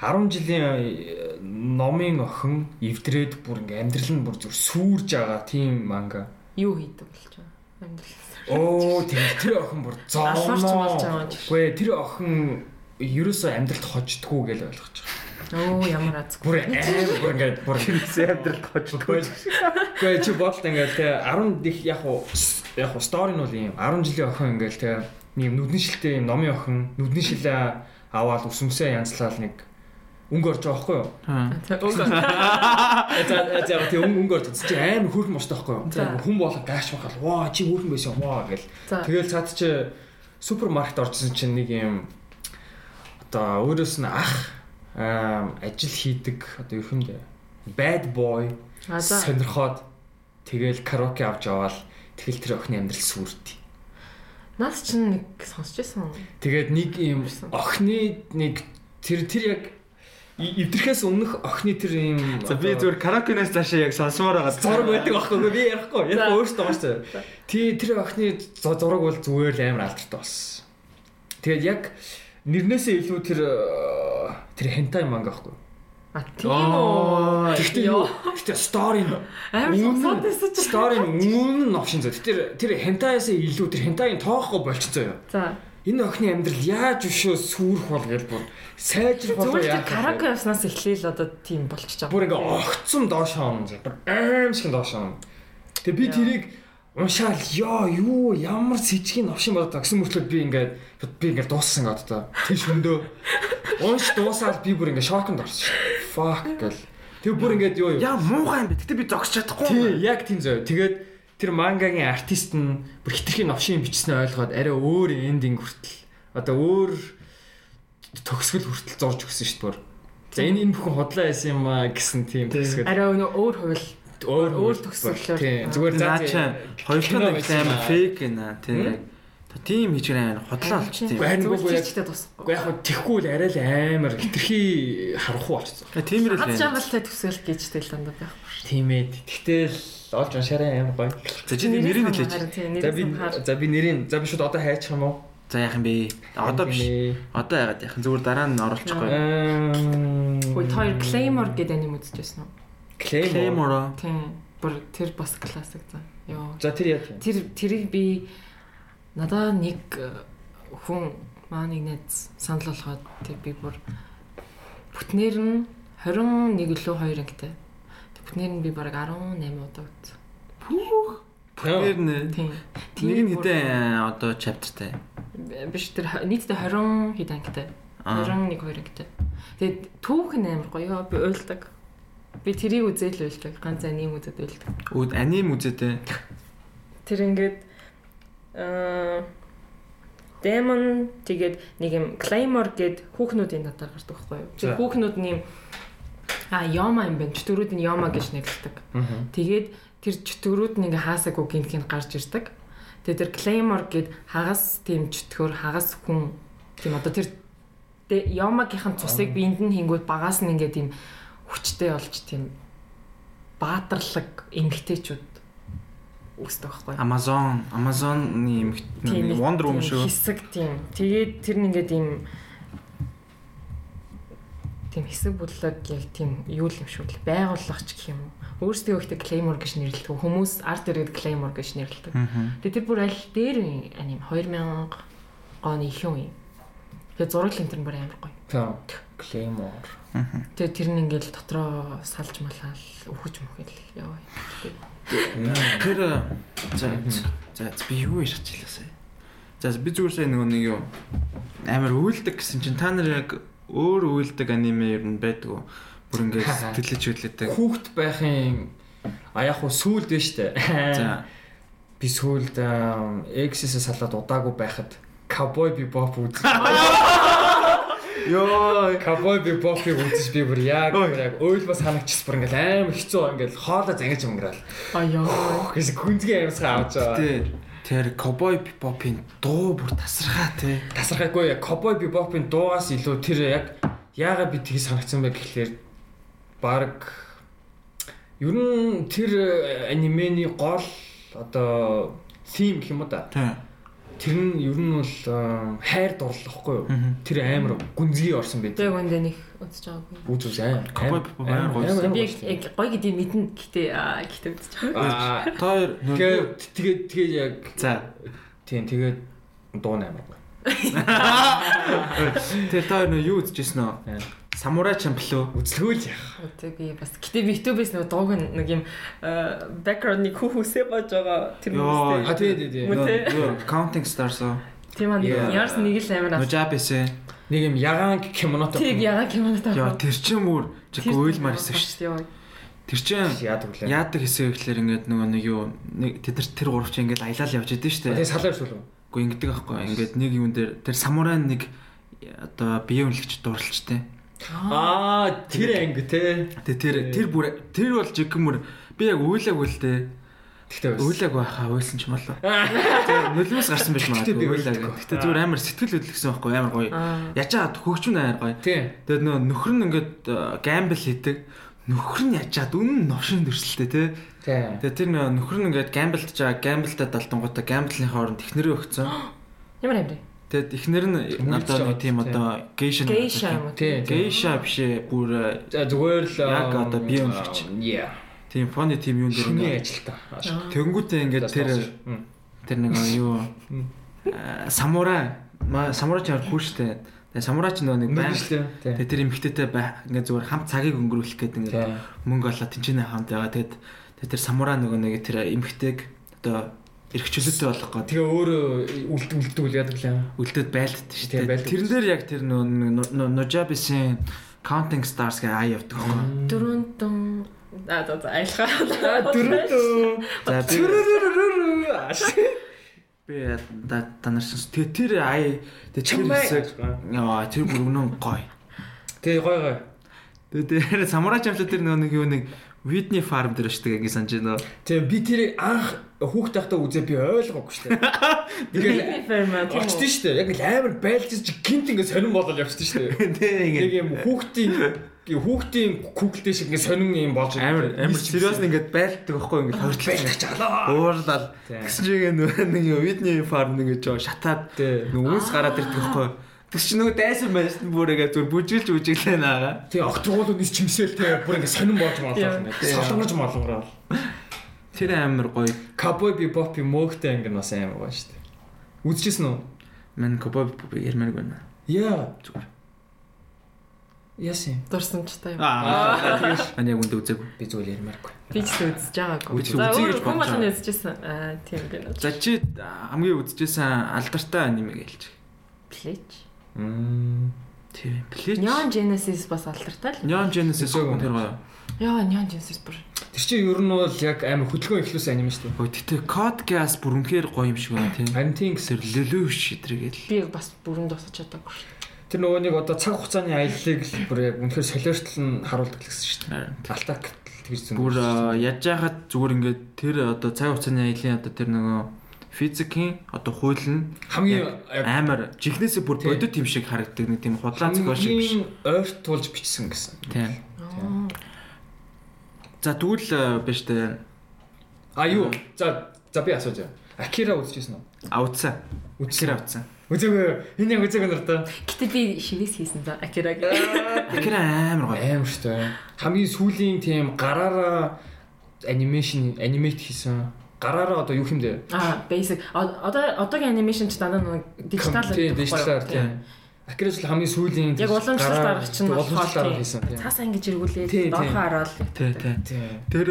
Speaker 2: 10 жилийн э, номын охин эвдрээд бүр ингээм амьдрал нь бүр зүр сүрж байгаа тийм манга.
Speaker 4: Юу хийдэг болж байна? Амьдрал.
Speaker 2: Оо тийм тэр охин бүр
Speaker 4: Алуурч болж
Speaker 2: зооноо.
Speaker 4: байгаа ч.
Speaker 2: Гэхдээ тэр охин ерөөсөө амьдралд хождггүй гэж ойлгож байгаа.
Speaker 4: Оо ямар азгүй.
Speaker 2: Бүр аим бүр ингээд бүр
Speaker 3: амьдралд
Speaker 2: хождгүй. Гэхдээ чи бодолт ингээд те 10 их яг уу с- яг уу стори нь бол ийм 10 жилийн охин ингээд те ийм нүдэн шилтэй ийм номын охин нүдэн шилээ аваад өсөмсөө янзлал нэг өнгө орж байгаа байхгүй юу?
Speaker 4: Өөгөө.
Speaker 2: Э, За за тийм өнгө өнгө орж байгаа. чи аим хөөрхөн бостой байхгүй юу?
Speaker 4: За.
Speaker 2: Хүн болох гаш махал ваа чи хөөрхөн байсан ваа гэл.
Speaker 4: За.
Speaker 2: Тэгэл цаад чи супермаркет оржсэн чинь нэг юм одоо өөрөөс нь ах аа, ажил хийдэг одоо ерхэндээ bad boy
Speaker 4: А за
Speaker 2: сонирхоод тэгэл караоке авч яваал тэгэл тэр охины амьдрал сүрдий.
Speaker 4: нас чинь нэг сонсч байсан.
Speaker 2: Тэгээд нэг юм охины нэг тэр тэр яг и- эвдэрхээс өмнөх охины тэр юм
Speaker 3: За би зүгээр караокенаас цаашаа яг сонсомоор байгаа.
Speaker 2: зураг байдаг аахгүй би ярихгүй яг
Speaker 4: За.
Speaker 2: өөртөө гооч. Тий тэр охины зу- зураг бол зүгээр л амар алдартай болсон. Тэгээд яг нэрнээсээ илүү тэр э, тэр хентай манга аахгүй.
Speaker 4: А тийм үү.
Speaker 2: Гэхдээ юу?
Speaker 4: Йоо.
Speaker 2: Гэхдээ стори нь
Speaker 4: Амар сонсоод байсан ч.
Speaker 2: стори нь үнэн нь овшин зөө. Тэр тэр хентаяас илүү тэр хентагийн тоохгүй болчихсон зөө.
Speaker 4: За
Speaker 2: Энэ охины амьдрал яаж өшөө сүрэх бол гэж бүр сайжрах бол
Speaker 4: зүгээр л
Speaker 2: яах вэ?
Speaker 4: караоке явснаас эхлээл одоо тийм болчихж байгаа.
Speaker 2: бүр ингээ огцсон доош хаана зэ. Бүр аим шиг доош хаана. Тэгээ би
Speaker 4: Яа.
Speaker 2: тэрийг уншаал ёо юу ямар с ิจ гийн новшин болоод тагсан мөртлөө би ингээ би ингээ дууссан гот та. Тийш өндөө. Унш дуусаад би бүр ингээ шокнд орсон. шүү. Fuck гэл. Тэгээ бүр ингээ ёо ёо.
Speaker 3: Яа муухай юм бэ? Гэтэ би зогсож чадахгүй.
Speaker 2: Тий, яг тийм зөө. Тэгээд тэр мангагийн артист нь бүр хитрхийн новшин бичснээ ойлгоод арай өөр эндинг хүртэл одоо өөр төгсгөл хүртэл зорж өгсөн шүү дээ. бүр. За энэ энэ бүхэн худлаа байсан юм аа гэсэн тийм
Speaker 3: Тий.
Speaker 2: төгсгөл
Speaker 4: Арай өнөө өөр хувь
Speaker 2: өөр
Speaker 4: Өөр
Speaker 2: төгсгөлөөр
Speaker 4: төгсгөлөөр.
Speaker 2: тийм
Speaker 4: Аа.
Speaker 2: зүгээр
Speaker 3: Наача хоёр дахь нь их амар фейк гэнэ тий. Тийм хийж байгаа юм хотлоо алч тийм.
Speaker 2: Харин
Speaker 4: Зүгээр
Speaker 2: бүгөө яг-
Speaker 4: жижигтэй тусахгүй.
Speaker 2: Уу яг хөө тэхгүй л арай л амар хитрхи харахгүй болчихсон.
Speaker 3: Э, Тиймэрэл
Speaker 4: Хад
Speaker 3: байна.
Speaker 4: жамбалтай төсөөл гэж тэл дандаа байх.
Speaker 2: Тийм ээ. Тэгтэл олж уншаарай амар гоё.
Speaker 3: За чи нэг нэрийг хэлээч.
Speaker 2: За би за би нэрийн за би шууд одоо хайчих юм уу?
Speaker 3: За яах юм бэ? Одоо биш. Одоо яагаад яах юм? Зүгээр дараа нь оруулчихгүй.
Speaker 2: Хөөе
Speaker 4: Хөөе хоёр Claymore гэдэг аним үзчихсэн үү?
Speaker 2: Claymore.
Speaker 3: Claymore.
Speaker 4: Тийм. Бүр тэр бас классик за. Йоо.
Speaker 2: За тэр яа тийм.
Speaker 4: Тэр тэрийг би надаа нэг э, хүн маа нэг найз санал болгоод тэр би бүр бүтнээр нь 21 лөө 2 ангитай. Тэг Бүтнээр нь би бараг 18 удаа үзсэн.
Speaker 3: Тэр нэ-
Speaker 4: Тийм.
Speaker 3: нэг нь
Speaker 4: бүр-
Speaker 3: хэдэн э, одоо chapterтэй.
Speaker 4: биш тэр х- нийтдээ 20 хэд ангитай.
Speaker 3: Аа.
Speaker 4: 21 2 ангитай. Тэгээд түүх нь амар гоё. Би уйлдаг. Би тэрийг үзэл уйлдаг. Ганц аним үзэл уйлдаг.
Speaker 3: Үүд аним э, үзэтэй.
Speaker 4: Тэр ингээд аа Demon Э, тэгээд нэг юм Claymore гэд хүүхнүүдийн татар гардаг байхгүй юу?
Speaker 2: За.
Speaker 4: Тэр хүүхнүүд нэм а Yoma юм байна. Чөтгөрүүд нь Yoma гэж нэрлэдэг.
Speaker 2: Мгм.
Speaker 4: Тэгээд тэр чөтгөрүүд нь ингээ хаасаагүй гинтгэн гарч ирдэг. Тэгээд тэр Claymore гээд хагас тийм чөтгөр хагас хүн тийм одоо тэр дэ- Yoma-гийнхэн цусыг биэнд нь хингүүд багаас нь ингээ тийм хүчтэй болж тийм баатарлаг эмгтээчүүд үүсдэг байхгүй. юу?
Speaker 3: Amazon, Amazon-ны юм
Speaker 4: Тийм,
Speaker 3: Wonder Woman
Speaker 4: тийм
Speaker 3: шүү.
Speaker 4: Хэсэг тийм. Тэгээд тэр нь ингээ тийм тийм хэсэг бүлэг яг тийм юу л юм шүү дээ. Байгууллагч гэх юм уу. Өөрсдөө ихтэй Claymore гэж нэрлэдэг. Хүмүүс арт иргэд Claymore гэж нэрлэдэг.
Speaker 3: Мгм.
Speaker 4: Тэгээд тэр бүр аль дээр үе аним 2000 оны их үе. Тэгээд зураг энэ тэр бүр амар гоё.
Speaker 2: За, Claymore.
Speaker 4: Тэгээд тэр нь ингээл дотроо салж малаал өгөж мөхөл яваа.
Speaker 3: Тэр э, за за- за за, би юу ярьж хэлээ сая. За би зүгээр сая нөгөө нэг юм амар үйлдэг гэсэн чинь та нар яг өөр үйлдэг аниме ер нь байдаг уу? Бүр ингээд сэтгэлж хөдлөдөг.
Speaker 2: Хүүхэд байхын а яг хөө сүулд нь штэ.
Speaker 3: За
Speaker 2: Би сүулд X-с салаад удаагүй байхад Cowboy Bebop үзсэн.
Speaker 3: ёо
Speaker 2: Cowboy Bebop-ыг үзэж би бүр яг бүр яг ойл бас санагчс бүр ингээл амар хэцүү ингээл хоолоо зангиж өнгөрөөл.
Speaker 4: Аяа.
Speaker 2: Гэсэн гүнзгий амьсгаа авч байгаа.
Speaker 3: Тэ тэр Cowboy Bebop-ийн дуу бүр тасархаа те.
Speaker 2: Тасархаггүй яг Cowboy Bebop-ийн дуугаас илүү тэр яг яагаад би тгий санагцсан бэ гэхлээр баг ер нь тэр анимений гол одоо theme гэх юм уу да.
Speaker 3: Тэ.
Speaker 2: Тэр нь ер нь бол эм, хайр дурлахгүй юу?
Speaker 3: Мгм.
Speaker 2: Тэр амар гүнзгий орсон байт.
Speaker 4: Тэгээд үндэ нэг үзэж байгаагүй.
Speaker 2: Үз үз аим.
Speaker 3: Cowboy Bebop амар гоё байсан.
Speaker 4: Би яг- яг гоё гэдгийг мэднэ. Гэтэ аа, гэтэ үзэж байгаа.
Speaker 2: Аа
Speaker 3: Тэр
Speaker 2: тэгээд тэгээд тэгээд яг
Speaker 3: За
Speaker 2: Тийм тэгээд дуу амар гоё.
Speaker 3: тэр та нөө юу үзчихсэн нөө? Самурай чамплөө.
Speaker 2: Үзлгүй л яах.
Speaker 4: Тэг би бас гэтээ би YouTube-с нэг дууг нь нэг юм э, background-ыг хүүхүүсээ бож байгаа тэр
Speaker 3: Йоо.
Speaker 2: А
Speaker 4: үстэй.
Speaker 2: тийм тийм тийм.
Speaker 4: Мөн тэ.
Speaker 3: Counting Stars-оо.
Speaker 4: Тийм аа нэг
Speaker 2: Яа.
Speaker 4: ярс нэг л амар ав.
Speaker 3: Нужабэсэ.
Speaker 2: Нэг юм ягаан кимоното.
Speaker 4: Тэг яга кимонот
Speaker 3: Яа
Speaker 4: авах.
Speaker 3: тэр чин бүр чиг ойлмар хэсэг шүү. дээ. Тэр чин
Speaker 2: яадаг үлээ.
Speaker 3: яадаг хэсэг ихлээр ингээд нөгөө нэг юу нэг тэд нар тэр гурав чинь ингээд аялал явж идэв шүү.
Speaker 2: Тэгээ
Speaker 3: дээ.
Speaker 2: салаа шүү лөө.
Speaker 3: Гэхдээ ингэдэг аахгүй. Ингээд нэг юм дээр тэр самурай нэг одоо бие үнэлгч дурлцтэй.
Speaker 2: Аа, тэр анги те.
Speaker 3: Тэгээ тэр тэр бүр тэр бол жигмөр би яг үйлэг үлдээ.
Speaker 2: Тэгтээ бас.
Speaker 3: Үйлэг байхаа уйлсан ч юм болоо.
Speaker 2: Аа,
Speaker 3: Тэгээ нулимс гарсан байж
Speaker 2: Гэхдээ
Speaker 3: магадгүй
Speaker 2: би
Speaker 3: үйлэг.
Speaker 2: уйлдаг.
Speaker 3: Гэтэ зүгээр амар сэтгэл хөдлөсөн байхгүй амар гоё.
Speaker 4: Аа.
Speaker 3: Ячаад хөгжмөн амар гоё.
Speaker 2: Тийм.
Speaker 3: Тэгээ нөө нөхөр нь ингээд э, гамбл хийдэг. Нөхөр нь ячаад үнэн новшин төрсөлтэй те.
Speaker 2: Тийм.
Speaker 3: Тэгээ тэр нөө нөхөр нь ингээд гамблж байгаа гамблтаа далтангуудаа гамблын хооронд ихнэрээ өгцөн.
Speaker 4: Ямар амир.
Speaker 3: Тэгээд ихнэр нь
Speaker 2: Хүмүүжж
Speaker 3: надад
Speaker 2: байгаа
Speaker 3: нэг тийм
Speaker 2: тийм.
Speaker 3: одоо гейшн
Speaker 4: Гейша юм уу?
Speaker 2: Тийм.
Speaker 3: Гейша биш ээ бүр э,
Speaker 2: За зүгээр л
Speaker 3: Яг одоо бие үнэлж.
Speaker 2: Яа.
Speaker 3: тийм фоны тийм юм дэр
Speaker 2: Шиний
Speaker 3: ингээд
Speaker 2: ажилтаа.
Speaker 3: Тэнгүүтээ ингээд тэр тэр нэг юу э, самурай ма- самурай ч ямар хүү штэ. Тэгээд самурай ч нөгөө нэг баян
Speaker 2: Мэргэжлээ. Тийм.
Speaker 3: Тэгээд тэр эмхтэйтэй бай ингээд зүгээр хамт цагийг өнгөрүүлэх гэдэг ингээд
Speaker 2: Тийм.
Speaker 3: мөнгө олоод тэнчэнэ хамт байгаа. Тэгээд тэгээд тэр самурай нөгөө нэг тэр эмхтэйг одоо эрхчлөлттэй болох гэдэг
Speaker 2: Тэгээ өөрөө үлд үлдүүл яадаг л юм.
Speaker 3: үлдээд байлддаг шүү
Speaker 2: Тийм,
Speaker 3: дээ.
Speaker 2: байлддаг.
Speaker 3: Тэрэн дээр яг тэр нөө Ножабисын Counting Stars гэх ай явдаг байхгүй.
Speaker 4: Дөрөнд дүн аа за за аялгаа.
Speaker 2: За дөрөв.
Speaker 3: За би
Speaker 2: Чүрүрүрүрү.
Speaker 3: би да- танарсан. Тэгээ тэр ай тэгээ тэр
Speaker 2: Чамай.
Speaker 3: хэсэг яа тэр бүр өнөө гоё.
Speaker 2: Тэгээ гой гой.
Speaker 3: Тэгээ тэр самурай чамлаа тэр нөө нэг юу нэг Видни фарм дээр штэ гэж санаж байна.
Speaker 2: Тэгээ би тэр анх хүүхд тахтаа үзээ би ойлгоогүй шүү дээ. Тэгээ
Speaker 4: Ферма.
Speaker 2: очтсон шүү дээ. Яг л амар байлж чи гинт ингээ сонирн болол явчихсан шүү дээ. Яг
Speaker 3: Тэгээ
Speaker 2: юм хүүхдийн хүүхдийн Google-тэй шиг ингээ сонирн юм болж
Speaker 3: амар амар сериус ингээд байлддаг байхгүй ингээд
Speaker 2: байлгах
Speaker 3: хортлоо.
Speaker 2: чалаа.
Speaker 3: Уурлал.
Speaker 2: Тийм.
Speaker 3: Тэгсэн чинь нөгөө нэг юу Видни фарм ингээд жоо шатаад
Speaker 2: Тэг.
Speaker 3: Нөгөө ус гараад ирдэг байхгүй. Тэгс чи нөгөө дайсан байсан бүрээгээ зүр бүжиглж бүжиглээ наага.
Speaker 2: Тэгээ огтгуулууд нь чимсэл тэгээ бүр ингээ сонирн болж
Speaker 4: Яа.
Speaker 2: маллаа. Солонгорж маллангороо.
Speaker 3: Тэр амар гоё.
Speaker 2: Cowboy Bebop мөхтэй ингээ бас амар гоё шүү дээ. Үзчихсэн үү?
Speaker 3: Мэн копо ярмаг байна.
Speaker 2: Яа.
Speaker 3: Зүгээр.
Speaker 2: Ясин.
Speaker 4: дурсан ч таа.
Speaker 3: Аа тэгэж манай үндэ үзээгүй.
Speaker 2: Би зүгээр ярмааргүй.
Speaker 4: Би ч гэсэн үзэж байгаагүй.
Speaker 3: Үзэж- үзье гэж
Speaker 4: байна.
Speaker 3: бодож байгаа.
Speaker 4: Үзэжсэн. Аа тийм байна.
Speaker 3: За чи хамгийн үзчихсэн алдартай анимег хэлж.
Speaker 4: Плеч.
Speaker 2: Мм.
Speaker 3: Тийм. Плеч.
Speaker 4: Neon Genesis бас алдартай л.
Speaker 3: Neon Genesis
Speaker 2: Үзээгүй.
Speaker 3: гоо тэр гоё.
Speaker 4: Яа, Neon Genesis бүр.
Speaker 2: Тэр чинь ер нь бол яг амар хөдөлгөөн ихлүүлсэн аним шүү дээ.
Speaker 3: Хөө тэгтээ код газ бүр үнхээр гоё юм шиг байна тийм.
Speaker 2: Карантин гэсэн.
Speaker 3: Тэр лөлөө шидрэгээл.
Speaker 4: Би бас бүрэн дуусах чадаагүй шүү.
Speaker 2: Тэр нөгөө нэг одоо цаг хугацааны аяллыг л бүр яг үнэхээр солиортол нь харуулдаг л гэсэн шүү дээ. Алтаа гэтэл тэгж зүн.
Speaker 3: Бүр аа, яаж яхад зүгээр ингээд тэр одоо цаг хугацааны аялын одоо тэр нөгөө физикийн одоо хууль нь
Speaker 2: хамгийн яг
Speaker 3: амар жихнээсээ бүр
Speaker 2: Тийм.
Speaker 3: бодит юм шиг харагддаг нэг тийм худлаа зохиол шиг биш.
Speaker 2: хамгийн ойрт тулж бичсэн гэсэн.
Speaker 3: Тийм.
Speaker 4: Аа.
Speaker 3: За тэгвэл э, биш үү?
Speaker 2: А юу? За за би асууж байна. Акира үзчихсэн үү?
Speaker 3: Авцсан. Үзсээр авцсан.
Speaker 2: Үзээгүй. Энэ яг үзээгүй нартаа.
Speaker 4: Гэтэ би шивээс хийсэн за. Акираг.
Speaker 3: Тэгэхээр амар гоё.
Speaker 2: Амар шүү дээ. Хамгийн сүүлийн тийм гараараа анимашн анимейт хийсэн. Гараараа одоо юу юм дээ?
Speaker 4: Аа, basic. О- Одоо одоогийн анимашн ч дандаа нэг
Speaker 2: Тийм,
Speaker 4: дижитал байдаг байхгүй юу?
Speaker 2: дижиталар тийм. Акирч л хамгийн сүүлийн
Speaker 4: Яг уламжлалт
Speaker 2: гараа-
Speaker 4: арга чинь
Speaker 2: уламжлалт
Speaker 4: болохоор
Speaker 2: арга
Speaker 4: тийм.
Speaker 2: хийсэн тийм.
Speaker 4: Цаас ангиж
Speaker 2: Тийм,
Speaker 4: эргүүлээд
Speaker 2: тийм.
Speaker 4: доохоо хараал.
Speaker 3: Тий, тий.
Speaker 2: Тийм.
Speaker 3: Тэр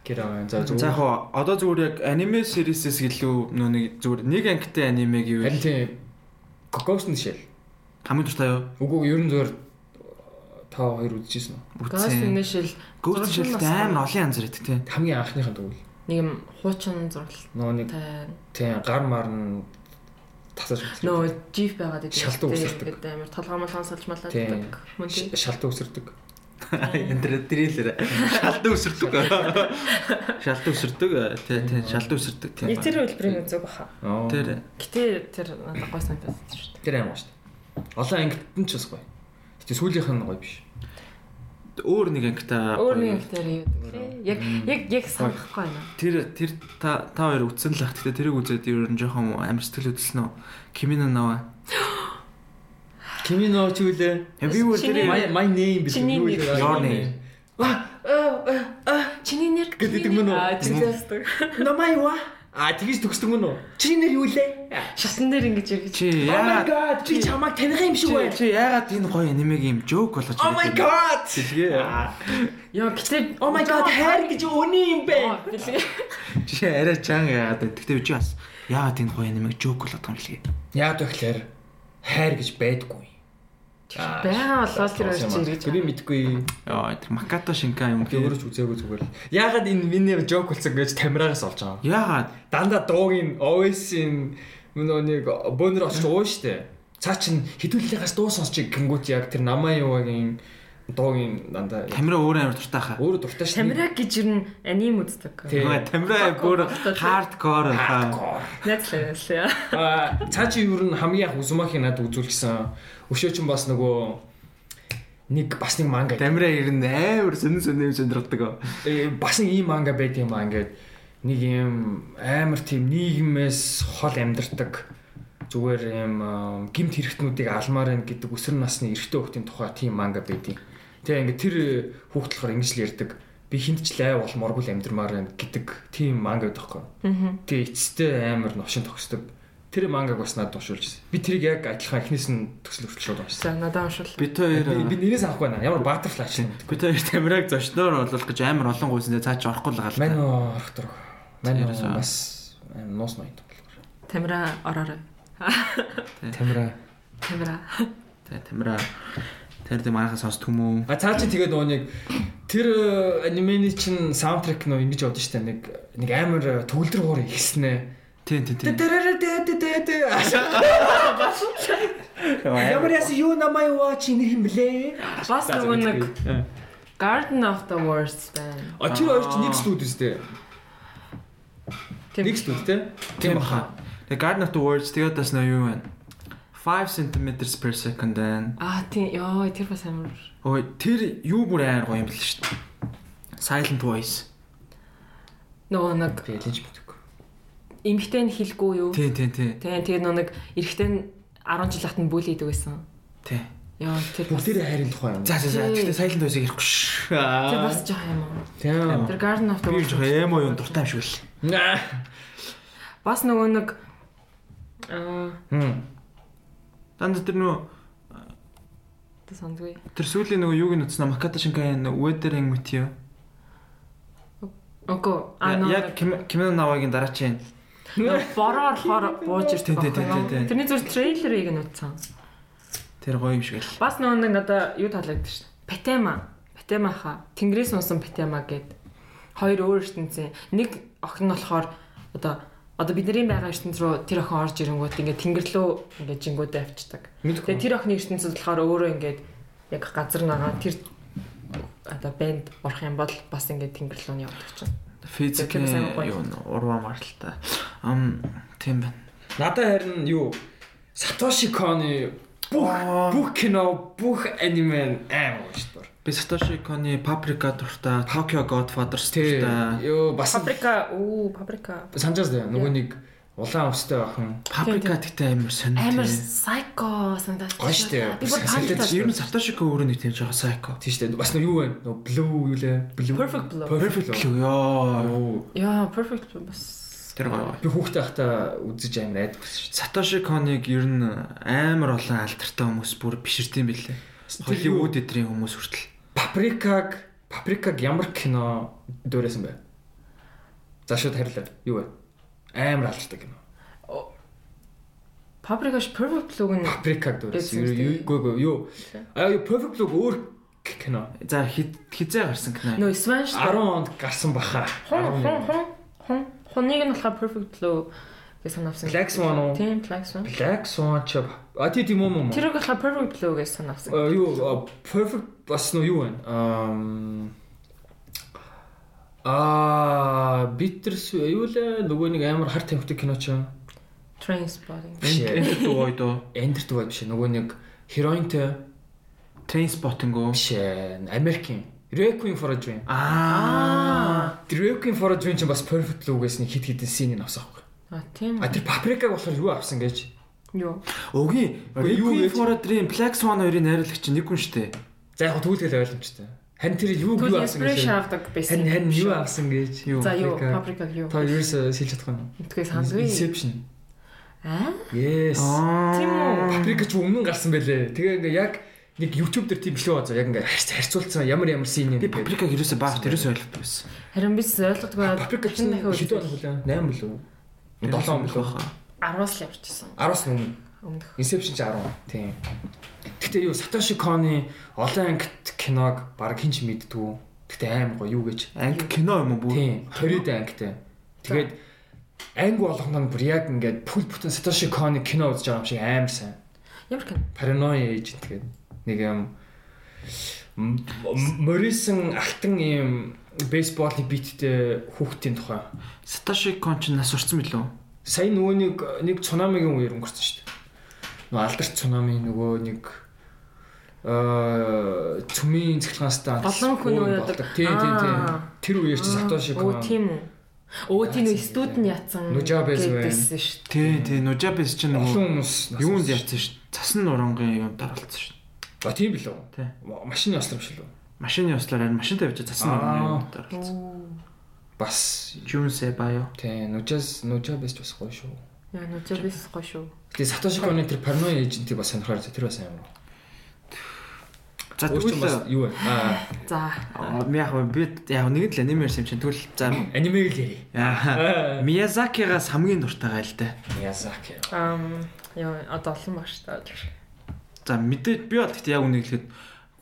Speaker 2: Акира байна. За
Speaker 3: за яг
Speaker 2: зөв.
Speaker 3: хоо одоо зүгээр яг аниме series-с илүү нөө нэг зүгээр нэг ангитай анимег юу вэ?
Speaker 2: Харин тийм Кокосн жишээл.
Speaker 3: хамгийн дуртай юу?
Speaker 2: Үгүй ер нь зөвөр та хоёр үзчихсэн үү?
Speaker 4: Ghost in the Shell
Speaker 3: Ghost
Speaker 4: зургийн
Speaker 3: Shell-тэй
Speaker 4: бас-
Speaker 3: амар олон янз байдаг тий.
Speaker 2: Хамгийн анхныхан тэгвэл
Speaker 4: нэг юм хуучин зурлалтай.
Speaker 2: нөгөө нэг тийм гар мар нь тасаж
Speaker 4: Нөө жив байгаад байдаг.
Speaker 2: Шалтуу үсэрдэг.
Speaker 4: Тэгээд амар толгой молгон салж малаад
Speaker 2: Тийм.
Speaker 4: байдаг. Мөн тийм.
Speaker 2: шалт өсөрдөг.
Speaker 3: Эндрэ трейлер. Шалтан өсөрдөг. Шалтан өсөрдөг. э, Тий, тий. Шалтан өсөрдөг тий.
Speaker 4: Нэг тэр хэлбэрийг үзэг баха.
Speaker 2: Тэр
Speaker 3: Тэр
Speaker 4: Гэтэ тэр надад гой санагдсан шүү дээ.
Speaker 2: тэр аймаг шүү дээ. Олон ангид нь ч бас гоё. Гэтэ сүүлийнх нь гоё биш.
Speaker 3: өөр нэг ангитай.
Speaker 4: Өөр нэг тэр юу гэдэг. Яг яг яг санахгүй байна.
Speaker 3: Тэр тэр та та хоёр үтсэн л ах. Гэтэ тэрийг үзээд ер нь жоохон амар сэтгэл хөдлсөн үү? Кимино нава.
Speaker 2: Кимино ч үлээ.
Speaker 3: Яа, Би бүр
Speaker 4: Чиний-
Speaker 3: тэр
Speaker 2: My my name биш.
Speaker 4: Чиний
Speaker 2: Юу
Speaker 4: нэр.
Speaker 2: вэ?
Speaker 3: Your name.
Speaker 4: Э, Чиний нэр
Speaker 2: Гэдэг юм уу?
Speaker 4: Аа, чиний
Speaker 2: Намайва. А тэгж төгсдөг мөн үү? Чиний нэр юу лээ?
Speaker 4: шатан дээр ингэж иргэж.
Speaker 3: чи
Speaker 2: Oh my
Speaker 3: яагаад
Speaker 2: god. Чи чамайг таних юм шиг
Speaker 3: чи
Speaker 2: байна.
Speaker 3: чи яагаад энэ гоё анимег юм жоок болгож
Speaker 2: Oh my god.
Speaker 3: Дэлгээ.
Speaker 4: Яа, гэтэ
Speaker 2: Oh my god. Хайр гэж өний юм бэ.
Speaker 4: Оо, бэлгээ.
Speaker 3: Чи арай чанга яагаад байна? Тэгтээ би чи бас яагаад энэ гоё анимег жоок болгож байгаа юм бэлгээ.
Speaker 2: Яг тэгэхээр хайр гэж байдаггүй.
Speaker 4: Бага болол тэр өрч иргэж.
Speaker 2: Би мэдгүй.
Speaker 3: Яа тэр макато шинка юм
Speaker 2: Би
Speaker 3: гээ.
Speaker 2: өөрөч үзээгүй зүгээр л. Ягаад энэ миний жок болсон гэж тамираагаас олж байгаа юм.
Speaker 3: Яагаад
Speaker 2: Дандаа дуугийн always-ийн нөгөө нэг бөөнөр очиж уу штэ. Цаа чин хэдүүлээ гас дуу сонсчих гингүүт яг тэр намаа юугийн дуугийн дандаа
Speaker 3: Тамира өөр амар дуртай хаа.
Speaker 2: өөрө дуртай шнэ.
Speaker 1: Тамираг гэж ер нь аним үздэг.
Speaker 2: Тийм.
Speaker 3: Тамира өөр хардкор хаа.
Speaker 2: Hardcore.
Speaker 1: Найзлаа яа.
Speaker 2: Аа, цаа чи юу н хамгийн анх Узумахи надад үзүүлсэн. Өшөө чин бас нөгөө нэг бас нэг манга.
Speaker 3: Тамира ер нь амар сүнэн сүнэн сонирхдаг.
Speaker 2: Э, бас нэг ийм манга байт юм аа ингээд нэг ийм амар тийм нийгмээс хол амьдртаг зүгээр ийм аа, гимт хэрэгтнүүдийг алмаар байна гэдэг өсөр насны эрэгтэй хүүхдийн тухай тийм манга байдیں۔ Тэгээ ингээд тэр хүүхд болохоор ингэж л ярьдаг. Би хинт ч лай болмооргүй л амьдрмаар байна гэдэг тийм манга байдаг хөөе. Тэгээ эцэстээ амар новшин тогсдог. Тэр мангаг бас надад уншуулж ирсэн. Би тэрийг яг адилхан эхнээс нь төсөл өгч шууд уншсан.
Speaker 4: За надад уншвал.
Speaker 3: Бид хоёр
Speaker 2: Би нэрээс авахгүй байна. Ямар баттерфлай ч юм.
Speaker 3: бид хоёр Тамираг зочноор орлуулах гэж амар олон гуйсандээ цааш орохгүй л
Speaker 2: Мань
Speaker 3: гал.
Speaker 2: орох дург. Мань
Speaker 3: Тэрээс аа.
Speaker 2: бас ам, нуус ноёд.
Speaker 4: Тамира ороорой.
Speaker 2: Тамира.
Speaker 4: Тамира.
Speaker 3: Тэ Тамира тэр дэ манайхаа сонсд хүмүү.
Speaker 2: А цаа чи тэгээд нөгөө нэг тэр э, анимений чин саундтрек нөө ингэж явдаг штэ нэг нэг амар э, төгөлдөр гуур ихснэ.
Speaker 3: Тин тин тин.
Speaker 2: Ямар яс юу намай watch ин юм блэ?
Speaker 4: Бас нөгөө нэг Garden of the Words байна.
Speaker 2: А тэр хоёр чи нэг студ үстэй.
Speaker 4: Тийм.
Speaker 2: Нэг студ те.
Speaker 3: Тийм баха. The Garden of the Words тэгээд бас нөө юу вэ? 5 cm per second байна.
Speaker 4: Аа тийм ёо тэр бас амар.
Speaker 3: Ой тэр юу бүр амар гоё юм бэл шүү дээ. Silent Voice.
Speaker 4: Нөгөө нэг
Speaker 2: Тэгээд л ч мэдээгүй.
Speaker 4: эмгтэй нь хэлгүй юу?
Speaker 3: Тий, тий, тий.
Speaker 4: Тийм тэгээ нөгөө нэг эрэгтэй нь 10 жил хатан бүл хийдэг байсан.
Speaker 3: Тий.
Speaker 4: Ёо тэр бас
Speaker 2: Бүгдээрээ хайрын тухай юм.
Speaker 3: За за за.
Speaker 4: Тий.
Speaker 3: Тэгтээ Silent Voice-ийг ярихгүй шүү.
Speaker 4: тэр
Speaker 3: Аа.
Speaker 4: бас жоох юм уу?
Speaker 2: Тийм.
Speaker 4: Тэр Garden of the
Speaker 3: Би
Speaker 4: Words.
Speaker 3: жоо эмо юм дуртай юм шиг л.
Speaker 2: Аа.
Speaker 4: Бас нөгөө нэг аа
Speaker 2: Хм.
Speaker 3: Данд тэр нөө
Speaker 4: тэ сондгүй.
Speaker 3: тэр сүүлийн нөгөө юуг нь утснаа Маката Шинкайн Weathering with you.
Speaker 4: Ого аа нөгөө
Speaker 3: Яг Ким- Кимино Навагийн дараачийн
Speaker 4: Нөө бороо болохоор бууж ирдэг.
Speaker 3: Тий, тий, тий,
Speaker 4: байхгүй юу?
Speaker 3: тий, тий.
Speaker 4: Тэрний зүр трейлерыг нь утсан.
Speaker 3: тэр гоё юм шиг л.
Speaker 4: Бас нөгөө нэг надаа юу таалагддаг шв. Патема. Патема хаа. Тэнгэрээс унсан патема гэд. Хоёр өөр ертөнцийн. Нэг охин нь болохоор одоо одоо бидний байгаа ертөнц рүү тэр охин орж ирэнгүүт ингээ тэнгэр лөө ингээ жингүүдээ авчдаг.
Speaker 2: Мэдгүй.
Speaker 4: Тэгээ тэр охины ертөнцид болохоор өөрөө ингээ яг газар нагаа тэр одоо бэнд орох юм бол бас ингээ тэнгэр лөө нь явдаг чинь.
Speaker 3: Физик
Speaker 4: Тэр сайн гоё.
Speaker 3: юу нэ, урваа маралтай. Ам тийм байна.
Speaker 2: Надад харин юу Сатоши Коны бүх
Speaker 3: Аа.
Speaker 2: бүх кино, бүх аниме амар уушдвар.
Speaker 3: Би Сатоши Коны Paprika дуртай, Tokyo Godfathers
Speaker 2: Тэ.
Speaker 3: дуртай.
Speaker 2: Йоо бас
Speaker 4: Паприка оо паприка
Speaker 2: санджаас дээ нөгөө нэг улаан өвстэй охин.
Speaker 3: Paprika гэдэгтэй амар
Speaker 4: амар
Speaker 3: сонирхолтой.
Speaker 4: сайко санагдаж
Speaker 2: Гоё шүү дээ.
Speaker 4: Би бүр
Speaker 2: Сайн
Speaker 4: таалагдаж
Speaker 2: дээ.
Speaker 3: Ер нь Сатоши Кон өөрөө нэг тийм жоохон psycho.
Speaker 2: Тийм шүү дээ. Бас нөгөө юу вэ? Нөгөө blue юу лээ? Blue.
Speaker 4: Perfect Blue.
Speaker 2: Perfect blue.
Speaker 3: Юу ёо.
Speaker 2: Оо.
Speaker 4: Яа, perfect бас.
Speaker 3: Тэр гоё.
Speaker 2: Би хүүхдээ хахта үзэж амар айдаг байсан
Speaker 3: Сатоши Коныг ер нь амар олон алдартай хүмүүс бүр биширдэм билээ.
Speaker 2: шүү дээ.
Speaker 3: Холливуд эдрийн хүмүүс хүртэл.
Speaker 2: Паприкаг Паприкаг ямар кино дөрөөсөн бэ? За шууд харилаа. Юу вэ? Амар алдартай кино.
Speaker 4: Paprika's perfect blue нь
Speaker 2: Паприкаг
Speaker 4: Дөрөөсөн
Speaker 2: дөрөөсөн.
Speaker 4: шүү
Speaker 2: Юу-
Speaker 4: дээ.
Speaker 2: Юу юу юу. Аа юу Perfect Blue өөр кино.
Speaker 3: За хид хизээ гарсан гэнэ.
Speaker 4: нөө Spanish
Speaker 2: 10 онд гарсан баха.
Speaker 4: хон хон хон хон хоныг нь болохоор perfect blue гэж санавсан.
Speaker 2: Black Swan уу?
Speaker 4: Тийм, Black Swan.
Speaker 2: Black Swan ч а тийм юм уу?
Speaker 4: Тэрийг болохоор perfect blue гэж санавсан.
Speaker 2: Э, юу а, Perfect бас нөө юу вэ? Ам, Аа Bitters юу лээ нөгөө нэг амар хар тамхитай кино ч юм.
Speaker 4: Train spotting.
Speaker 2: биш ээ.
Speaker 3: Энд дуугой доо.
Speaker 2: Ender дүү биш нөгөө нэг Heroinтэй
Speaker 3: Trainspotting уу?
Speaker 2: биш ээ. American Requiem for a Dream.
Speaker 3: Аа.
Speaker 2: Requiem for a Dream ч бас Perfect Blue гэсэн хит хитэн scene-ийг авсан аахгүй.
Speaker 4: А тийм.
Speaker 2: А тэр Paprika-г болохоор юу авсан гэж
Speaker 4: Юу?
Speaker 3: Өгий.
Speaker 2: Юу
Speaker 3: Requiem
Speaker 2: гэж?
Speaker 3: for a Dream Black Swan хоёрын найруулагч нэг хүн штэ.
Speaker 2: За яг түүлгэл ойлгомжтой. Харин тэр юу юу
Speaker 4: Түл
Speaker 2: авсан гэж.
Speaker 4: inspiration авдаг байсан.
Speaker 2: Харин харин юу авсан гэж.
Speaker 3: Юу?
Speaker 4: За юу?
Speaker 2: Paprika.
Speaker 4: Paprika юу?
Speaker 2: Та юус э, сэлж чадах юм.
Speaker 4: Мэдгүй сангүй.
Speaker 2: Inception.
Speaker 4: Аа?
Speaker 2: Yes.
Speaker 3: Аа.
Speaker 4: Тийм үү?
Speaker 2: Паприка ч өмнө гарсан байлээ. Тэгээ ингээ яг нэг YouTube дээр тийм билүү бацаа. Яг ингээ харьц- харьцуулцсан ямар ямар син юм.
Speaker 3: Би Paprika ерөөсө баах ерөөсө ойлгохгүй байсан.
Speaker 4: Харин би зөв ойлгодгүй.
Speaker 2: Паприка ч
Speaker 4: дахин дахин
Speaker 2: хэдэн
Speaker 4: үзсэн.
Speaker 2: хөлөө? 8 билүү. 7 билүү.
Speaker 4: 10-аас л явж ирсэн.
Speaker 2: 10-аас өмнө.
Speaker 4: Өмнөх.
Speaker 2: Inception ч 10. Тийм. Гэхдээ юу Сатоши Коны олон ангит киног баг хинч мэддгүү. Гэхдээ аим гоё юу гэж.
Speaker 3: Анги кино юм уу бүр?
Speaker 2: Тийм, 20-д ангитай. Тэгээд анги болгоно нь бүр яг ингээд бүл бүтэн Сатоши Коны кино үзэж байгаа юм шиг амар сайн.
Speaker 4: Ямар кино?
Speaker 2: Paranoia Agent гэдэг нэг юм м- м- морисон алтан юм бейсболын биттэй хүүхдийн тухай.
Speaker 3: Саташи Кон ч нас урцсан билүү?
Speaker 2: Сайн нөгөө нэг нэг цунамигийн үеэр өнгөрсөн шүү дээ. Нөгөө алдарт цунами нөгөө нэг аа цүмэн цэглэгаастай
Speaker 1: Олон хүн уу
Speaker 2: болдог. Тийм тийм тийм.
Speaker 1: Аа.
Speaker 2: Тэр үеэр чи Сатоши
Speaker 1: Оо
Speaker 2: Кон
Speaker 1: тийм үү. Оо тийм үү студид нь ятсан.
Speaker 2: Нужабез байна.
Speaker 1: гэдэгсэн шүү
Speaker 3: Тий, тий, Нужабес ч
Speaker 2: олон
Speaker 3: нөгөө
Speaker 2: хүмүүс
Speaker 3: юунд явсан ш. Цасны нурангийн юм даралцсан ш.
Speaker 2: А тийм билүү.
Speaker 3: Тий.
Speaker 2: Машины ослом шүү лүү.
Speaker 3: Машины услаар харин машинтай явж байгаа цасны нурангийн юм
Speaker 1: дээ.
Speaker 3: даралцсан.
Speaker 1: Оо.
Speaker 2: Бас
Speaker 3: Junse Bayo.
Speaker 2: тий нужаас нужабес ч бас гоё шүү.
Speaker 1: Яа нужабез гоё шүү.
Speaker 2: Тэгээ Сатоши Коны тэр Paranoia Agent-ийг бас сонирхоор тэр бас амар.
Speaker 3: За
Speaker 2: Өөрчн бас
Speaker 3: тэгвэл
Speaker 2: юу вэ? Аа
Speaker 1: За.
Speaker 3: аа, би яг би яг нэг л аниме юм чинь тэгвэл за
Speaker 2: аниме л ярий. Аа.
Speaker 3: яа, Миязакигаас хамгийн дуртайгаа л дээ.
Speaker 2: Миязаки.
Speaker 1: Ам яа одоо олон баг шүү дээ.
Speaker 3: За мэдээд би бол гэхдээ яг үнийг хэлэхэд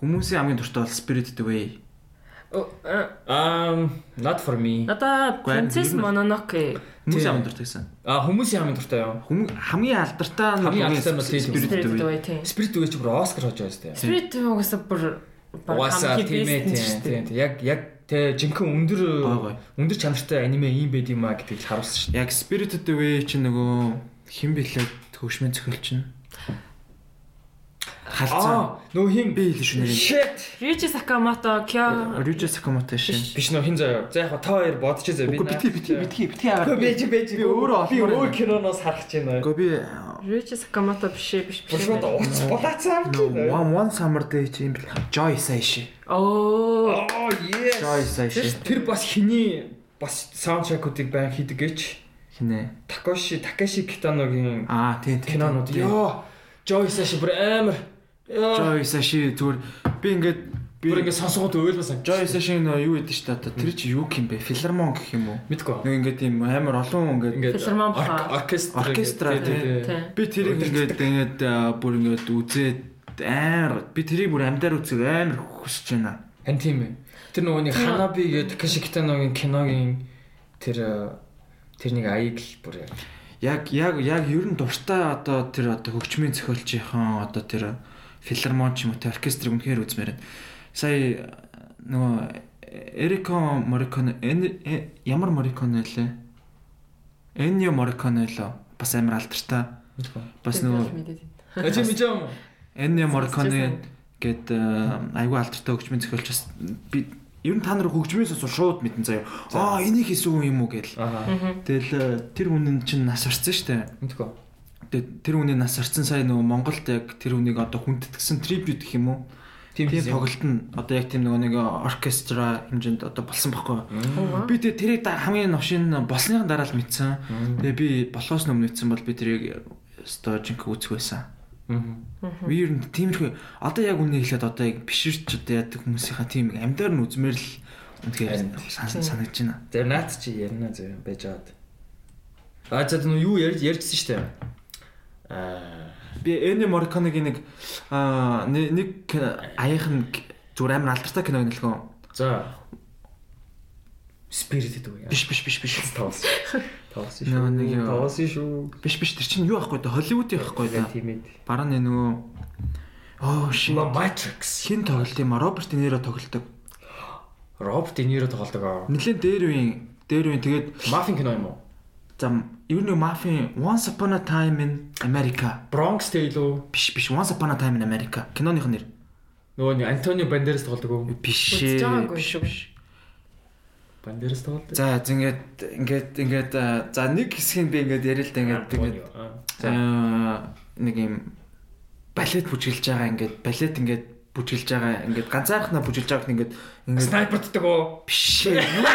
Speaker 3: хүмүүсийн хамгийн дуртай бол Spirit the Way.
Speaker 1: Оо,
Speaker 4: э,
Speaker 1: а,
Speaker 2: Um not for me.
Speaker 1: Надаа
Speaker 3: Гуай,
Speaker 1: Princess
Speaker 3: ер нь-
Speaker 1: Mononoke.
Speaker 3: Хүмүүс
Speaker 2: Тийм.
Speaker 3: хамгийн дуртай гэсэн.
Speaker 2: А хүмүүсийн хамгийн дуртай юм.
Speaker 3: Хүмүүс хамгийн алдартай нь
Speaker 2: Хамгийн
Speaker 3: бол
Speaker 2: алдартай нь бол тийм.
Speaker 3: Spirit the Way.
Speaker 1: Spirit тийм.
Speaker 2: Spirit үеч бүр Оскар хож байсан тийм.
Speaker 1: Spirit угаасаа бүр
Speaker 2: Угаасаа тийм ээ тийм, тийм. тийм. Яг яг тэ жинхэнэ өндөр
Speaker 3: Гой, гой.
Speaker 2: өндөр чанартай аниме ийм байд юм а гэдгийг л харуулсан шүү.
Speaker 3: Яг Spirit the Way чинь нөгөө хин билээ төгшмэн цохилч нь. Халцаа.
Speaker 2: Аа нөө хин
Speaker 3: Би хэлсэн шүү нэрийг.
Speaker 2: Shit.
Speaker 1: Ryuji Sakamoto Kyo
Speaker 3: Ryuji Sakamoto шин.
Speaker 2: Биш нөө хин заяа. За яг та хоёр бодож байгаа би.
Speaker 3: Үгүй бити бити бити бити аваад.
Speaker 2: Үгүй бэж бэж.
Speaker 3: Би өөрөө
Speaker 2: би өөр
Speaker 3: олмоор байна.
Speaker 2: киноноос харах гэж байна.
Speaker 3: Үгүй би
Speaker 1: Ryuji Sakamoto биш ээ, биш биш.
Speaker 2: Бүршүүд ууц булаацаа авч
Speaker 3: нөгөө
Speaker 2: байна.
Speaker 3: One One Summer Day чи юм бил. Joy Saishi.
Speaker 1: Оо.
Speaker 2: Оо yes.
Speaker 3: Joy Saishi.
Speaker 2: Тэр бас хиний бас саундтрекуудыг байн хийдэг гэж
Speaker 3: Хинэ.
Speaker 2: Такоши Такаши Китаногийн
Speaker 3: Аа тий тий.
Speaker 2: кинонууд
Speaker 3: тий.
Speaker 2: ёо Joyce шиг бүр амар ёо
Speaker 3: Joy Saishi зүгээр би ингээд би
Speaker 2: бүр ингэ сонсоход ойлмасан
Speaker 3: Joy Saishi нөө юу гэдэг чинь та тэр чи юу юм бэ? Филармон гэх юм уу?
Speaker 2: мэдгүй
Speaker 3: Нэг ингээд юм амар олон ингээд
Speaker 2: ингээд
Speaker 1: Филармон баха.
Speaker 2: оркестр
Speaker 3: Оркестра, тий.
Speaker 1: Тийм.
Speaker 3: Би тэрийг ингээд ингээд аа, бүр ингээд үзээд амар би тэрийг бүр амдаар үзэх амар хүсэж байна.
Speaker 2: хан тийм ээ тэр нөгөө нэг Ханаби гэдэг Такаши Китаногийн киногийн тэр э, тэр нэг аяг л бүр яг
Speaker 3: Яг яг яг ер нь дуртай одоо тэр одоо хөгжмийн зохиолчийн одоо тэр филармон ч юм уу тэр оркестрийг үнэхээр үзмээр байна. Сая нөгөө Эрико Мориконе Эн- Э- ямар Мориконе лээ? Эннио Мориконе лөө бас амар алдартай.
Speaker 2: мэдгүй
Speaker 3: Бас нөгөө
Speaker 2: а чи мэдэж юм
Speaker 3: Эннио Мориконе
Speaker 1: Сонсчихсан.
Speaker 3: гэд э, айгүй алдартай хөгжмийн зохиолч бас би ер нь та нар хөгжмийн сонсоо шууд мэдэн заяа. Аа энийг хийсэн хүн юм уу гэл.
Speaker 2: аа
Speaker 3: Тэгэл э, тэр хүн нь чинь нас орсон штэ.
Speaker 2: мэдгүй
Speaker 3: Тэгээд тэр хүний нас орсон сая нөгөө Монголд яг тэр хүнийг одоо хүндэтгсэн трибьют гэх юм уу?
Speaker 2: тийм
Speaker 3: Тийм
Speaker 2: биз юм.
Speaker 3: тоглолт нь одоо яг тийм нөгөө нэг оркестра хэмжээнд одоо болсон байхгүй юу?
Speaker 1: Ого.
Speaker 3: Би тэ- тэрийг да- хамгийн новшин болсныхан дараа л мэдсэн. Тэгээ би болохоос өмнө мэдсэн бол би тэрийг одоо жинк үзэх байсан.
Speaker 2: Мгм.
Speaker 3: Би ер нь тиймэрхүү одоо яг үнийг хэлээд одоо яг биширч одоо яадаг хүмүүсийнхаа тийм амьдаар нь үзмээр л
Speaker 2: Харин.
Speaker 3: үнэхээр сан- санагдаж байна.
Speaker 2: За наад чи ярина зөө байж аваад. А за нөө юу ярьж ярьжсэн штэ. Аа
Speaker 3: Би Энни Мориконыгийн нэг аа, нэ- нэг кино- аяхан зүгээр амар алдартай кино нэлгэн
Speaker 2: за Spirited үү?
Speaker 3: Биш биш биш биш.
Speaker 2: тавс. Тавс
Speaker 3: Нэг
Speaker 2: шүү.
Speaker 3: нэг юу.
Speaker 2: Тавс шүү.
Speaker 3: Биш биш тэр чинь юу байхгүй да Холливуудын байхгүй да.
Speaker 2: Яа тийм ээ.
Speaker 3: Бараа нэ нөгөө оо шин
Speaker 2: Matrix.
Speaker 3: хин тоглолт юм а Роберт Неро тоглолдог.
Speaker 2: Роберт Де Ниро тоглодог аа.
Speaker 3: Нилээн дээр үеийн дээр үеийн тэгээд
Speaker 2: Мафийн кино юм уу?
Speaker 3: зам ер нь мафийн Once Upon a Time in America
Speaker 2: Bronx Tale үү?
Speaker 3: биш биш Once Upon a Time in America киноных нэр
Speaker 2: Нөгөө нэг Антонио Бандерас тоглодог үү?
Speaker 3: биш
Speaker 1: Үзэж
Speaker 3: ээ,
Speaker 1: байгаагүй
Speaker 3: биш,
Speaker 1: шүү.
Speaker 3: биш.
Speaker 2: Бандерас тоглодог.
Speaker 3: За зингээд ингээд ингээд аа, за нэг хэсгийг би ингээд ярил л да ингээд ингээд
Speaker 2: За.
Speaker 3: Аа, Э, нэг юм балет бүжгэлж байгаа ингээд балет ингээд бүжгэлж байгаа ингээд ганцаархнаа бүжгэлж байгааг ингээд ингээд
Speaker 2: Снайпертдаг уу?
Speaker 3: биш ээ, юу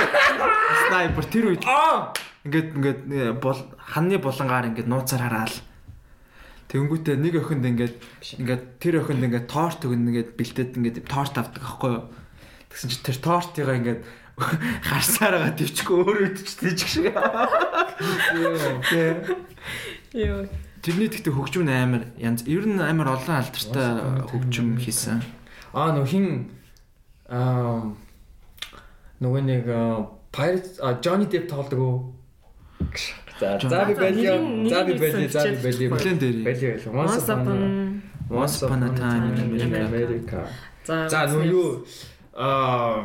Speaker 3: снайпер тэр үед
Speaker 2: Аа!
Speaker 3: ингээд ингээд э, бол ханны булангаар ингээд нууцаар хараал Тэнгүүтээ нэг охинд ингээд ингээд тэр охинд ингээд торт өгнө ингээд бэлдээд ингээд торт авдаг аахгүй юу. Тэгсэн чи тэр тортыгаа ингээд харсаар байгаа төвчгөө өөрөө идчихтэй ч гэх шиг. Тэ.
Speaker 1: Йоо.
Speaker 3: Тэрний тэгтээ хөгжим нь амар янз ер нь амар олон алдартай хөгжим хийсэн.
Speaker 2: Аа нөгөө хин аа нөгөө нэг аа, Pirates а Johnny Depp тоглодог үү? За за би
Speaker 1: Johnny-
Speaker 2: байлээ. За би
Speaker 1: Нэг- нэг
Speaker 2: байлээ. За
Speaker 1: сонирхчаад
Speaker 2: би байлээ.
Speaker 3: Хүлэн дээр.
Speaker 2: Байлээ байлээ.
Speaker 1: Once
Speaker 2: Once upon
Speaker 1: upon
Speaker 2: a-
Speaker 3: Once upon a time in
Speaker 2: America.
Speaker 1: За.
Speaker 2: За нөө юу аа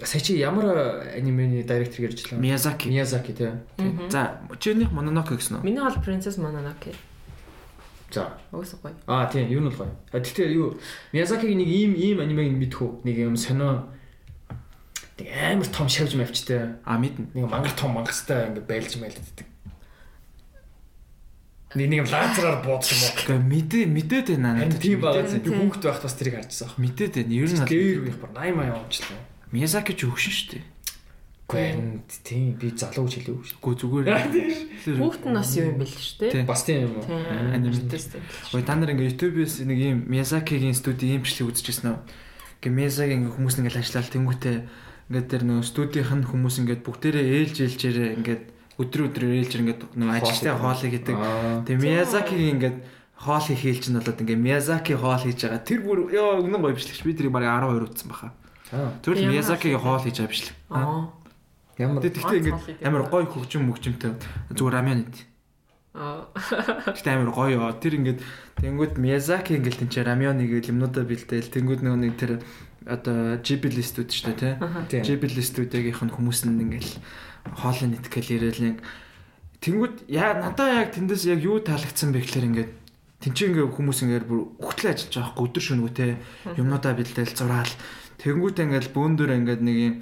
Speaker 2: сая чи ямар анимений директор гэрж лээ?
Speaker 3: Миязаки.
Speaker 2: Миязаки тий.
Speaker 3: За, чинийх Mononoke гэсэн үү?
Speaker 4: Миний бол Princess Mononoke.
Speaker 2: За.
Speaker 4: Өсөх гоё.
Speaker 2: Аа тийм, юу нь бол гоё. А тэгтээ юу Миязакигийн нэг ийм ийм анимег мэдхүү. Нэг юм сонио нэг амар том шавж мавчтай.
Speaker 3: А мэднэ.
Speaker 2: Нэг мангар том мангастай ингэ байлж мэлддэг. Нэг нэг юм лазераар буудсан юм уу?
Speaker 3: Гэхдээ мэдээ мэдээд байна
Speaker 2: Ань
Speaker 3: надад.
Speaker 2: тийм байгаа зү.
Speaker 1: тийм.
Speaker 2: Хүүхд байхад бас тэрийг харжсан.
Speaker 3: Мэдээд байна. Ер
Speaker 2: Лэр
Speaker 3: нь бол
Speaker 2: их бар 80 маяг омчлоо.
Speaker 3: Миязаки ч өгшин шүү дээ.
Speaker 2: Гэнт тийм би залуу гэж хэлээгүй шүү.
Speaker 3: Гүү зүгээр. Тэр-
Speaker 4: Хүүхэд нь бас юу юм бэл шүү дээ.
Speaker 3: Тийм.
Speaker 2: Бас тийм юм уу?
Speaker 3: Анимент. Ой та нар ингээ YouTube-с нэг ийм Миязакигийн студийн имчлэг үзчихсэн үү? Ингээ Миязаки ингээ хүмүүс ингээ ажиллаал тэнгуүтэй ингээ тэр нөө студийнх нь хүмүүс ингээ бүгдээрээ ээлж ээлжээрээ ингээ өдрө өдрөөр ээлж ингээ нөө ажилтай хоол хийдэг.
Speaker 2: Аа.
Speaker 3: Тэгээ Миязакигийн ингээ хоол хийх хэл чинь болоод ингээ Миязаки хоол хийж байгаа. Тэр бүр ёо үнэн гоё бичлэгч би тэрийг бараг 12 утсан баха.
Speaker 2: Аа.
Speaker 3: Зөвхөн
Speaker 4: Ямар
Speaker 3: Миязакигийн хоол хийж байгаа бичлэг.
Speaker 4: Аа.
Speaker 2: Ямар
Speaker 3: Тэгээ тэгтээ
Speaker 4: Хоол
Speaker 3: ингээ
Speaker 4: хийдэг.
Speaker 3: амар гоё хөгжим мөгжимтэй зүгээр рамен идэ.
Speaker 4: Аа.
Speaker 3: Гэхдээ амар гоё. аа. Тэр ингээд тэнгууд Миязаки ингээд тэнцээ рамёны гэл юмнуудаа бэлдээл. Тэнгууд нөгөө нэг тэр одоо Ghibli студ ч тэ.
Speaker 2: Тийм.
Speaker 3: Ghibli студиогийнх нь хүмүүс нь ингээд хоолын нэтгэл ирээл нэг тэнгууд яа надаа яг тэндээс яг юу таалагдсан бэ гэхээр ингээд тэнцээ ингээд хүмүүс ингээд бүр өгтлээ ажиллаж байгаа хөөх өдөр шөнөгөө тэ. Юмнуудаа бэлдээл зураал. Тэнгууд ингээд бөөндөр ингээд нэг юм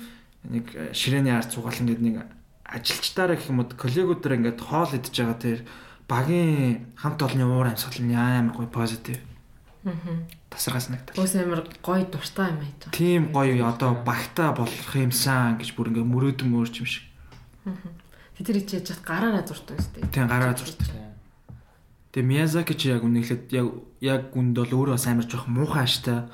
Speaker 3: нэг э, ширээний ард цугаал ингээд нэг ажилчдаараа гэх юм уу коллегуудаар ингээд хоол идж байгаа тэр багийн хамт олонны уур амьсгал нь амар гоё позитив. Тасаргаас нагдал.
Speaker 4: Өс амар гоё дуртай юм байж байгаа.
Speaker 3: Тийм гоё одоо багтаа болох юмсан гэж бүр ингээд мөрөөдөн мөрч юм шиг.
Speaker 4: Тэр хийж яж чад гараараа зурдаг шүү дээ.
Speaker 3: Тийм гараа зурт. Тэгээ Миязаки ч яг үнэхээр яг яг үнд бол өөрөө бас амар жоох муухай аштай.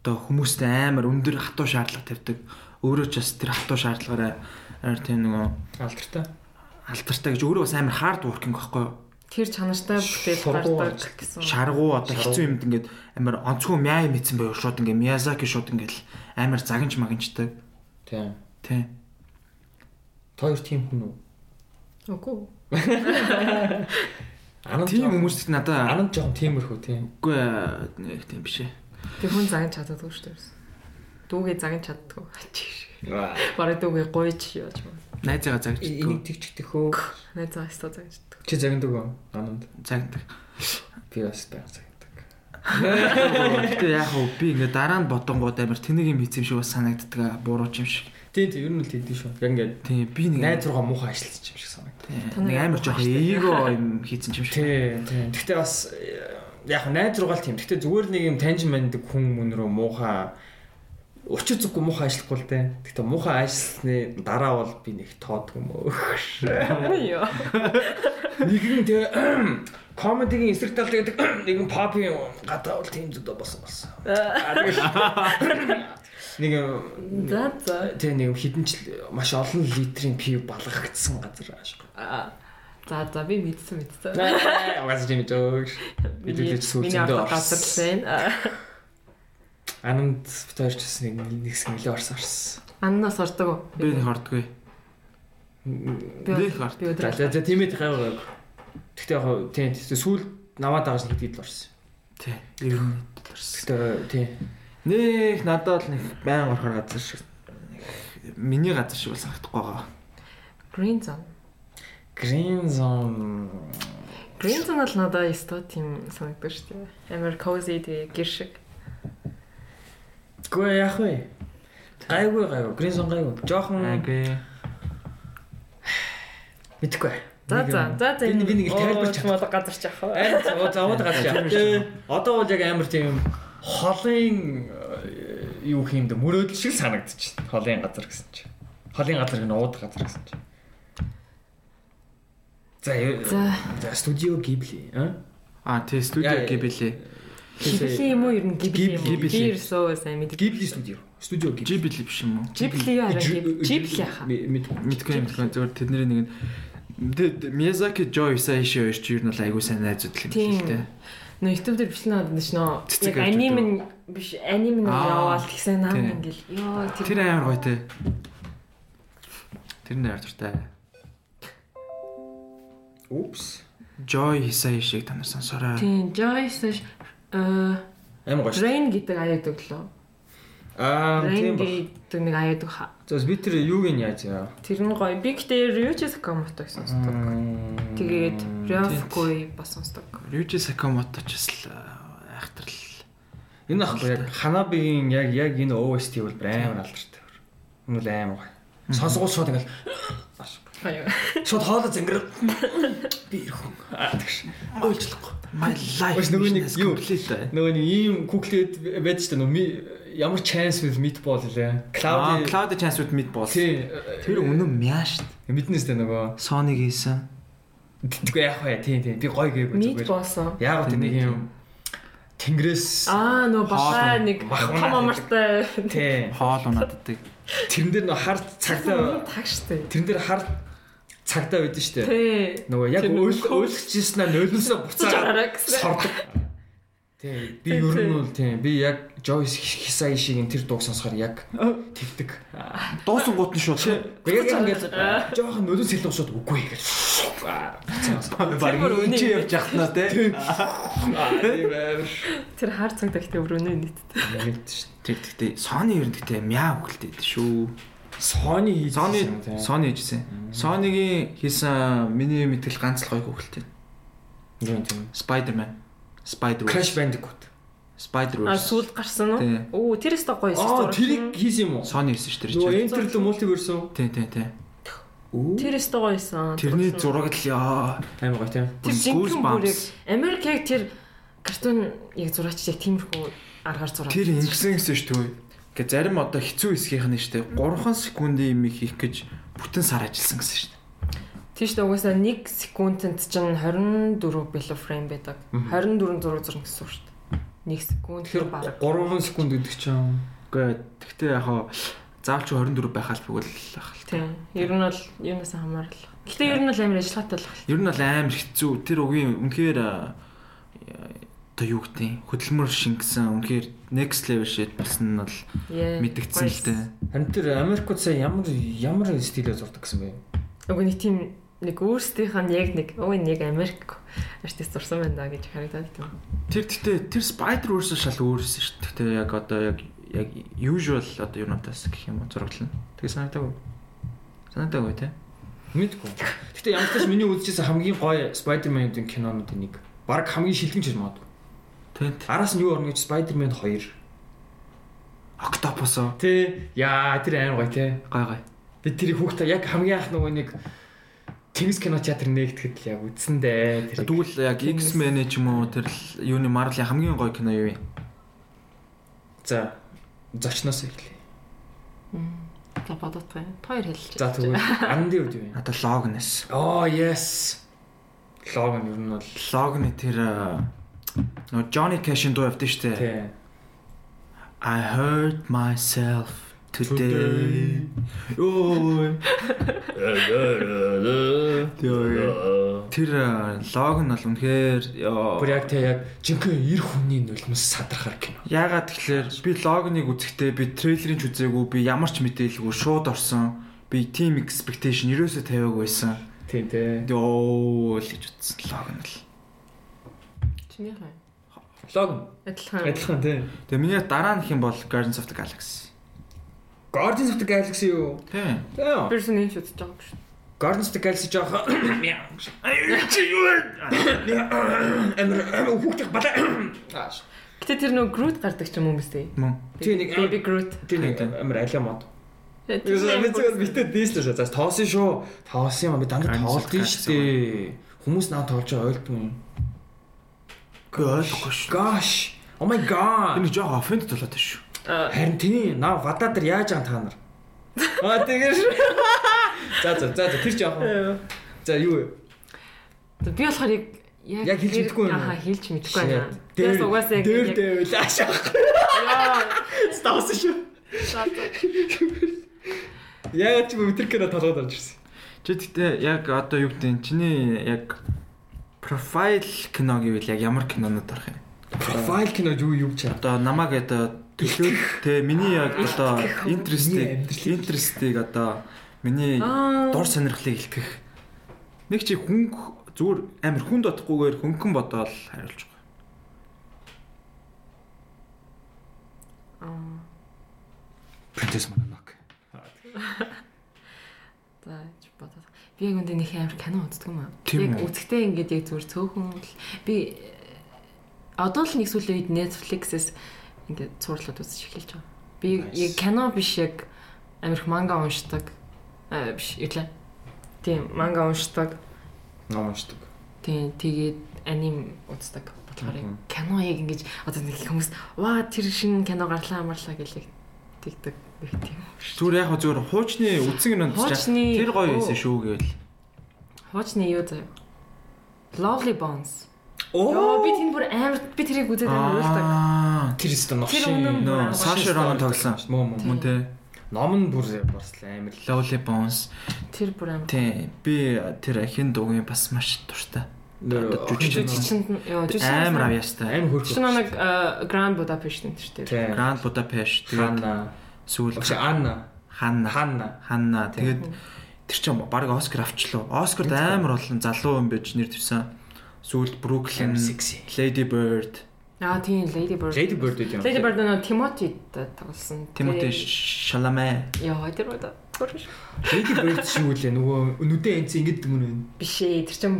Speaker 3: Одоо хүмүүст амар өндөр хатуу шаардлага тавьдаг. Өөрөө ч бас тэр хатуу шаардлагаараа амар тийм нөгөө
Speaker 2: алдартай.
Speaker 3: алдартай гэж өөрөө бас амар хард воркинг байхгүй юу?
Speaker 4: Тэр чанартай бүтээл
Speaker 2: Сургуул.
Speaker 4: гардаг гэсэн.
Speaker 3: шаргуу одоо
Speaker 2: Шаргуу.
Speaker 3: хэцүү юмд ингээд амар онцгой мяа юм ийцэн байв шууд ингээд Миязаки шууд ингээд л амар загинж магинчдаг
Speaker 2: Тийм.
Speaker 3: тий
Speaker 2: Тоор тийм хүн үү?
Speaker 4: Үгүй.
Speaker 2: Анан
Speaker 3: тийм
Speaker 2: жоохон-
Speaker 3: хүмүүс их надаа
Speaker 2: анан жоохон тиймэрхүү тийм.
Speaker 3: үгүй ээ, нэг тийм биш ээ
Speaker 4: Тэр хүн загин чаддаггүй шүү дээ. ерөөс. Дүүгээ загин чаддаггүй. Ачиш.
Speaker 2: Аа.
Speaker 4: Бараг дүүгээ гойж яаж юм.
Speaker 3: найзыгаа загинждаг
Speaker 2: тэгчихдэгхөө.
Speaker 4: Найз заа хэвээр загин чаддаг.
Speaker 2: Чи загнадаг уу? Ананд
Speaker 3: загиндаг
Speaker 2: би бас байга загнадаг.
Speaker 3: гэхдээ яг уу би ингээд дараа нь бодонгууд амар тэнийг юм хийц юм шиг бас санагддаг аа, буруу ч юм шиг
Speaker 2: Тийм тийм ер нь л тэгдэг шүү. Яг ингээд
Speaker 3: тий би нэг
Speaker 2: найз зурга муухай ажилтсан юм шиг санагдав.
Speaker 3: тий, нэг амар жоохон эго юм хийцэн юм шиг
Speaker 2: Тийм тийм. Гэхдээ бас э, яг нь найз зургаал тийм. Гэхдээ зүгээр нэг юм таньж мэддэг хүн мөн рүү муухай учир зүггүй муухай ажиллахгүй л дээ. Гэхдээ муухай ажилласны дараа бол би нэг тоод юм өө.
Speaker 4: Ой ёо.
Speaker 2: Нэг нь тэгээ комедигийн эсрэг талд гэдэг нэг нь попын гадаа бол тийм зүйл болсон болсон. Аа, тэгэл. Нэг юм,
Speaker 4: За за.
Speaker 2: тэгээ нэг юм хідэнч маш олон литрийн пив балгагдсан газар аашгүй.
Speaker 4: Аа. За за би мэдсэн мэдсэн.
Speaker 2: Угаас тийм дөөш.
Speaker 4: Миний
Speaker 2: Бидүүлж
Speaker 4: миний авах
Speaker 2: сүүлдээ.
Speaker 4: газар сайн.
Speaker 2: Ананд битэрч бас нэг нэг хэсэг нэлээ орсон орсон.
Speaker 4: Аннаас ордог уу?
Speaker 3: би нэг хардгүй нэг хард.
Speaker 4: Би
Speaker 2: За
Speaker 4: өдрөө.
Speaker 2: за за, тиймээд гайваа. Тэгтээ яг тийм сүүл наваад байгаас нэг дээд л орсон.
Speaker 3: тий ер нь төрс
Speaker 2: Тэгтээ тийм.
Speaker 3: Нэг надад л нэг байн орхор газар шиг нэг миний газар шиг бол санагдахгүй байгаа.
Speaker 4: Green Zone.
Speaker 2: Green Zone
Speaker 4: Green Zone бол надад өстой тийм санагддаг шүү дээ. Амар cozy тэгээ гэр шиг.
Speaker 2: Гүй яах вэ? Гайгүй гайгүй. Грин сон гайгүй. Жохон
Speaker 3: Агүй.
Speaker 2: мэдхгүй.
Speaker 4: За
Speaker 2: Нэг
Speaker 4: за
Speaker 2: юм.
Speaker 4: за за.
Speaker 2: Би би нэг л тайлбарч чадах.
Speaker 4: чадах газар чаах.
Speaker 2: Аа зав- завод гарч яа. Одоо бол яг амар тийм холын э, юу юм дэ мөрөөдөл шиг санагдчихэ. Холын газар гэсэн чинь. Холын газар гэнэ ууд газар гэсэн чинь. За э,
Speaker 4: За.
Speaker 2: за студио Ghibli а?
Speaker 3: А тий
Speaker 2: Яа,
Speaker 3: студио Ghibli.
Speaker 4: Гибли юм уу ер нь гибли юм
Speaker 2: Ghibli.
Speaker 4: уу? Би ерөөсөө сайн мэддэг.
Speaker 2: Ghibli студио. Студио Ghibli.
Speaker 3: Ghibli биш юм уу?
Speaker 4: Ghibli яа Ghibli яхаа.
Speaker 2: Мэд
Speaker 3: Мэдгүй юм тэгэхээр зөвөр тэдний нэг нь- Тэ- тэ, Miyazaki Joe Hisaishi хоёр ч ер нь бол айгүй сайн найзууд л юм
Speaker 4: Тийм.
Speaker 3: шиг тий.
Speaker 4: Нөө YouTube дээр бичлэн аваад байна шнөө.
Speaker 3: Цэцэг
Speaker 4: Яг
Speaker 3: авч
Speaker 4: аним нь биш аним нь
Speaker 3: Аа.
Speaker 4: яваал тэгсэн нам
Speaker 3: Тийм.
Speaker 4: ингээл. Йоо
Speaker 3: Тэр амар гоё тий. Тэр нэр дуртай.
Speaker 2: Упс.
Speaker 3: Joe Hisaishi-г та нар сонсороо.
Speaker 4: Тийм, Joyce Э
Speaker 2: Амар гоё шүү.
Speaker 4: Rain гэдэг аяад өглөө.
Speaker 2: Аа
Speaker 4: Rain
Speaker 2: тийм ба.
Speaker 4: гэдэг нэг аяад өг.
Speaker 2: Зөөс би тэр юуг нь яаж яа.
Speaker 4: Тэр нь гоё. Би гэдэг Ryuichi Sakamoto гэсэн сонсдог. Тэгээд Ryofukui бас сонсдог.
Speaker 3: Ryuji Sakamoto ч бас л э, аа, айхтрал.
Speaker 2: Энэ ахгүй яг Ханабигийн яг яг энэ OST бол амар алдартай. Энэ бол амар гоё. Сонсгол шууд ингээл
Speaker 4: Аяа.
Speaker 2: шууд хоолоо зингэр би ирэх юм. Аа тэгш. Ойлцлохгүй.
Speaker 3: My life.
Speaker 2: Бас нөгөө нэг
Speaker 3: is
Speaker 2: юу?
Speaker 3: complete. э?
Speaker 2: Нөгөө нэг ийм куклет байдаг шүү дээ. нөгөө ми- Ямар chance with meatball лээ.
Speaker 3: Аа,
Speaker 2: Cloudy
Speaker 3: Cloud Chance-ууд мэд
Speaker 2: Ah.
Speaker 3: болсон.
Speaker 2: Тий.
Speaker 3: Тэр үнэн мяа штт.
Speaker 2: Мэднэс тэ нөгөө.
Speaker 3: Sony гисэн.
Speaker 2: Тэггүй яах вэ? Тий, тий. Би гой гээгүй
Speaker 4: Meat болсон.
Speaker 2: Яг гот нэг юм тэнгэрээс
Speaker 4: Аа нөө бахаа
Speaker 3: Хоол.
Speaker 4: нэг
Speaker 2: Бахаа
Speaker 4: том амартай.
Speaker 2: тий.
Speaker 3: Хоол унааддаг.
Speaker 2: Тэрэн дээр нөгөө хар цагтаа
Speaker 4: Тагштай.
Speaker 2: тэрэн дээр хар цагтаа байдсан шүү дээ.
Speaker 4: Тэ.
Speaker 2: Нөгөө яг
Speaker 4: Тэр
Speaker 2: өөл өөлгчжсэн нь нойлносоо
Speaker 4: Цаж
Speaker 2: буцаад
Speaker 4: гараа гэсэн.
Speaker 2: сордог. Тий, би ер нь бол тий, би яг Joyce Hisai шиг энэ тэр дууг сонсохоор яг тэгдэг.
Speaker 3: Дуусан гут нь шууд.
Speaker 2: Гэхдээ яг ингэж жоохон нөлөөс илүү шууд үгүй гэж. Аа, буцаад.
Speaker 4: бүр
Speaker 3: Барин
Speaker 4: үнэн.
Speaker 3: чи явж яхна те.
Speaker 2: Аа, тийм байв.
Speaker 4: Тэр хар цаг дахтай өрөөнөө нийтдээ.
Speaker 2: Мэдэн шүү.
Speaker 3: Тэг тэгтээ Sony ерөнхийдөө мяа хөглдээд шүү.
Speaker 2: Sony хийж
Speaker 3: Sony
Speaker 2: байсан, тий.
Speaker 3: Sony хийжсэн. Sony-гийн хийсэн миний мэтгэл ганц л гоё хөглтэй.
Speaker 2: Тийм, тийм.
Speaker 3: Spider-Man. Spider-Man.
Speaker 2: Crash Bandicoot.
Speaker 4: А
Speaker 3: Spider-Man.
Speaker 4: сүлд гарсан уу?
Speaker 3: Тэ.
Speaker 4: Оо тэр өстө гоё
Speaker 2: Аа,
Speaker 4: зураг.
Speaker 2: тэрийг хийсэн юм уу?
Speaker 3: Sony хийсэн шүү
Speaker 2: Нөгөө
Speaker 3: дээ.
Speaker 2: Enter the Multiverse үү?
Speaker 3: Тий, тий, тий.
Speaker 4: Тэр өстө гоё байсан.
Speaker 3: Тэрний зураг л яа.
Speaker 2: Амар гоё тийм.
Speaker 4: Тэр жинхэнэ
Speaker 3: Goosebumps.
Speaker 4: бүрийг Америк яг тэр картун яг зураач яг тиймэрхүү аргаар зураг.
Speaker 3: Тэр ингэсэн гэсэн шүү дээ. Ингээ зарим одоо хэцүү хэсгийнх нь шүү дээ. 3 секундын юм хийх гэж бүтэн сар ажилласан гэсэн шүү дээ.
Speaker 4: Тийш дээ угаасаа 1 секундэд чинь 24 билүү фрейм байдаг. 24 зураг зурна гэсэн үг шүү дээ. 1 секунд
Speaker 2: Тэгэхээр
Speaker 4: тэр баг.
Speaker 2: 3 секунд өгдөг ч юм.
Speaker 3: Үгүй тэгтээ яг хаа заавч 24 байхаа л бүгэл ах л.
Speaker 4: Тийм. Ер нь бол юунаас хамаарлах. Гэхдээ ер нь л амар ажиллагаатай л байна.
Speaker 3: Ер нь бол амар хэцүү. Тэр үгийн үнэхээр аа, одоо юу гэдэг нь хөдөлмөр шингэсэн. Үнэхээр next level shit гэсэн нь бол
Speaker 4: Яа.
Speaker 3: мэдгдсэн л дээ.
Speaker 2: Харин тэр Америкууд сая ямар ямар стилээр зурдаг гэсэн бэ?
Speaker 4: Уг нэг тийм нэг өөрсдийнх нь яг нэг өө нэг Америк артист зурсан байна да гэж харагдаад байна.
Speaker 3: Тэр тэгтээ тэр Spider-Verse шал өөрөөсөн шүү дээ. Тэгтээ яг одоо яг яг usual одоо юунаас гэх юм уу зураглана. Тэгээ санагдаагүй. Санагдаагүй те.
Speaker 2: Мэдгүй. Гэтэ ямар ч тач миний үзчихсэн хамгийн гоё Spider-Man-ийн кинонууд нэг. Бараг хамгийн шилдэгч юм аа.
Speaker 3: Тэнт.
Speaker 2: Араас нь юу орно гэж Spider-Man 2.
Speaker 3: Octopus-о
Speaker 2: Тэ яа тэр амар гоё те.
Speaker 3: гай гай.
Speaker 2: Би тэрийг хүүхдээ яг хамгийн анх нөгөө нэг Тэнгис кино театр нэгтгэхэд л яг үзсэн дээ. тэрийг.
Speaker 3: Тэгвэл яг X-Men ч юм уу тэр л юуны Marvel-ийн хамгийн гоё кино юу вэ?
Speaker 2: За зочноос эхлэе.
Speaker 4: За бодот байна. Тоёр хэлж.
Speaker 2: За тэгвэл Анди үд юу вэ?
Speaker 3: Надад Logan-эс.
Speaker 2: Оо yes. Логан ер нь бол
Speaker 3: Logan-ы тэр аа, нөгөө Johnny Cash-ийн дуу явдсан шүү дээ.
Speaker 2: тий.
Speaker 3: I hurt myself today. Ой. Тэр аа, Logan бол үнэхээр ёо.
Speaker 2: Бүр яг тэ яг жинхэнэ эр хүний нулимс садрахар кино.
Speaker 3: Яагаад тэгэхээр би логиныг үзэхдээ би трейлерыг ч үзээгүй би ямар ч мэдээлгүй шууд орсон. Би team expectation ерөөсөө тавиагүй байсан.
Speaker 2: Тийм тий.
Speaker 3: Дөө л гэж утсан логин л.
Speaker 4: Чиний хаа.
Speaker 2: Логан
Speaker 4: Адилхан.
Speaker 2: адилхан тий.
Speaker 3: Тэгээ миний дараа нөх юм бол Guardians of the Galaxy.
Speaker 2: Guardians of the Galaxy юу?
Speaker 3: Тийм.
Speaker 2: Тий.
Speaker 4: Person юм шүтж байгаа гэж.
Speaker 2: Guardians of the Galaxy жоох Аюу чи юу вэ? Амир амир хүүхдээ балай. Ааш.
Speaker 4: Гэтэ тэр нөгөө Groot гардаг ч юм уу мэс тээ.
Speaker 3: Мөн.
Speaker 2: Тий, нэг-
Speaker 4: Baby Groot.
Speaker 2: Тий нэг
Speaker 3: Тийм, тийм.
Speaker 2: амир алиа мод.
Speaker 4: Тэр нэг
Speaker 2: Юу битээ дээслээ шээ. За тоосон шүү. Тоосон юм аа. би дандаа
Speaker 3: Guardians of
Speaker 2: тоолд
Speaker 3: the
Speaker 2: нь
Speaker 3: Galaxy
Speaker 2: штэ. Хүмүүс наа тоолж байгаа ойлдгүй юм.
Speaker 3: Гэхдээ ойлгохгүй шүү.
Speaker 2: Gosh. Oh my
Speaker 3: Тэр
Speaker 2: god.
Speaker 3: нэг жоохон offend болоод шүү.
Speaker 2: Харин тийм наа гадаа дээр яаж байгаа та нар. Аа тэгэр. За за за за, тэр жоох. За юу вэ?
Speaker 4: Би болохоор яг
Speaker 2: Яг хэлж мэдэхгүй юм уу?
Speaker 4: Аа хэлж мэдэхгүй байна.
Speaker 2: Shit.
Speaker 4: Тэрс угаасаа яг
Speaker 2: дээр
Speaker 4: яг-
Speaker 2: дээр байлаа шах. Стаасан шүү. Яагаад ч юм тэр кино толгойд орж ирсэн.
Speaker 3: Чи тэгтээ яг одоо юу гэдэг нь чиний яг профайл кино гэвэл яг ямар кинонууд арах юм?
Speaker 2: Профайл кино юу юу ч юм.
Speaker 3: Одоо намаг одоо төлөө те миний яг одоо
Speaker 2: Миний
Speaker 3: интерестийг
Speaker 2: амьдралыг.
Speaker 3: интерестийг одоо миний
Speaker 4: Аа.
Speaker 3: дур сонирхлыг илтгэх. Нэг чи хүн зүгээр амар хүн дотхгүйгээр хөнгөн бодоол хариулж байгаа.
Speaker 4: Би яг үндэ нэг амар кино үздэг юм аа.
Speaker 3: Тийм
Speaker 4: Яг
Speaker 3: үү?
Speaker 4: үзэхдээ ингээд яг зүгээр цөөхөн л би э, одоо л нэг сүүлийн үед Netflix-с ингээд цуурлаад үзэж эхэлж байгаа. Би
Speaker 2: Nice.
Speaker 4: яг кино биш яг америк манга уншдаг. Аа биш үлээ. Тийм, манга уншдаг.
Speaker 2: ном уншдаг.
Speaker 4: Тийм, тэгээд аним үздэг болохоор яг
Speaker 2: Мгм.
Speaker 4: кино яг ингэж одоо нэг хүмүүс ваа тэр шинэ кино гарлаа амарлаа гэлэг тэгдэг байх тийм.
Speaker 3: Зүгээр яг хөө зүгээр хуучны үдсэн гэнэ үзчихээ.
Speaker 4: Хуучны-
Speaker 3: Тэр гоё байсан шүү гээл.
Speaker 4: Хуучны юу заяа? Lovely Bones. Йоо би тэнд бүр амар би тэрийг үзээд амар уйлдаг.
Speaker 3: Аа.
Speaker 2: тэр өстө
Speaker 4: Тэр
Speaker 2: новшин
Speaker 4: өмнө бүр амар
Speaker 3: Нөө Саша Ронон тоглосон.
Speaker 2: Мөн мөн.
Speaker 3: Мөн тэ.
Speaker 2: Ном нь бүр барсл амар л.
Speaker 3: Lovely Bones.
Speaker 4: Тэр бүр амар.
Speaker 3: Тий. Би тэр хин дуугийн бас маш дуртай.
Speaker 2: Нөр-
Speaker 3: Жүжигч
Speaker 4: Жичинд нь- ёо жичинд.
Speaker 3: Амар авьяастай.
Speaker 2: Амар хөрх.
Speaker 4: Жичинд нэг э, Grand Budapest нь шүү дээ.
Speaker 2: Тийм.
Speaker 3: Grand Budapest тэгээд
Speaker 2: Ханна.
Speaker 3: сүүл
Speaker 2: Багш Анна.
Speaker 3: Ханна.
Speaker 2: Ханна.
Speaker 3: Ханна. Тэгээд тэр чинь баг Оскар авчлаа. Оскарт амар олон залуу юм байж нэр төрсэн. Сүүлд Brooklyn,
Speaker 2: Амар секси.
Speaker 3: Lady Bird,
Speaker 4: Аа тийм Lady Bird.
Speaker 2: Lady Bird үү юм.
Speaker 4: Lady Bird нь Timothy тоглосон.
Speaker 3: Timothée Chalamet.
Speaker 4: Яа, тэр бол хурш.
Speaker 2: Lady Bird шүү лээ нөгөө нүдэн эмц ингэдэг юм нүн.
Speaker 4: Биш ээ, тэр чин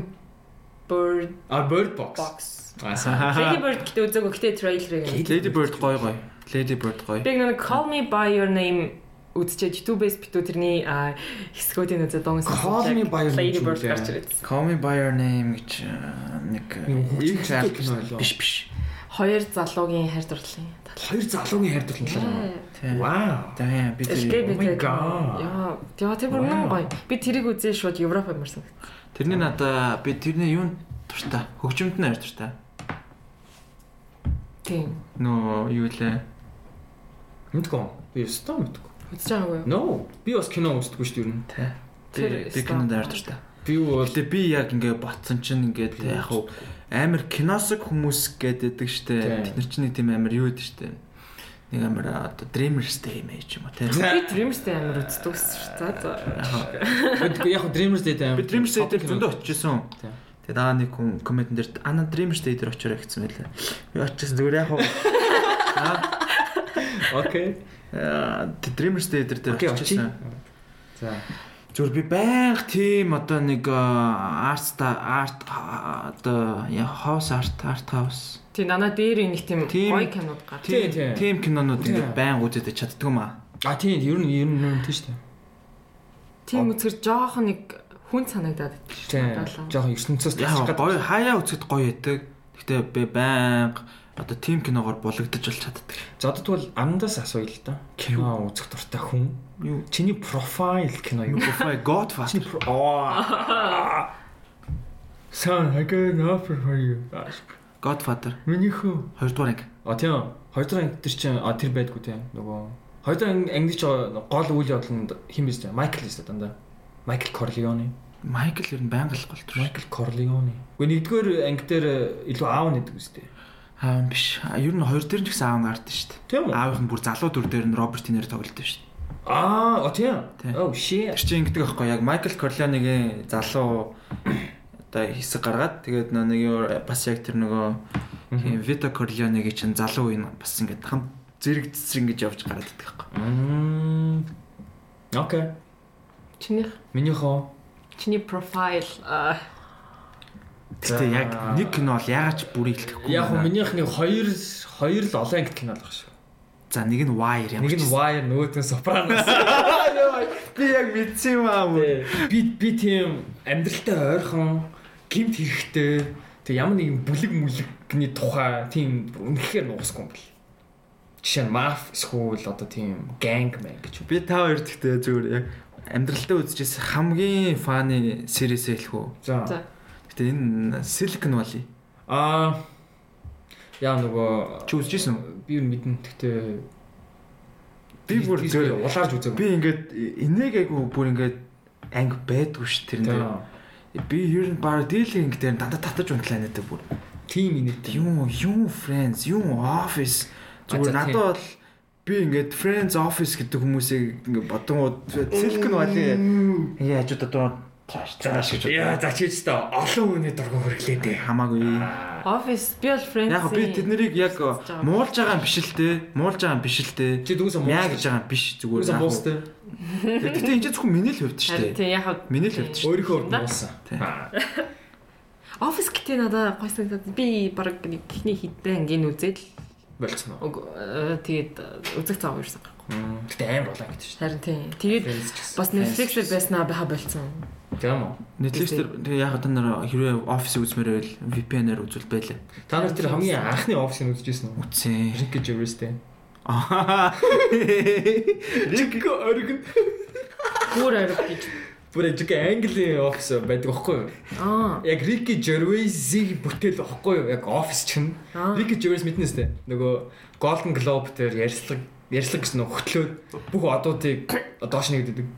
Speaker 4: Bird
Speaker 2: А Bird Box.
Speaker 4: Box.
Speaker 2: Аса.
Speaker 4: Lady Bird гэдэг үзег өгтэй трейлерыг. юм.
Speaker 3: Lady Bird гоё гоё. Lady Bird гоё.
Speaker 4: Би яг нэг Call Me by Your Name үзчихэж YouTube-с битүү тэрний а, хэсгүүдийн үзэ донс.
Speaker 2: Call Me by Your Name
Speaker 4: Lady Bird
Speaker 2: ч үлээ.
Speaker 4: гарч ирээд.
Speaker 3: Call me by your name гэж э, нэг
Speaker 2: Нэг хөгжмөлтэй
Speaker 3: их айлт-
Speaker 2: кино байлоо.
Speaker 3: биш биш.
Speaker 4: Хоёр залуугийн хайр дурлалын тал.
Speaker 2: Хоёр залуугийн хайр дурлал юм.
Speaker 3: Тий.
Speaker 2: Вау.
Speaker 3: Тэгээ би тэр
Speaker 2: Oh my
Speaker 4: LGBT.
Speaker 2: God.
Speaker 4: Яа, яа тэр бүр
Speaker 2: Wow.
Speaker 4: нэн гоё. Би тэрийг үзээ шууд Европ ямарсан.
Speaker 3: тэрний надаа би тэрний юу дуртай. Хөгжимд нь хайр дуртай.
Speaker 4: Тийм.
Speaker 3: Нөө юу лээ.
Speaker 2: Мэдгүй. Би өстө мэдгүй.
Speaker 4: Үзэж байгаагүй юу?
Speaker 2: No. Би бас кино үзтгүй шүү дээ ер нь.
Speaker 3: Тий.
Speaker 4: Тэр
Speaker 3: Би би кинонд хайр дуртай.
Speaker 2: Би бол
Speaker 3: Гэтэ би яг ингээ ботсон чинь ингээд яг хав амар киносог хүмүүс гэдэг штэ.
Speaker 2: Тий.
Speaker 3: Тэд нар чинь нэг тийм амар юу гэдэг штэ. Нэг амар оо Dreamers Day мэж юм уу тий.
Speaker 2: За.
Speaker 4: Би Dreams-тэй амар үздэг ус шүү дээ. За, за.
Speaker 2: мэдгүй. Яг Dreamers Day дээр.
Speaker 3: Би Dreamers Day дээр зөндөө очижсэн.
Speaker 2: Тий.
Speaker 3: Тэгээд аа нэг хүн комментэн дээр ана Dreamers Day дээр очиорой гэсэн байлаа. Би очижсэн зүгээр яг хав
Speaker 2: Окей.
Speaker 3: Аа, тэ- Dreamers Day дээр
Speaker 2: Окей,
Speaker 3: дээр
Speaker 2: очиж.
Speaker 3: очижсэн.
Speaker 2: За.
Speaker 3: Зүгээр би баян тийм одоо нэг арт арт одоо я house art art house
Speaker 4: Тийм, нана дээр нэг тийм
Speaker 3: Тийм.
Speaker 4: гоё кинод гар.
Speaker 2: Тийм, тийм.
Speaker 3: тийм кинонууд
Speaker 2: Тийм.
Speaker 3: ингээд баян үзэж чаддаг юм аа.
Speaker 2: А тийм ер нь ер нь юм тийш үү?
Speaker 4: Тийм үзэхэр жоох нэг хүн санагдаад.
Speaker 2: Тийм.
Speaker 4: Болоо.
Speaker 2: Жохон ертөнцөөс
Speaker 3: Яг гоё хаяа үзэхэд гоё ятдаг. Гэхдээ би баян одоо тийм киногоор булагдаж бол чаддаг.
Speaker 2: Зодд бол амдаас асууя л да. Кино үзэх дуртай хүн.
Speaker 3: Юу?
Speaker 2: Чиний профайл кино юу? Чиний
Speaker 3: Profile Godfather.
Speaker 2: про- Аа. Сан хагай нафер хоёр.
Speaker 3: Godfather
Speaker 2: Минийхөө.
Speaker 3: 2 дугаар анги.
Speaker 2: А тийм. Хоёр дахь анги тэр чинь а тэр байдгүй тийм. Нөгөө хоёр дахь анги ангич гол үйл явдал нь хэн биш вэ? Майкл биш үү дандаа. Майкл Корлеоне.
Speaker 3: Michael ер нь баян л голтур.
Speaker 2: Майкл Корлеоне. Гэхдээ нэгдүгээр анги дээр э, илүү аав нэгдэг үстэй.
Speaker 3: Аа биш. А, Ер нь 2 дээр нь ч гэсэн аав гардаг шүү дээ.
Speaker 2: Тийм үү?
Speaker 3: Аавынх нь бүр залуу дүр дээр нь Роберт Тинер тоглолтой шүү дээ.
Speaker 2: Аа, а тийм.
Speaker 3: Тийм.
Speaker 2: Oh shit.
Speaker 3: Тэр чинь ингэдэг байхгүй яг Michael Corleone-гийн залуу одоо хэсэг гаргаад тэгээд нөө нэг юу бас яг тэр нөгөө Vito Corleone-гийн чинь залуу үе нь бас ингээд хам зэрэг зэрэг ингэж явж гараад идэх байхгүй.
Speaker 2: Мм. Окей.
Speaker 4: Чинийх,
Speaker 2: Минийхөө
Speaker 4: чиний профайл аа,
Speaker 2: За.
Speaker 3: Гэтэ яг нэг кино бол яагаад ч бүрийг хэлэхгүй.
Speaker 2: яг
Speaker 3: байна.
Speaker 2: минийх нэг хоёр хоёр л олон ангит кино л багш.
Speaker 3: за нэг нь Wire ямар
Speaker 2: Нэг нь
Speaker 3: ч
Speaker 2: Wire нөгөөт нь Sopranos.
Speaker 3: би яг мэдсэн юм аа.
Speaker 2: Би би тийм амьдралтай ойрхон гимт хэрэгтэй. Тэг ямар нэгэн бүлэг мүлэгний тухай тийм үнэхээр нуусгүй юм бэл. Жишээ нь Maf School одоо тийм gang man гэж.
Speaker 3: Би та хоёр гэхдээ зүгээр яг амьдралтаа үзчихсэн хамгийн фаны сериэсээ хэлэх үү.
Speaker 2: За.
Speaker 4: За.
Speaker 3: Гэтэ энэ Silicon Valley.
Speaker 2: Аа яа нөгөө
Speaker 3: Чи үзчихсэн үү?
Speaker 2: би юу мэдэн гэхдээ
Speaker 3: Би бүр
Speaker 2: зүгээр
Speaker 3: зөв
Speaker 2: улаарж үзээгүй.
Speaker 3: би ингээд энийг айгу бүр ингээд анги байдгүй ш тэр нэ.
Speaker 2: Тийм.
Speaker 3: Би ер нь баг дилинг дээр дандаа татаж унтлаа надад бүр.
Speaker 2: Тим инэт.
Speaker 3: Юу юу friends, юу office. Зүгээр
Speaker 2: за, тийм.
Speaker 3: надад бол би ингээд friends office гэдэг хүмүүсийг ингээд бодонгууд Silicon Valley ингээд хажуудаа дуу Цааш цааш гэж
Speaker 2: Яа за чи ч гэсэн олон хүний дургу хөрглөө дээ.
Speaker 3: хамаагүй.
Speaker 4: Office би бол friends.
Speaker 3: Яг би тэднийг яг муулж байгаа юм биш л те. Муулж байгаа юм биш л те.
Speaker 2: Чи дүүсээ
Speaker 3: Яа гэж байгаа юм биш зүгээр.
Speaker 2: Дүүсээ
Speaker 3: яг
Speaker 2: муус те.
Speaker 3: уу. Гэтэ энэ ч зөвхөн миний л хувьд шүү
Speaker 4: Харин
Speaker 3: дээ.
Speaker 4: тийм яг
Speaker 3: Миний л хувьд шүү.
Speaker 2: Өөрийнхөө урд муусан.
Speaker 4: Office гэдэг нь надаа гоё санагдаад би баг нэг ихний хідэн гин үзэл э,
Speaker 2: Болцсон уу?
Speaker 4: тэгээд үзэг цаав ирсэн гарахгүй.
Speaker 2: Гэтэ амар болоо гэдэг шүү
Speaker 4: Харин тийм. Тэгээд
Speaker 2: Friends ч гэсэн.
Speaker 4: бас Netflix-ээр байснаа байха болцсон.
Speaker 2: Тийм үү?
Speaker 3: Нийтлэгч тэр тэгээ яг та нар хэрвээ офисыг үзмээр байл VPN-аар үзвэл байлаа.
Speaker 2: Та нар тэр хамгийн анхны офисын үзчихсэн үү?
Speaker 3: Үтсэн.
Speaker 2: Рик гэж юрэстэй.
Speaker 3: Аа.
Speaker 2: Рик оргин.
Speaker 4: Гүр ариг гэж.
Speaker 2: Бүрэ жиг Английн офис байдаг байхгүй юу?
Speaker 4: Аа.
Speaker 2: Яг Рики Жервейсийг бүтээл байхгүй юу? Яг офис чинь.
Speaker 4: Аа.
Speaker 2: Рики Жервейс мэднэ үстэй. Нөгөө Golden Globe дээр ярьцлага ярьцлага гэсэн нөгөө хөтлөөд бүх одуудыг доош нь гэдэг.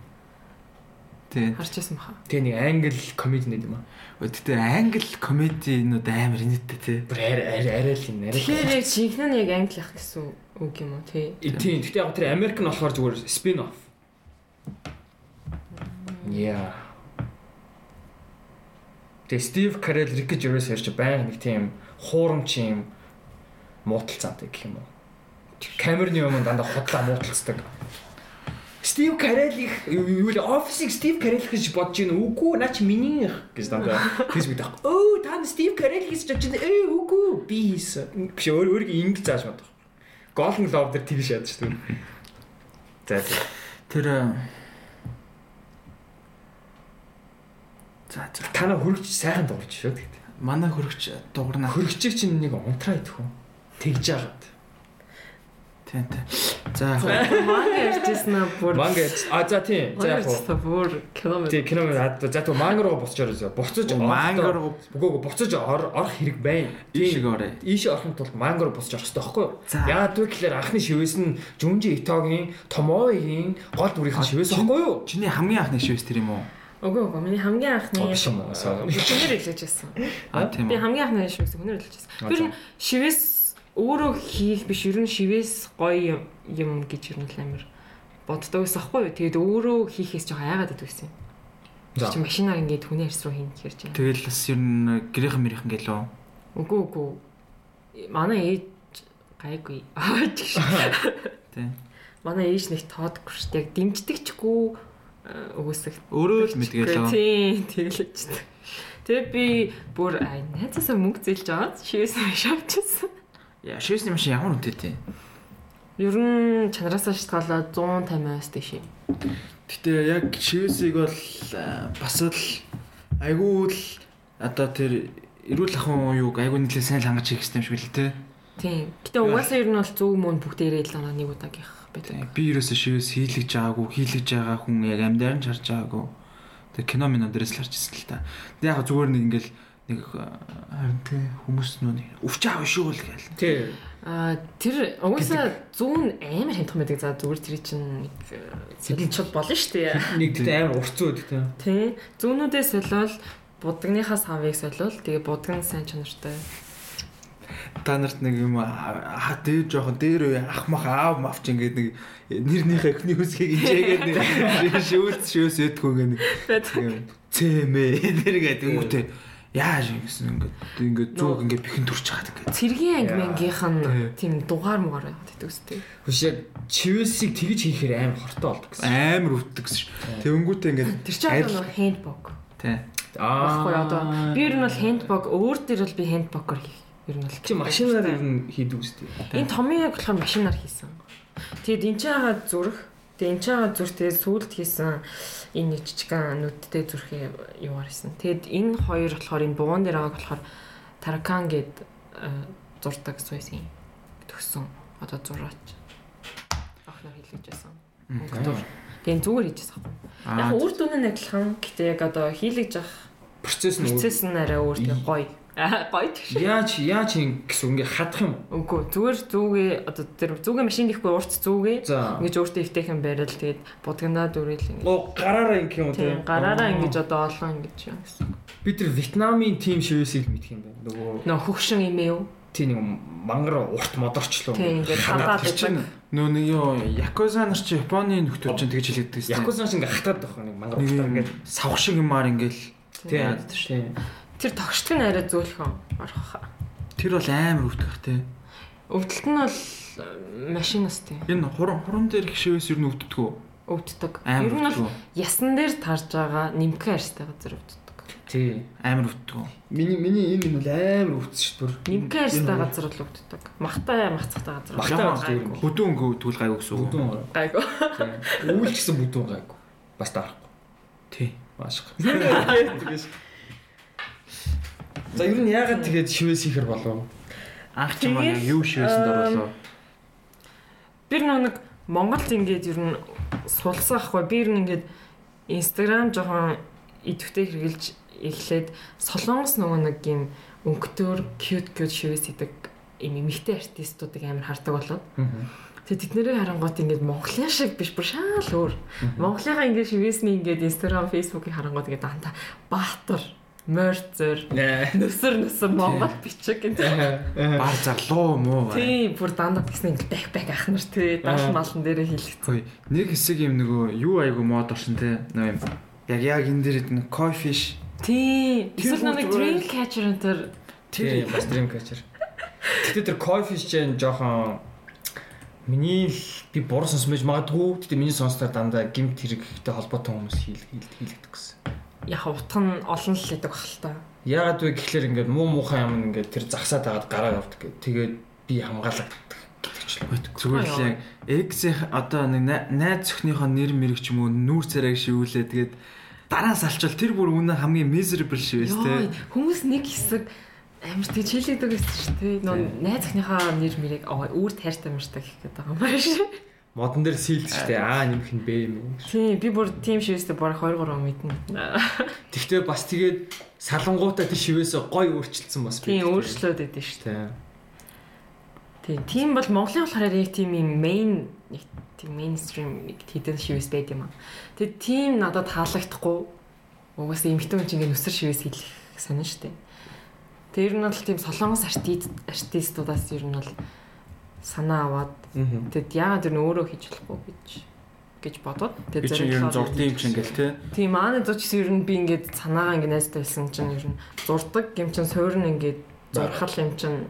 Speaker 3: Тэ.
Speaker 4: Харчихсан баха.
Speaker 2: Тэгээ нэг англ комеди нэг юм аа.
Speaker 3: Өдөртөө англ комеди нүүд амар инээдтэй те.
Speaker 2: Бүр арай арай арай л юм арай.
Speaker 4: Тэгэхээр яг шинхэн нь яг англи ах гэсэн үг юм уу тий.
Speaker 2: Э, Тийм. Гэтэ яг тэр Америк нь болохоор зүгээр spin off. Yeah. Тэ Стив Карел Рики Жервейс ярьж байнг нэг тийм хуурамч юм муутал цантай гэх юм уу. Камерны юм дандаа худлаа мууталцдаг. Стив Карел их юу юу л офисыг Стив Карел гэж бодож гин үгүй наач миний их гэж дандаа тийс бид таахгүй. Оо та нар Стив Карел гэж бодож гин ээ үгүй би хийсэн. Биш өөр өөр ингэ зааж бодох. Golden Globe дээр тэгж яд шүү дээ. За за.
Speaker 3: Тэр э, За за.
Speaker 2: Та нар хөргөж сайхан дуурч шүү дээ.
Speaker 3: Манай хөрөгч дуурна.
Speaker 2: Хөргөжийг чинь нэг унтраа идэх үү? Тэгж яагаад?
Speaker 3: Тэ тэ. За яг
Speaker 4: Манга ярьжсэн аа бүр.
Speaker 2: Манга яц- а за тийм. За яг хуу.
Speaker 4: ярьжсэн бүр километр.
Speaker 2: Тэг кино хаад за тэгвэл манга руу буцаж орё. Буцаж
Speaker 3: Оо,
Speaker 2: орох-
Speaker 3: манга руу.
Speaker 2: Үгүй ээ буцаж ор- орох хэрэг байна.
Speaker 3: Ийшээ орё.
Speaker 2: Ийш орохын тулд манга руу буцаж орох хэрэгтэй байхгүй юу?
Speaker 3: За.
Speaker 2: Яагаад вэ гэхээр анхны шивээс нь Жүнжи Итогийн Томогийн гол дүрийн шивээс байхгүй юу?
Speaker 3: чиний хамгийн анхны шивс тэр юм уу?
Speaker 4: Үгүй үгүй миний хамгийн анхны
Speaker 2: Оо, биш юм уу? Sorry.
Speaker 4: Хүнээр илжээжсэн.
Speaker 3: А тийм
Speaker 4: Би
Speaker 3: үү.
Speaker 4: хамгийн анхны шивээс хүнээр илжээжсэн.
Speaker 2: А,
Speaker 4: Тэр нь шивээс өөрөө хийх биш ер нь шивээс гоё юм- юм гэж ер нь л амир боддог байсан хгүй юу. Тэгээд өөрөө хийхээс жоо айгаад идвэсэн юм.
Speaker 2: За.
Speaker 4: Чи машинаар ингээд хүний арьс руу хийнэ гэж ярьж байна.
Speaker 3: Тэгэл бас ер нь грэх мэрхэн гэлөө.
Speaker 4: Үгүй үгүй. Манай ээж гайгүй. Аа чигш.
Speaker 3: Тэ.
Speaker 4: Манай ээж нэг тоодгүй шүү дээ. Яг дэмждэгчгүй э, өгөөсөх.
Speaker 3: Өөрөө л мэдгээлөө.
Speaker 4: Тийм, тэгэлж. Тэгээ би бүр ай найзаасаа мөнгө зээлж аваад шивээсээ шавчихсан.
Speaker 3: Яа шивсний машин ямар үнэтэй тий.
Speaker 4: Ер нь чанараасаа шалтгаалаад 150-аас дэш юм.
Speaker 3: Гэтэ яг шивсийг бол э, бас л айгүй л одоо тэр эрүүл ахын юуг айгүй нэлээд сайн л хангаж хийх гэсэн юм шиг л тий.
Speaker 4: Тийм. Гэтэ угаасаа ер нь бол зөв мөн бүгд ирээд л анаа нэг удаагийнх байдаг.
Speaker 3: Би ерөөсөө шивээс хийлгэж байгаагүй, хийлгэж байгаа хүн яг амьдаар нь харж байгаагүй. Тэгээ кино минь өдрөөс л харж ирсэн л та. Тэгээ яг зүгээр нэг ингээл нэг э, харин тий хүмүүс нүг өвч аав шүү л гээл.
Speaker 2: Тий.
Speaker 4: Аа тэр угаасаа зүүн амар хямдхан байдаг. За зүгээр тэр чинь солилцол болно шүү дээ.
Speaker 2: Нэг тийм амар урцсан үү гэдэг.
Speaker 4: Тий. Зүүнүүдээ солиол будагныхаа савыг солиол. Тэгээ будаг нь сайн чанартай.
Speaker 3: Та нарт нэг юм аа дээр жоохон дээр үе ах мах аав мавч ингээд нэг нэрнийхээ эхний үсгийг инжээгээд нэг шивс шивс өгдөг ингээд цэмэ нэр гэдэг үү тий. Яаж юм гэсэн ингээд ингээд зүг ингээд бихэн төрч хаад ингээд.
Speaker 4: Цэргийн ангимангийнх
Speaker 3: Тий.
Speaker 4: нь тийм дугаар муугаар байдаг үстэй.
Speaker 2: Хүш яг чивэсийг тэгж хийхээр амар хортой болдог гэсэн.
Speaker 3: Амар үтдэг ш. Тэнгүүтээ ингээд
Speaker 4: Тэр чинь одоо нөгөө хендбог.
Speaker 3: тий.
Speaker 4: Багхгүй одоо. Би ер нь бол хендбог өөр дээр бол би хендбогор хийх. Ер нь бол
Speaker 2: чи машинаар ер нь хийдэг үстэй.
Speaker 4: энэ томын яг болохоор машинаар хийсэн. Тэгэд эн чинь хагаа зүрх. Тэгээ эн чинь хагаа зүрхтэй сүулт хийсэн энэ нэг жижигхан нүдтэй зүрхээ юугаар хийсэн. Тэгэд энэ хоёр болохоор энэ бугуун дээр байгааг болохоор таракан гэд э, зурдаг суусан юм. төгсөн одоо зураач. Охноор хэлгэж байсан. Мөнгөөр. Тэгээ энэ зүгээр хийжсэн юм. Яг
Speaker 3: Аа,
Speaker 4: үр дүн нь адилхан. Гэтэ яг одоо хийлгэж авах
Speaker 2: Процесс нь өөр.
Speaker 4: процесс нь арай өөр тэгээ гоё. Аа, Гоё тэгш.
Speaker 2: Яаж яаж ин гэсэн ингээ хадах юм.
Speaker 4: Үгүй зүгээр зүүгээ одоо тэр зүүгээ машин гэхгүй урт зүүгээ
Speaker 2: За.
Speaker 4: ингэж өөртөө өвтэйхэн байрал тэгээд будагнаа дүрэл ингэж
Speaker 2: Оо гараараа ингээ юм
Speaker 4: тийм гараараа ингэж одоо олон ингэж юм гэсэн.
Speaker 2: Бид тэр Вьетнамын тим шивэсийг мэдх юм байна. Нөгөө
Speaker 4: Нөө хөгшин имээ юу?
Speaker 2: тийм нэг мангар урт модорчлоо.
Speaker 4: Тийм, ингээд
Speaker 2: Хадаад
Speaker 4: хадаад
Speaker 2: чинь
Speaker 3: Нөө нэг ёо Якуза нар чи Японы нөхдөр чинь тэгж хэлээд байсан.
Speaker 2: Якузан шиг ингээ хатаад байхгүй нэг мангар
Speaker 3: нэг
Speaker 2: утгаар
Speaker 3: юм
Speaker 2: ингээд
Speaker 3: савх шиг юмар ингээл
Speaker 2: тий.
Speaker 3: яадаг
Speaker 2: тий.
Speaker 4: Тэр тогтчг нь арай зөөлхөн орхох.
Speaker 3: тэр бол амар өвдөх те.
Speaker 4: Өвдөлт нь бол э, машинаас тийм
Speaker 3: Энэ хуран хуран дээр гişвээс ер нь өвддөг.
Speaker 4: өвддөг. Ер
Speaker 3: Амар
Speaker 4: нь бол
Speaker 3: өвддөг.
Speaker 4: ясан дээр тарж байгаа нимхэн арьстай газар өвддөг.
Speaker 2: Тий.
Speaker 3: Амар өвддөг.
Speaker 2: Миний миний энэ энэ бол амар өвдсөн шүү дүр.
Speaker 4: Нимхэн арьстай газар л өвддөг. Махтай махцтай газар
Speaker 2: Мах-
Speaker 4: өвддөг.
Speaker 2: Багтаа
Speaker 3: Яагаад
Speaker 2: өвддөг юм бэ?
Speaker 3: Бүдүүн өнгө өвдгөл гай өгсөв.
Speaker 2: Бүдүүн орой.
Speaker 4: Гайгүй.
Speaker 2: Үйлчсэн бүдүүн гайгүй. Бас таарахгүй.
Speaker 3: Тий.
Speaker 2: Маашгүй. Тэгэж. За ер нь яагаад тэгээд шивээс ихэр болов?
Speaker 3: Анх ч юм аа
Speaker 4: Тэгээд,
Speaker 3: юу шивээсэнд орлоо.
Speaker 4: Би нөө нэг Монголд ингээд ер нь сулсан ахгүй. Би ер нь ингээд Instagram жоохон идэвхтэй хэрглэж эхлээд солонгос нөгөө нэг юм өнгөтөр cute cute шивээс идэг юм эмэгтэй артистуудыг амар хардаг болоод Тэгээ тэд нэрээ харангуут ингээд монголын шиг биш бүр шаал өөр. Монголынхаа ингээд шивээсний ингээд Instagram, Facebook-ийг харангуут ингээд дандаа баатар, морь зөр,
Speaker 2: Нэ.
Speaker 4: нүсэр нүсэр монгол бичиг гэдэг.
Speaker 3: Бар залуу муу.
Speaker 4: Тий, бүр дандаа гэсэн ингээд бэх бэх ах нар тий,
Speaker 2: Аа.
Speaker 4: даал малн дээрээ хийлгэв.
Speaker 3: Хөөе, нэг хэсэг юм нөгөө юу айгу мод орсон те. Нөө юм. Яг яг энэ дээр идэх кофеш.
Speaker 4: Тий,
Speaker 3: Тэр
Speaker 4: эсвэл нэг
Speaker 3: бүр
Speaker 4: dream
Speaker 3: зүгээр-
Speaker 4: catcher энэ
Speaker 2: Тэр бас дрим качер. Гэтэ тэр коэффициент жоохон миний л би буруу сонсмож магадгүй. Гэтэ миний сонсноор дандаа гимт хэрэгтэй холбоотой хүмүүс хийл хийл хийлдэг гэсэн.
Speaker 4: яг утга нь олон л гэдэг бахал та.
Speaker 2: Яагаад вэ гэхлээр ингээд муу муухай юм ингээд тэр загсаад агаад гараа явдаг гэдэг. Тэгээд би хамгаалагддаг гэдэг ч л.
Speaker 3: Зүгээр л яг эксийн одоо нэг най- найз зөхнийхөө нэр мэрэг ч юм уу нүүр царайг шивүүлээ. Тэгээд дараа салчвал тэр бүр үнэ хамгийн miserable шивээс
Speaker 4: Йой,
Speaker 3: те.
Speaker 4: хүмүүс нэг хэсэг амар тийч хийлэгдэг гэсэн шүү дээ. Нөө найз охиныхаа нэр мэрийг аа, үүр тайртай мэртэй гэх гээд байгаа юм байна шүү.
Speaker 2: Модон дээр сэлд ч гэдэг. Аа нэмэх нь бэ юм.
Speaker 4: Тий, би бүр team шивэстэй баг 2 3 мэднэ.
Speaker 2: Тэгтээ бас тэгээд салангуудаа тэр шивээсээ гой өөрчлөлтсөн бас
Speaker 4: Тий, өөрчлөөд өгдөн шүү.
Speaker 2: Тэ.
Speaker 4: Тий, team бол Монголын болохоор яг team юм main нэг тийм mainstream нэг хитэн шивэс байд юм аа. Тэгээ team надад таалагдахгүй. Угаасаа эмхтэн хүн чинь ингээ нүсэр шивэс хийх сонин шүү дээ. Тэр нь бол тийм солонгос артист артистуудаас ер нь бол санаа аваад
Speaker 2: Аа.
Speaker 4: тэгэд яагаад тэр нь өөрөө хийж болохгүй гэж гэж бодоод
Speaker 3: Би
Speaker 4: тэгээд
Speaker 3: чинь ер нь
Speaker 4: зориглоод
Speaker 3: зурдсан юм чинь ингээл те.
Speaker 4: Тийм манай зурч гэсэн ер нь би ингээд санаагаа ингээд найзтай хэлсэн чинь ер нь зурдаг юм чинь суурн ингээд зурхал юм чинь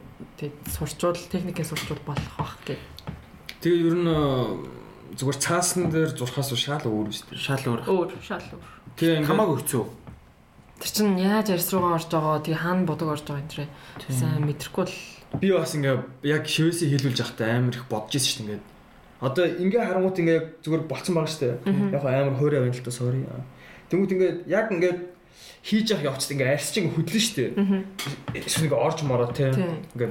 Speaker 4: тэг сурчвал техникээ сурчвал болох бах гэ.
Speaker 2: Тэгээ ер нь э, зүгээр цаасан дээр зурхаас шал өөр юм шүү дээ.
Speaker 3: Шал өөр.
Speaker 4: Өөр шал өөр.
Speaker 2: Тэгээ
Speaker 3: Хамааг өрцөө.
Speaker 4: Тэр чинь яаж арьс руугаа орж байгаа тэг хаана бодог орж байгаа энэ тэрэ сайн мэдрэхгүй л
Speaker 2: би бас ингээ яг шивээсээ хийлүүлж явахдаа амар их бодож ирсэн шүү дээ ингээд. Одоо ингээ харангуут ингээ яг зүгээр болцсон байгаа шүү дээ. Яг хоо амар хөөрэй байна л та sorry. Тэнгүүд ингээ яг ингээ хийж явах явцд ингээ арьс чинь хөдлөн шүү дээ. Эсвэл ингээ орж мороо те.
Speaker 4: Тийм.
Speaker 2: Ингээ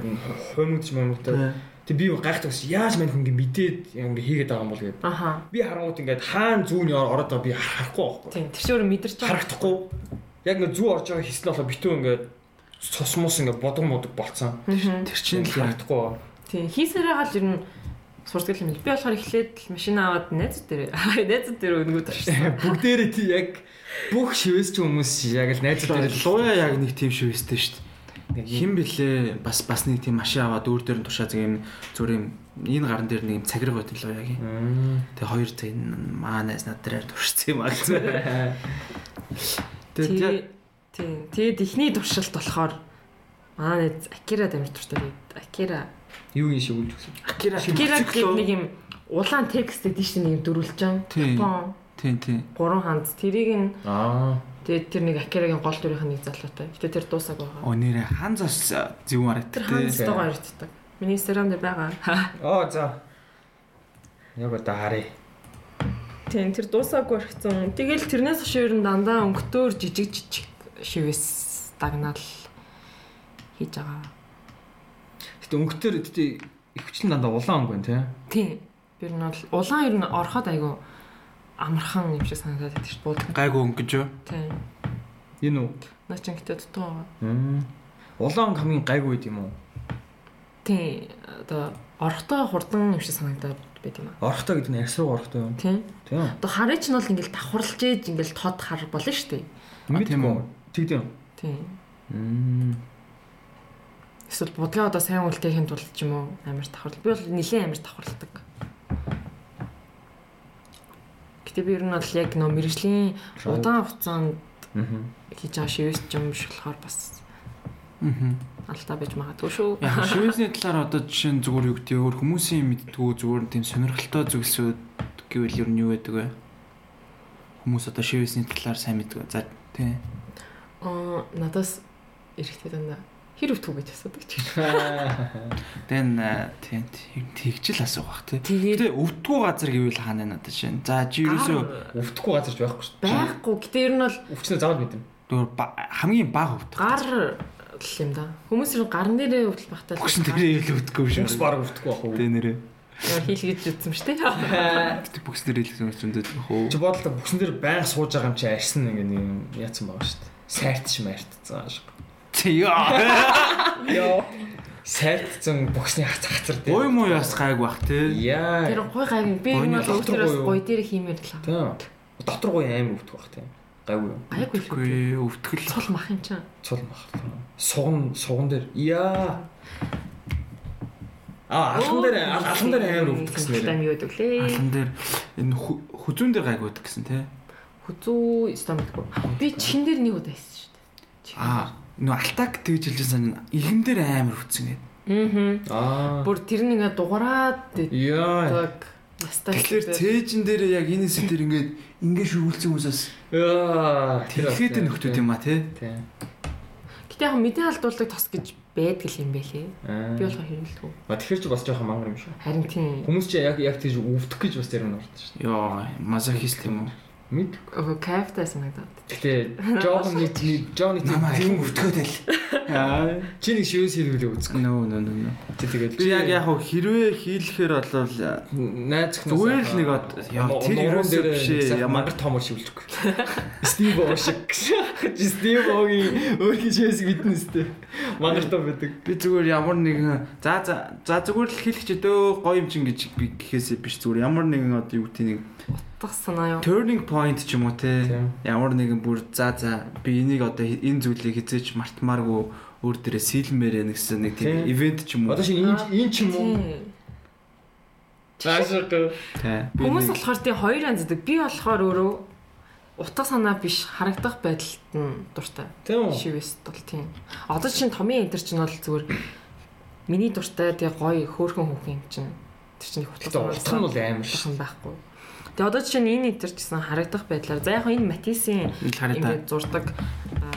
Speaker 2: хуймагч мэмэгтэй. Тэг би гайхдаг бас яаж мань хүн ингээ мэдээд ингээ хийгээд байгаа юм бол гэдэг.
Speaker 4: аха
Speaker 2: Би харангуут ингээ хаан зүүн ор- ороод байгаа би харахгүй байхгүй.
Speaker 4: тийм тэр чинь өөр мэдэрч байгаа.
Speaker 2: харагдахгүй. Яг ингээ зүү орж байгаа хэснээ болоо битүү ингээ цус мус ингээ бодог модог болцсон.
Speaker 4: Мгм.
Speaker 3: Тэр
Speaker 2: Чинь
Speaker 3: чинь л яг
Speaker 2: харагдахгүй. байгаа.
Speaker 4: Тийм хийсээрээ гал ер нь сурдаг юм л би болохоор эхлээд л машин аваад найз дээр найз дээр өнгөд орчихсон.
Speaker 2: Бүгдээрээ тий яг бүх шивээс ч хүмүүс яг л найзуудаар л
Speaker 3: лууя яг нэг тийм шивээстэй шүү дээ. Хин блэ бас бас нэг тийм машин аваад өөр дээр нь тушаа зэг юм зүгээр юм энэ гарн дээр нэг юм цагираг байт л яг юм. Тэгээ хоёр цаг н- маа найз над дээр туршсан юм аа гэсэн.
Speaker 4: Тэгээ
Speaker 3: Тэгээ
Speaker 4: тийм. Тэгээд эхний туршилт болохоор манай найз Акира дамир туртай байд. Акира.
Speaker 2: юу юм шиг үлж үзсэн.
Speaker 3: Акира
Speaker 4: Акира гэдэг нэг юм улаан текст гэдэг чинь нэг юм дөрвөлжин.
Speaker 3: Тийм.
Speaker 4: Япон
Speaker 3: Тийм тийм.
Speaker 4: гурван ханд тэрийг нь
Speaker 2: Аа.
Speaker 4: тэгээд тэр нэг Акирагийн гол дүрийнх нь нэг залуутай. Гэтэ тэр дуусаг байгаа.
Speaker 3: Оо нэрэ хан зас зөв арай
Speaker 4: Тэр
Speaker 3: тээ.
Speaker 4: хандстайгаа харьцдаг. Миний Instagram дээр байгаа.
Speaker 2: Оо за. Яг одоо харъя.
Speaker 4: Тийм тэр дуусаагүй орхицсан. Тэгэл тэрнээс хойш ер нь дандаа өнгөтөр жижиг жижиг шивээс дагнаал хийж байгаа.
Speaker 2: Гэтэ өнгөтөр тий их хүчлэн дандаа улаан өнгө байна тий.
Speaker 4: Тийм. Би ер нь бол улаан ер нь орхоод айгу амархан юм шиг санагдаад байдаг шүү дээ.
Speaker 3: Гайгүй өнгөж юу?
Speaker 4: Тийм.
Speaker 2: Энэ үү?
Speaker 4: Наа чи гэдэг дутуу байгаа.
Speaker 2: Улаан өнгө хамгийн гайгүй байд юм уу?
Speaker 4: Тийм. Одоо орхотой хурдан юм шиг санагдаад байт юм аа.
Speaker 2: Орхтой гэдэг нь арьс руу орхтой юм.
Speaker 4: Тийм.
Speaker 2: Тийм үү?
Speaker 4: Одоо харыг ч нь бол ингээл давхарлж ээж ингээл тод хар болно шүү дээ.
Speaker 3: А, тийм үү?
Speaker 2: Тэгдэм.
Speaker 4: Тийм.
Speaker 2: Мм.
Speaker 4: Эсвэл бодлоо одоо сайн үлдээх хэмт бол ч юм уу амар давхарлаа. Би бол нэлээд амар давхарладаг. Гэтэ би ер нь бол яг нөө мэрэгжлийн
Speaker 2: Trial.
Speaker 4: удаан хугацаанд
Speaker 2: Аа.
Speaker 4: хийж байгаа шивэс юм биш болохоор бас
Speaker 3: Мгм.
Speaker 4: алдаа байж магадгүй шүү.
Speaker 3: Яг шивэзний талаар одоо жишээ нь зүгээр юу гэдэг өөр хүмүүсийн мэддгүү зүгээр нь тийм сонирхолтой зүйлсүүд гэвэл ер нь юу гэдэг вэ? Хүмүүс одоо шивэзний талаар сайн мэддэг. За тий.
Speaker 4: Аа надаас эрэхтэй дандаа хэр өвтгөө гэж асуудаг ч.
Speaker 3: Тэн тий тий- тэгжил асуух бах тий.
Speaker 4: Тэгээд
Speaker 3: Гэтэ өвдгүү газар гэвэл хаана надад жишээ. нь? За чи ерөөсөө
Speaker 2: Өвдөхгүй газарч байхгүй шүү.
Speaker 4: байхгүй. Гэтэ ер нь бол
Speaker 2: Өвчнөө заавал мэднэ.
Speaker 3: зүгээр ба- хамгийн баг өвдөх.
Speaker 4: гар л юм да. Хүмүүс ер нь гарн дээрээ өвдөл багтаал.
Speaker 3: Багш нь тэрийг л өвдөхгүй биш.
Speaker 2: Өвс баг өвдөхгүй
Speaker 3: Тэ нэрээ.
Speaker 4: хийлгэж үтсэн шүү дээ.
Speaker 2: байхгүй.
Speaker 3: Бүгс дээр хэлсэн юм зөндөд хөө.
Speaker 2: Чи бодлоо бүсэн дээр байнга сууж байгаа юм чи арьсан нэг юм яатсан байгаа шүү. Сайрт ш март цаа шиг.
Speaker 3: Яа.
Speaker 2: Йоо. Сайрт зэн бүсний хац хацар дээр.
Speaker 3: Ой муу яс гайг бах
Speaker 4: Тэр
Speaker 3: тий.
Speaker 2: Яа.
Speaker 4: гой гай би ер нь
Speaker 2: Гойны
Speaker 4: бол
Speaker 2: дотор
Speaker 4: өөрөөс
Speaker 2: гоё юу?
Speaker 4: гой дээр хиймээр л хаа.
Speaker 2: Тийм. Дотор гоо амар өвдөх бах тийм. Гайгүй юу?
Speaker 4: Аягүй л өвдөх.
Speaker 3: Үгүй өвдгөл.
Speaker 4: цул мах юм чинь.
Speaker 2: Цул мах. Суган суган дээр. Яа. Аа, алхан дээр ал- алхан дээр амар өвдөх гэсэн
Speaker 4: юм
Speaker 2: нэр.
Speaker 4: юу гэдэг лээ.
Speaker 3: Алан дээр энэ хө- хөзүүн дээр гайг өвдөх гэсэн тий.
Speaker 4: Хүзүү стомдгүй. Би чихэн дээр нэг удаа хийсэн шүү дээ. Чихэн.
Speaker 3: Аа нөө алтак тэгж хэлжсэн сан игэн дээр амар өвдсөн гэдэг.
Speaker 4: Мм.
Speaker 2: Аа.
Speaker 4: Бүр тэр нэгэ дугаараад дээ.
Speaker 2: Яа.
Speaker 4: Тэг. Настай.
Speaker 3: Тэгэхээр
Speaker 4: шүү дээ.
Speaker 3: цээжин дээр яг энэ хэсэг дээр ингээд ингээд шүгүүлсэн хүмүүс бас
Speaker 2: Яа.
Speaker 3: тэлхээд нөхдөд юм а тий.
Speaker 2: Тийм.
Speaker 4: Гэтэ яг мэдээ алдуулдаг тос гэж байдаг л юм байлээ.
Speaker 2: Аа.
Speaker 4: Би болохоор хэрэглэв.
Speaker 2: А тэгэхээр ч бас жоохон мангар юм шиг.
Speaker 4: Харин тийм.
Speaker 2: Хүмүүс чи яг яг тийж өвдөх гэж бас ярина болт шүү.
Speaker 3: Йоо мазохист юм уу?
Speaker 2: Мэд.
Speaker 4: Ого кайфтай санагдаад.
Speaker 2: Гэтэ жоохон нэг жоохон нэг
Speaker 3: Намаа
Speaker 2: тийм
Speaker 3: юм өвдгөөд л. Аа
Speaker 2: чи нэг шивээс хэлвэл үзэх.
Speaker 3: нөө нөө нөө.
Speaker 2: Чи тэгээд
Speaker 3: Би яг яг хөө хэрвээ хийлэхээр болвол
Speaker 2: найз зөвхөн
Speaker 3: Зүгээр л нэг од- яа, тэр ерөөсөө биш ээ, ямар-
Speaker 2: мангар том шивлэхгүй. Стив Оо шиг гэж Стив Огийн өөрхийн шивээс мэднэ сте. Мангар том байдаг.
Speaker 3: би зүгээр ямар нэгэн за за за зүгээр л хэлэх ч өдөө гоё юм чин гэж би гэхээсээ биш зүгээр ямар нэгэн одоо юу гэдэг нэг
Speaker 4: Утгах санаа юу?
Speaker 3: turning point ч юм уу те
Speaker 2: Тийм.
Speaker 3: ямар нэгэн бүр за за би энийг одоо хи- энэ зүйлийг хизээч мартмааргүй өөр дээрээ сэлмээрэ нэгсэн нэг тийм
Speaker 2: Тийм.
Speaker 3: ивент ч юм уу
Speaker 2: Одоо
Speaker 3: те
Speaker 2: шин энэ энэ ч юм уу.
Speaker 4: Тийм.
Speaker 2: Заашиг.
Speaker 3: би
Speaker 4: Хүмүүс
Speaker 3: нэг-
Speaker 4: болохоор тийм хоёр янз байдаг. Би болохоор өөрөө утга санаа биш харагдах байдалд нь дуртай.
Speaker 2: Тийм үү?
Speaker 4: Шивэс бол тийм. Одоо чинь томын энтер чинь бол зүгээр миний дуртай тэгээ гоё хөөрхөн хүүхэн юм чинь. Тэр чинь их утга
Speaker 2: Гэтэ утх нь бол амар
Speaker 4: утга
Speaker 2: шүү.
Speaker 4: юм байхгүй. Тэгээ одоо чинь энэ энтер чсэн харагдах байдлаар за яг хөө энэ Матисийн
Speaker 3: л харагдаа
Speaker 4: ингээд зурдаг аа,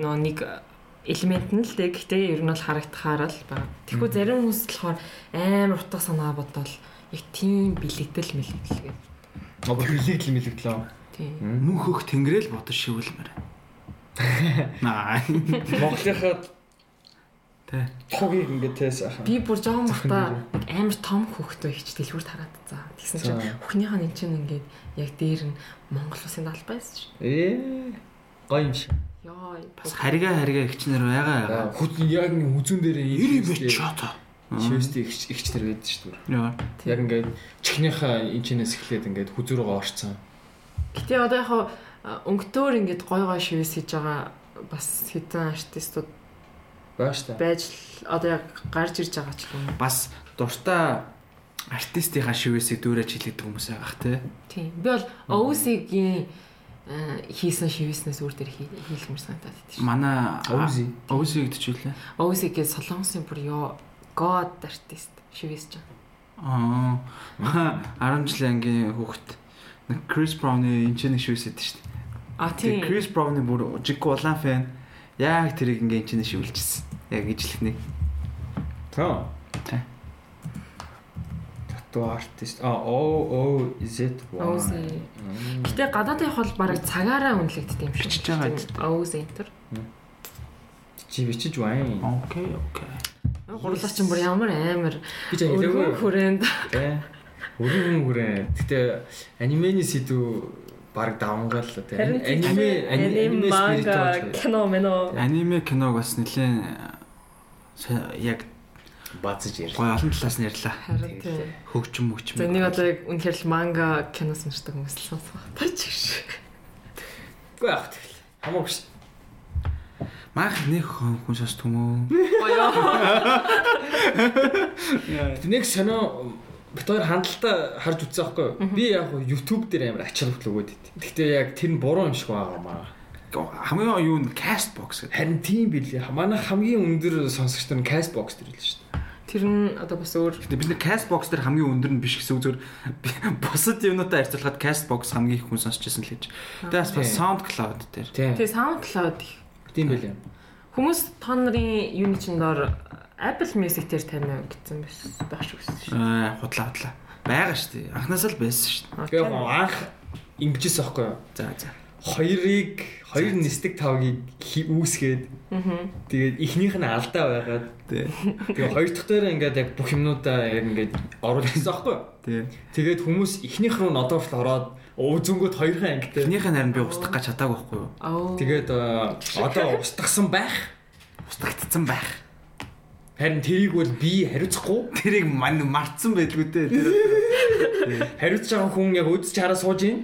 Speaker 4: нөгөө нэг элемент нь л дээ гэхдээ ер нь бол харагдахаар л байна. Тэгэхгүй зарим хүмүүс болохоор амар утга санаа бодвол яг тийм бэлэгдэл мэлэгдэл гэдэг.
Speaker 2: Нөгөө хөлийг л мэлэгдлээ.
Speaker 4: Тийм.
Speaker 3: мөн хөх тэнгэрэл бодож шивэлмээр наа
Speaker 2: Монголынхаа
Speaker 3: те
Speaker 2: тухыг ингээд тээс ахаа.
Speaker 4: Би бүр жоохон
Speaker 2: Зөвхөн
Speaker 4: бахта нэг амар том хөхтөө хийж дэлгүүр тараад цаа. Тэгсэн чинь
Speaker 2: За.
Speaker 4: хөхнийх нь энэ чинь ингээд яг дээр нь Монгол улсын далбай байсан шүү.
Speaker 2: Ээ. Гоё юм шиг.
Speaker 4: Йой.
Speaker 3: бас харига харига ихчнэр байгаа байгаа
Speaker 2: Хөт яг нэг үзүүн дээрээ
Speaker 3: Ири бич чата.
Speaker 2: Шивэстэй ихч ихчтер байдаг шүү дээ.
Speaker 3: Яа.
Speaker 2: Яг ингээд чихнийхаа энэчнээс эхлээд ингээд хүзүүрөөгөө орцсон.
Speaker 4: Гэтэ одоо яг хав, а, өнгөтөөр ингээд гой гой шивээс хийж байгаа бас хэдэн артистууд
Speaker 2: Баа штэ.
Speaker 4: байж л одоо яг гарч ирж байгаа ч юм. уу.
Speaker 3: Бас дуртай артистийнхаа шивээсээ дүүрэж хилэгдэх хүмүүс байгаах те.
Speaker 4: Тийм. Би бол OC-гийн хийсэн шивэснээс өөр дээр хий- хийлгэмэр санагдаад тийм.
Speaker 3: Манай
Speaker 2: Овзи.
Speaker 3: Овзи гэдэг ч үлээ.
Speaker 4: OC-гээ солонгосын бүр ёо god artist шивэсч байгаа.
Speaker 3: Аа. 10 жилийн ангийн хүүхэд нэг Крис Брауны энэ ч нэг шивээсэд шүү дээ.
Speaker 4: А
Speaker 3: Тэгээ
Speaker 4: тийм.
Speaker 3: Крис Брауны бүр жиг улаан фэн. Яг тэрийг ингээ энэ ч нэг шивэлжсэн. Яг ижлэх нэг.
Speaker 2: Таа.
Speaker 3: Тэ.
Speaker 2: Тату артист. А O O Z Y.
Speaker 4: OC. Гэтэ гадаадын хол бараг цагаараа үнэлэгддэг юм шиг.
Speaker 3: Бичиж байгаа
Speaker 4: Тийм. OC enter.
Speaker 2: Чи бичиж байна.
Speaker 3: Окей, окей.
Speaker 4: Гурлаа чинь бүр ямар амар
Speaker 2: Би ч
Speaker 4: өргөн
Speaker 2: хэлээгүй.
Speaker 4: хүрээнд
Speaker 2: Тэ. Өргөн хүрээ. Гэтэ анимений сэдв баг давангаал л тэ.
Speaker 1: Харин тийм.
Speaker 2: Аниме ани- аниме
Speaker 1: манга
Speaker 2: спиритуал
Speaker 1: кино мэнэ.
Speaker 3: Аниме киног бас нэлээд э, яг
Speaker 2: бацж ярьлаа.
Speaker 3: гоё олон талаас нь ярьлаа.
Speaker 4: харин тийм.
Speaker 3: Хөгжим мөгжим.
Speaker 4: За нэг одоо яг үнэхээр л манга кинос мэрдэг хүмүүс л сонсох тач гэж.
Speaker 2: Үгүй яах тэгэл. Хамаагүй ш.
Speaker 3: Мах нэг хон хүн шас төмөө.
Speaker 4: Баяа.
Speaker 2: Тэ нэг сонио бит хоёр хандлалтаа харж үзсэн байхгүй юу? Би яг хуу YouTube дээр амар ачаал хөтлөг өгөөд ит. Гэхдээ яг тэр нь буруу юм шиг байгаамаа.
Speaker 3: Хамгийн юу нь cast box гэдэг.
Speaker 2: Харин тийм билээ. Манай хамгийн өндөр сонсогч нар нь Castbox дээр л шүү дээ.
Speaker 4: Тэр нь одоо бас өөр
Speaker 3: Гэтэ бид нэ cast box дээр хамгийн өндөр нь биш гэсэн үг зөвөр бусад юмнуудаа харьцуулахад cast box хамгийн их хүн сонсч байсан л гэж. Тэгээс бас
Speaker 2: Тийм.
Speaker 3: SoundCloud дээр.
Speaker 2: Тийм.
Speaker 4: тий SoundCloud их.
Speaker 2: Тийм билээ.
Speaker 4: Хүмүүс та нарын юуны чин дор Apple Music дээр тань гэсэн биш доош үссэн шүү.
Speaker 3: Аа худлаа худлаа. Бага шүү дээ. Анхнаасаа л байсан шүү дээ.
Speaker 4: А,
Speaker 2: Би яг
Speaker 4: тань.
Speaker 2: хуу анх ингэжсэн байхгүй юу?
Speaker 3: За за.
Speaker 2: Хоёрыг хоёр нисдэг тавгийг хи- үүсгээд тэгээд эхнийх нь алдаа байгаад
Speaker 3: Тэ.
Speaker 2: тэгээд хоёр дахь дээр ингээд яг бүх юмнуудаа яг ингээд оруулсан байхгүй юу?
Speaker 3: Тэ.
Speaker 2: Тэгээд хүмүүс эхнийх рүү нодоорт ороод өвзөнгөд хоёрхан ангитай.
Speaker 3: Эхнийх нь харин би устгах гэж чадаагүй байхгүй юу?
Speaker 4: Оо.
Speaker 2: Тэгээд э, одоо устгасан байх.
Speaker 3: Устгагдсан байх.
Speaker 2: Харин тэрийг бол би хариуцахгүй.
Speaker 3: Тэрийг мань марцсан байлгүй дээ. Тэр
Speaker 2: Хариуцж байгаа хүн яг өдөж хараа сууж юм.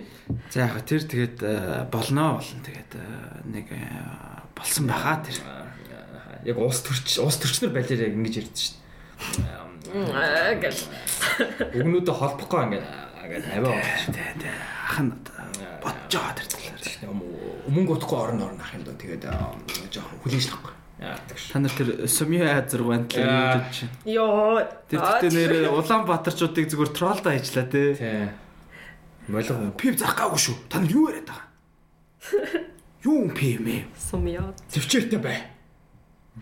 Speaker 3: За яг хөө, тэр тэгээд э, болноо болно тэгээд э, нэг э, болсон байхаа тэр.
Speaker 2: Яг уус төрч уус төрчнөр балер яг ингэж ярьдэн шүү
Speaker 4: Аа, гэл.
Speaker 2: дээ. Өгнүүдэ холбохгүй ингээд аа, ингээд аваа болчих.
Speaker 3: Тэ тэ ах нь одоо бодож байгаа тэр талаар.
Speaker 2: Өмнө утахгүй орон орно ах юм доо тэгээд э, жоохон хүлээжлэхгүй. Аа тэгш.
Speaker 3: Та нар тэр Сүмьё А6
Speaker 2: Яа.
Speaker 3: талаар мэдэж чинь.
Speaker 4: Йоо.
Speaker 3: Тэр гэхдээ нэр Улаанбаатарчуудыг зүгээр троллда ажиллаа те.
Speaker 2: Тий. Молго.
Speaker 3: Пив зарах гаагүй шүү. Та нар юу яриад байгаа? Юу юм пив мэ?
Speaker 4: Сумьяа.
Speaker 2: Төвчээртэй бай.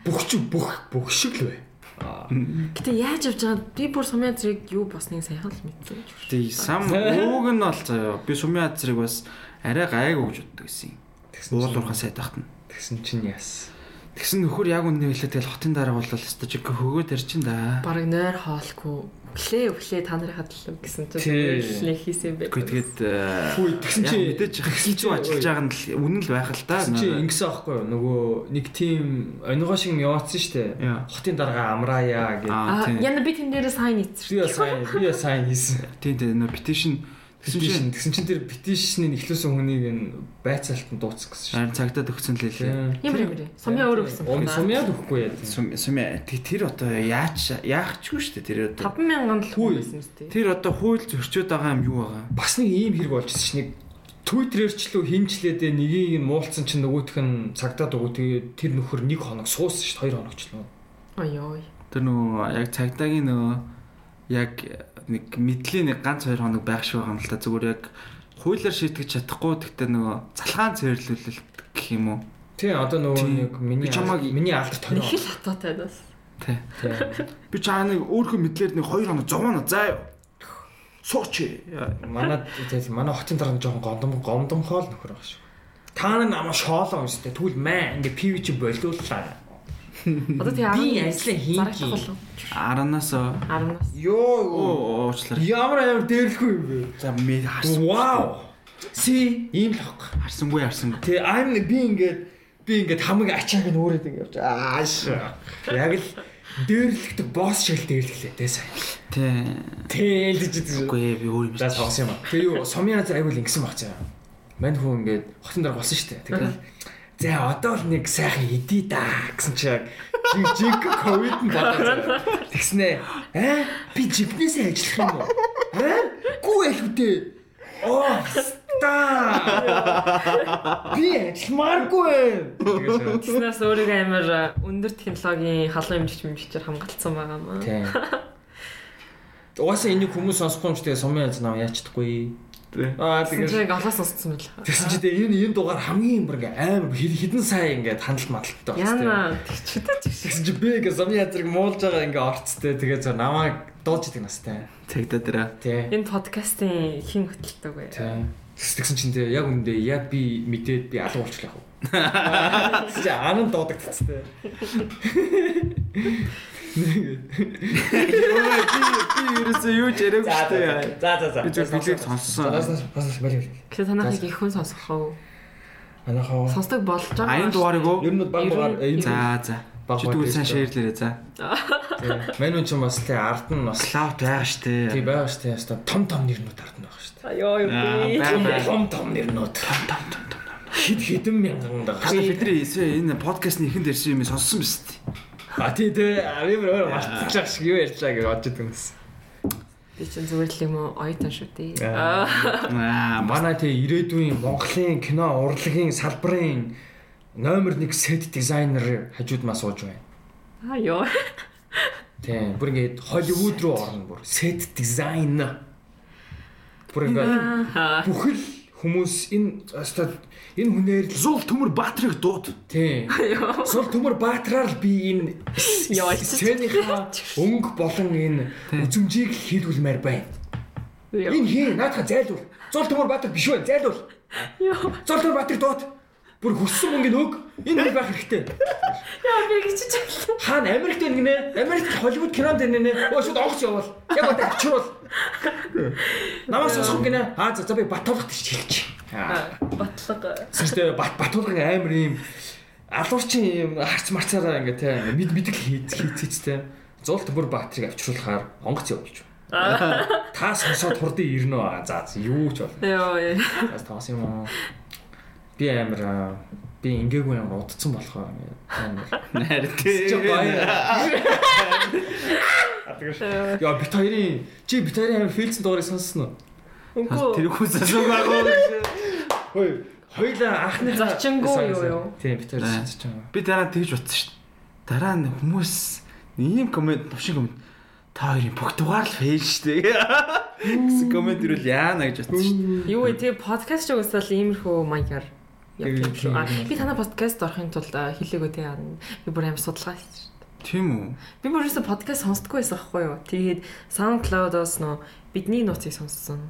Speaker 2: Бүх ч бүх бүх шиг л бай.
Speaker 4: Гэтэ яаж явж байгаа би бүр сумьяа зэрэг юу босныг саяхан л мэдсэн.
Speaker 3: Тэ сам ууг нь бол заяа. Би Сүмьё А6-ыг бас арай гайгүй гэж боддог гэсэн.
Speaker 2: Тэгсэн чинь-
Speaker 3: Уул уурхаа сайд тахтана.
Speaker 2: Тэгсэн чинь яс.
Speaker 3: Тэгсэн нөхөр яг үнэн хэлээ тэгэл хотын дараа бол л өстө жиг хөгөөд ярьчин да.
Speaker 4: Бараг нойр хоолгүй. Өглөө өглөө та нарын хадлал гэсэн
Speaker 2: Тий.
Speaker 4: чинь өглөө хийсэн байх.
Speaker 3: Гэхдээ тэгээд э,
Speaker 2: Хүү, тэгсэн
Speaker 3: яг
Speaker 2: чинь-
Speaker 3: мэдээж
Speaker 2: тэгсэн
Speaker 3: хэсэг
Speaker 2: чинь-
Speaker 3: зүү ажиллаж байгаа нь л үнэн л байх л да.
Speaker 2: Тэгсэн чи ингэсэн аахгүй юу? Нөгөө нэг тим онигоо шиг яваадсан штэ.
Speaker 3: Яа.
Speaker 2: Хотын дарга амраая гэдэг.
Speaker 4: Аа,
Speaker 3: Аа тийм.
Speaker 4: яна би тэн дээрээ сайн
Speaker 2: Би
Speaker 4: ийцэр.
Speaker 2: бас сайн би бас сайн хийсэн.
Speaker 3: Тийм тийм нөө petition гэсэн чинь
Speaker 2: Petition. Тэгсэн чинь тэр petition-ыг ихлүүлсэн хүнийг энэ байцаалтанд дууцсан гэсэн штэ.
Speaker 3: харин цагтаа төгсөн л хэлээ.
Speaker 4: Ямар юм бэ? Сумьяа өөр өгсөн.
Speaker 2: Ом сумьяа өгөхгүй яа.
Speaker 3: Сүм сүм яа, тэг- тэр одоо яач яах чгүй шүү дээ тэр одоо.
Speaker 4: 50000 л
Speaker 2: Хүү.
Speaker 4: хөөсөн шүү дээ.
Speaker 3: Тэр одоо хууль зөрчөөд байгаа юм юу байгаа?
Speaker 2: Бас нэг ийм хэрэг болчихсон ш. Нэг Twitter-ээр ч лөө химчлээд нэгийг нь муулцсан чинь нөгөөх нь цагдаад өгөө тэгээд тэр нөхөр нэг хоног суусан ш. Хоёр хоног ч лөө.
Speaker 4: Ой ой.
Speaker 3: Тэр нөө яг цагдаагийн нөө яг нэг мэдлийн нэг ганц хоёр хоног байх шиг байгаа юм л та зүгээр яг хуулиар шийтгэж чадахгүй тэгтээ нөгөө залхаан цэвэрлүүлэлт гэх юм уу?
Speaker 2: Тий одоо нөгөө
Speaker 3: Тий.
Speaker 2: нэг миний
Speaker 3: Би чамааг-
Speaker 2: алд- миний алдарт тоноо.
Speaker 4: Нэг л хатаатай бас.
Speaker 3: Тэ.
Speaker 2: Тий.
Speaker 3: Би чаа нэг өөрөө мэдлэр нэг 2 хоног 100 хоног заа юу. Суучи.
Speaker 2: Манай тэгэл манай хотын дараа нь жоохон гомдом гомдомхоол нөхөр баг шүү. Та нар намайг шоолоо юм шүү дээ. Тэгвэл мэ ингээ пив чи болиуллаа.
Speaker 4: Одоо тий
Speaker 2: Би ажлаа хийгээе.
Speaker 3: Аранаас
Speaker 4: Арамнаас.
Speaker 2: Йоо.
Speaker 3: уучлаарай.
Speaker 2: Ямар амар дээрлэхгүй юм бэ?
Speaker 3: За ми харсан.
Speaker 2: Вау. Си ийм л хог.
Speaker 3: Харсангүй харсангүй.
Speaker 2: Тэ I'm би ингээд би ингээд хамаг ачааг нь өөрөөд ингээд явж. Ааш. Яг л дээрлэхдэг босс шиг л дээрлэхлээ тэ сайн.
Speaker 3: Тэ.
Speaker 2: Тэ л гэж үү.
Speaker 3: Үгүй ээ, би өөр юм
Speaker 2: За
Speaker 3: шиг.
Speaker 2: сонгосон юм аа. Тэгээ юу, сумын азар айгүй л ингэсэн баг цаа. Мань хүн ингээд хотын дараа болсон шүү дээ. Тэгээд за одоо л нэг сайхан идэ да гэсэн чи яг жиг жиг ковид нь болоо. Тэгснэ. Аа би жигнээсээ ажиллах юм уу? Аа гүү айлгүтээ. Оо ста. Би ажилламааргүй. Тэгээд шууд
Speaker 4: Тэснээс өөрийгөө амар э, өндөр технологийн халуун хэмжигч хэмжигчээр хамгаалсан байгаа маа.
Speaker 2: Тийм. Угаасаа энийг хүмүүс сонсохгүй юм шүү дээ. Сумын аз нам яачдаггүй.
Speaker 3: Тэ.
Speaker 2: Аа
Speaker 4: Тэгсэн
Speaker 2: тэгээд
Speaker 4: чинь голоос сонссон мэл.
Speaker 2: Тэгсэн чи дээ энэ энэ дугаар хамгийн бүр ингээ амар хэ- хідэн сайн ингээ хандлт мадалттай байна.
Speaker 4: Яна тэгчтэй тэгш.
Speaker 2: Тэгсэн чи би ингээ замын язрыг муулж байгаа ингээ орцтэй тэгээ зөв намайг дуулж идэг настай.
Speaker 3: Цагдаа дараа.
Speaker 2: Тэ.
Speaker 4: Энэ подкастын хин хөтөлдөг бай.
Speaker 2: Тэ. Тэгс- Тэгсэн чи тэгээ яг үндэ яг би мэдээд би алга болчихлоо яах вэ? Тэгсэн чи анан дуудагдцтэй.
Speaker 3: Йоо, би би ерөөсөө юу ч яриаггүй шүү дээ.
Speaker 2: За за за.
Speaker 3: Би зөв билег сонссон.
Speaker 2: Бас бас бас болив.
Speaker 4: Гэхдээ танахыг их хүн сонсохоо.
Speaker 2: Манайхаа
Speaker 4: Сонсдог болж
Speaker 3: А энэ
Speaker 4: байгаа.
Speaker 3: дугаарыг уу?
Speaker 2: ер нь баг багаар энэ
Speaker 3: За за.
Speaker 2: Баг
Speaker 3: Чи дүүл
Speaker 2: баг
Speaker 3: сайн
Speaker 2: дээлтэй.
Speaker 3: шеэрлээрэ за.
Speaker 2: мань үн чинь бас тэ ард нь бас
Speaker 3: Клауд байгаа штэ.
Speaker 2: тий байгаа штэ яста том том нэрнүүд ард нь байгаа штэ.
Speaker 4: Йоо
Speaker 3: Аа,
Speaker 4: юу.
Speaker 3: бай, бай.
Speaker 2: том том нэрнүүд. Хид хідэн мянган даа.
Speaker 3: Хана бидний эсвэл энэ подкастны ихэнд ярьсан юм сонссон биз дээ.
Speaker 2: А тий тээ. А би бүр өөр мартчихлаа шиг юу ярьлаа гэж бодож байсан юм.
Speaker 4: Би чинь зүгээр л юм уу ойтон шүү дээ.
Speaker 2: Аа.
Speaker 3: Аа, маа
Speaker 2: Манай тэг ирээдүйн Монголын кино урлагийн салбарын номер 1 сет дизайнер хажууд маа сууж байна.
Speaker 4: Аа ёо.
Speaker 2: Тийм. Бүр ингээд Холливуд руу орно бүр. Set design. Бүр ингээд
Speaker 4: Аа.
Speaker 2: бүхэл хүмүүс энэ остад энэ хүнээр л
Speaker 3: зул төмөр баатрыг дууд.
Speaker 2: тийм. Сул төмөр баатраар л би энэ
Speaker 4: Яваалцсан.
Speaker 2: сценийхаа өнгө болон энэ үзмжийг хийлгүүлмээр байна.
Speaker 4: Ёо.
Speaker 2: Энэ хин наадха зайлуул. Зул төмөр баатар биш вэ? Зайлуул.
Speaker 4: Ёо.
Speaker 2: Зул төмөр баатар дуут. Бүр хүссэн мөнгөний үг энэ хэл байх хэрэгтэй.
Speaker 4: Яа би гिचж.
Speaker 2: Хаана Америкт ингэнэ? Америкт Холливуд кинонд ингэнэ. Оо шууд онгоц явуул. Яг одоо авчруул. Намаас сонсох гинэ. Аа за за би батуулгад чи хэлчих. Аа.
Speaker 4: Батлага.
Speaker 2: Сэртэй бат батуулгын амар юм алуурчин юм харц марцаараа ингээ те мэд мэдэг хийц хийцтэй. Зуулт бүр баатрийг авчруулахаар онгоц явуулж байна. Та сонсоод хурдан ирнэ аа. За за, юу ч болно.
Speaker 4: Ёо.
Speaker 2: Бас тоос юм аа. Би амар аа, би ингээгүй юм удцсан болохоор ингээ амар
Speaker 3: Найр
Speaker 2: Чи гоё.
Speaker 4: ёо.
Speaker 2: Яа бит хоёрын чи бит хоёрын амар филсэн дугаарыг сонссон уу?
Speaker 4: Үгүй.
Speaker 3: Тэрхүү засаг байгаа.
Speaker 2: Хөөе. Хоёлаа анхны
Speaker 4: Зочингүй юу юу?
Speaker 2: Тийм бит хоёр
Speaker 3: Аа.
Speaker 2: сонсож байгаа.
Speaker 3: Би дараа нь тэгж утсан шүү дээ. Дараа нь хүмүүс ийм комент, новшин комент та хоёрын бүх дугаар л фейл шүү дээ. гэсэн комент ирүүл яана гэж утсан шүү дээ.
Speaker 4: Юу вэ тэгээ подкаст ч угсаал иймэрхүү маягаар явдаг юм шүү.
Speaker 2: Тийм,
Speaker 4: Аа,
Speaker 2: тийм.
Speaker 4: Би танаа подкаст орохын тулд аа, хэлээгөө тий. аа, Би бүр амар судалгаа хийсэн. шүү.
Speaker 3: Тийм үү?
Speaker 4: Би бүр ерөөсө подкаст сонсдоггүй байсан байхгүй юу. Тэгээд SoundCloud-оос нөө бидний нууцыг сонссон.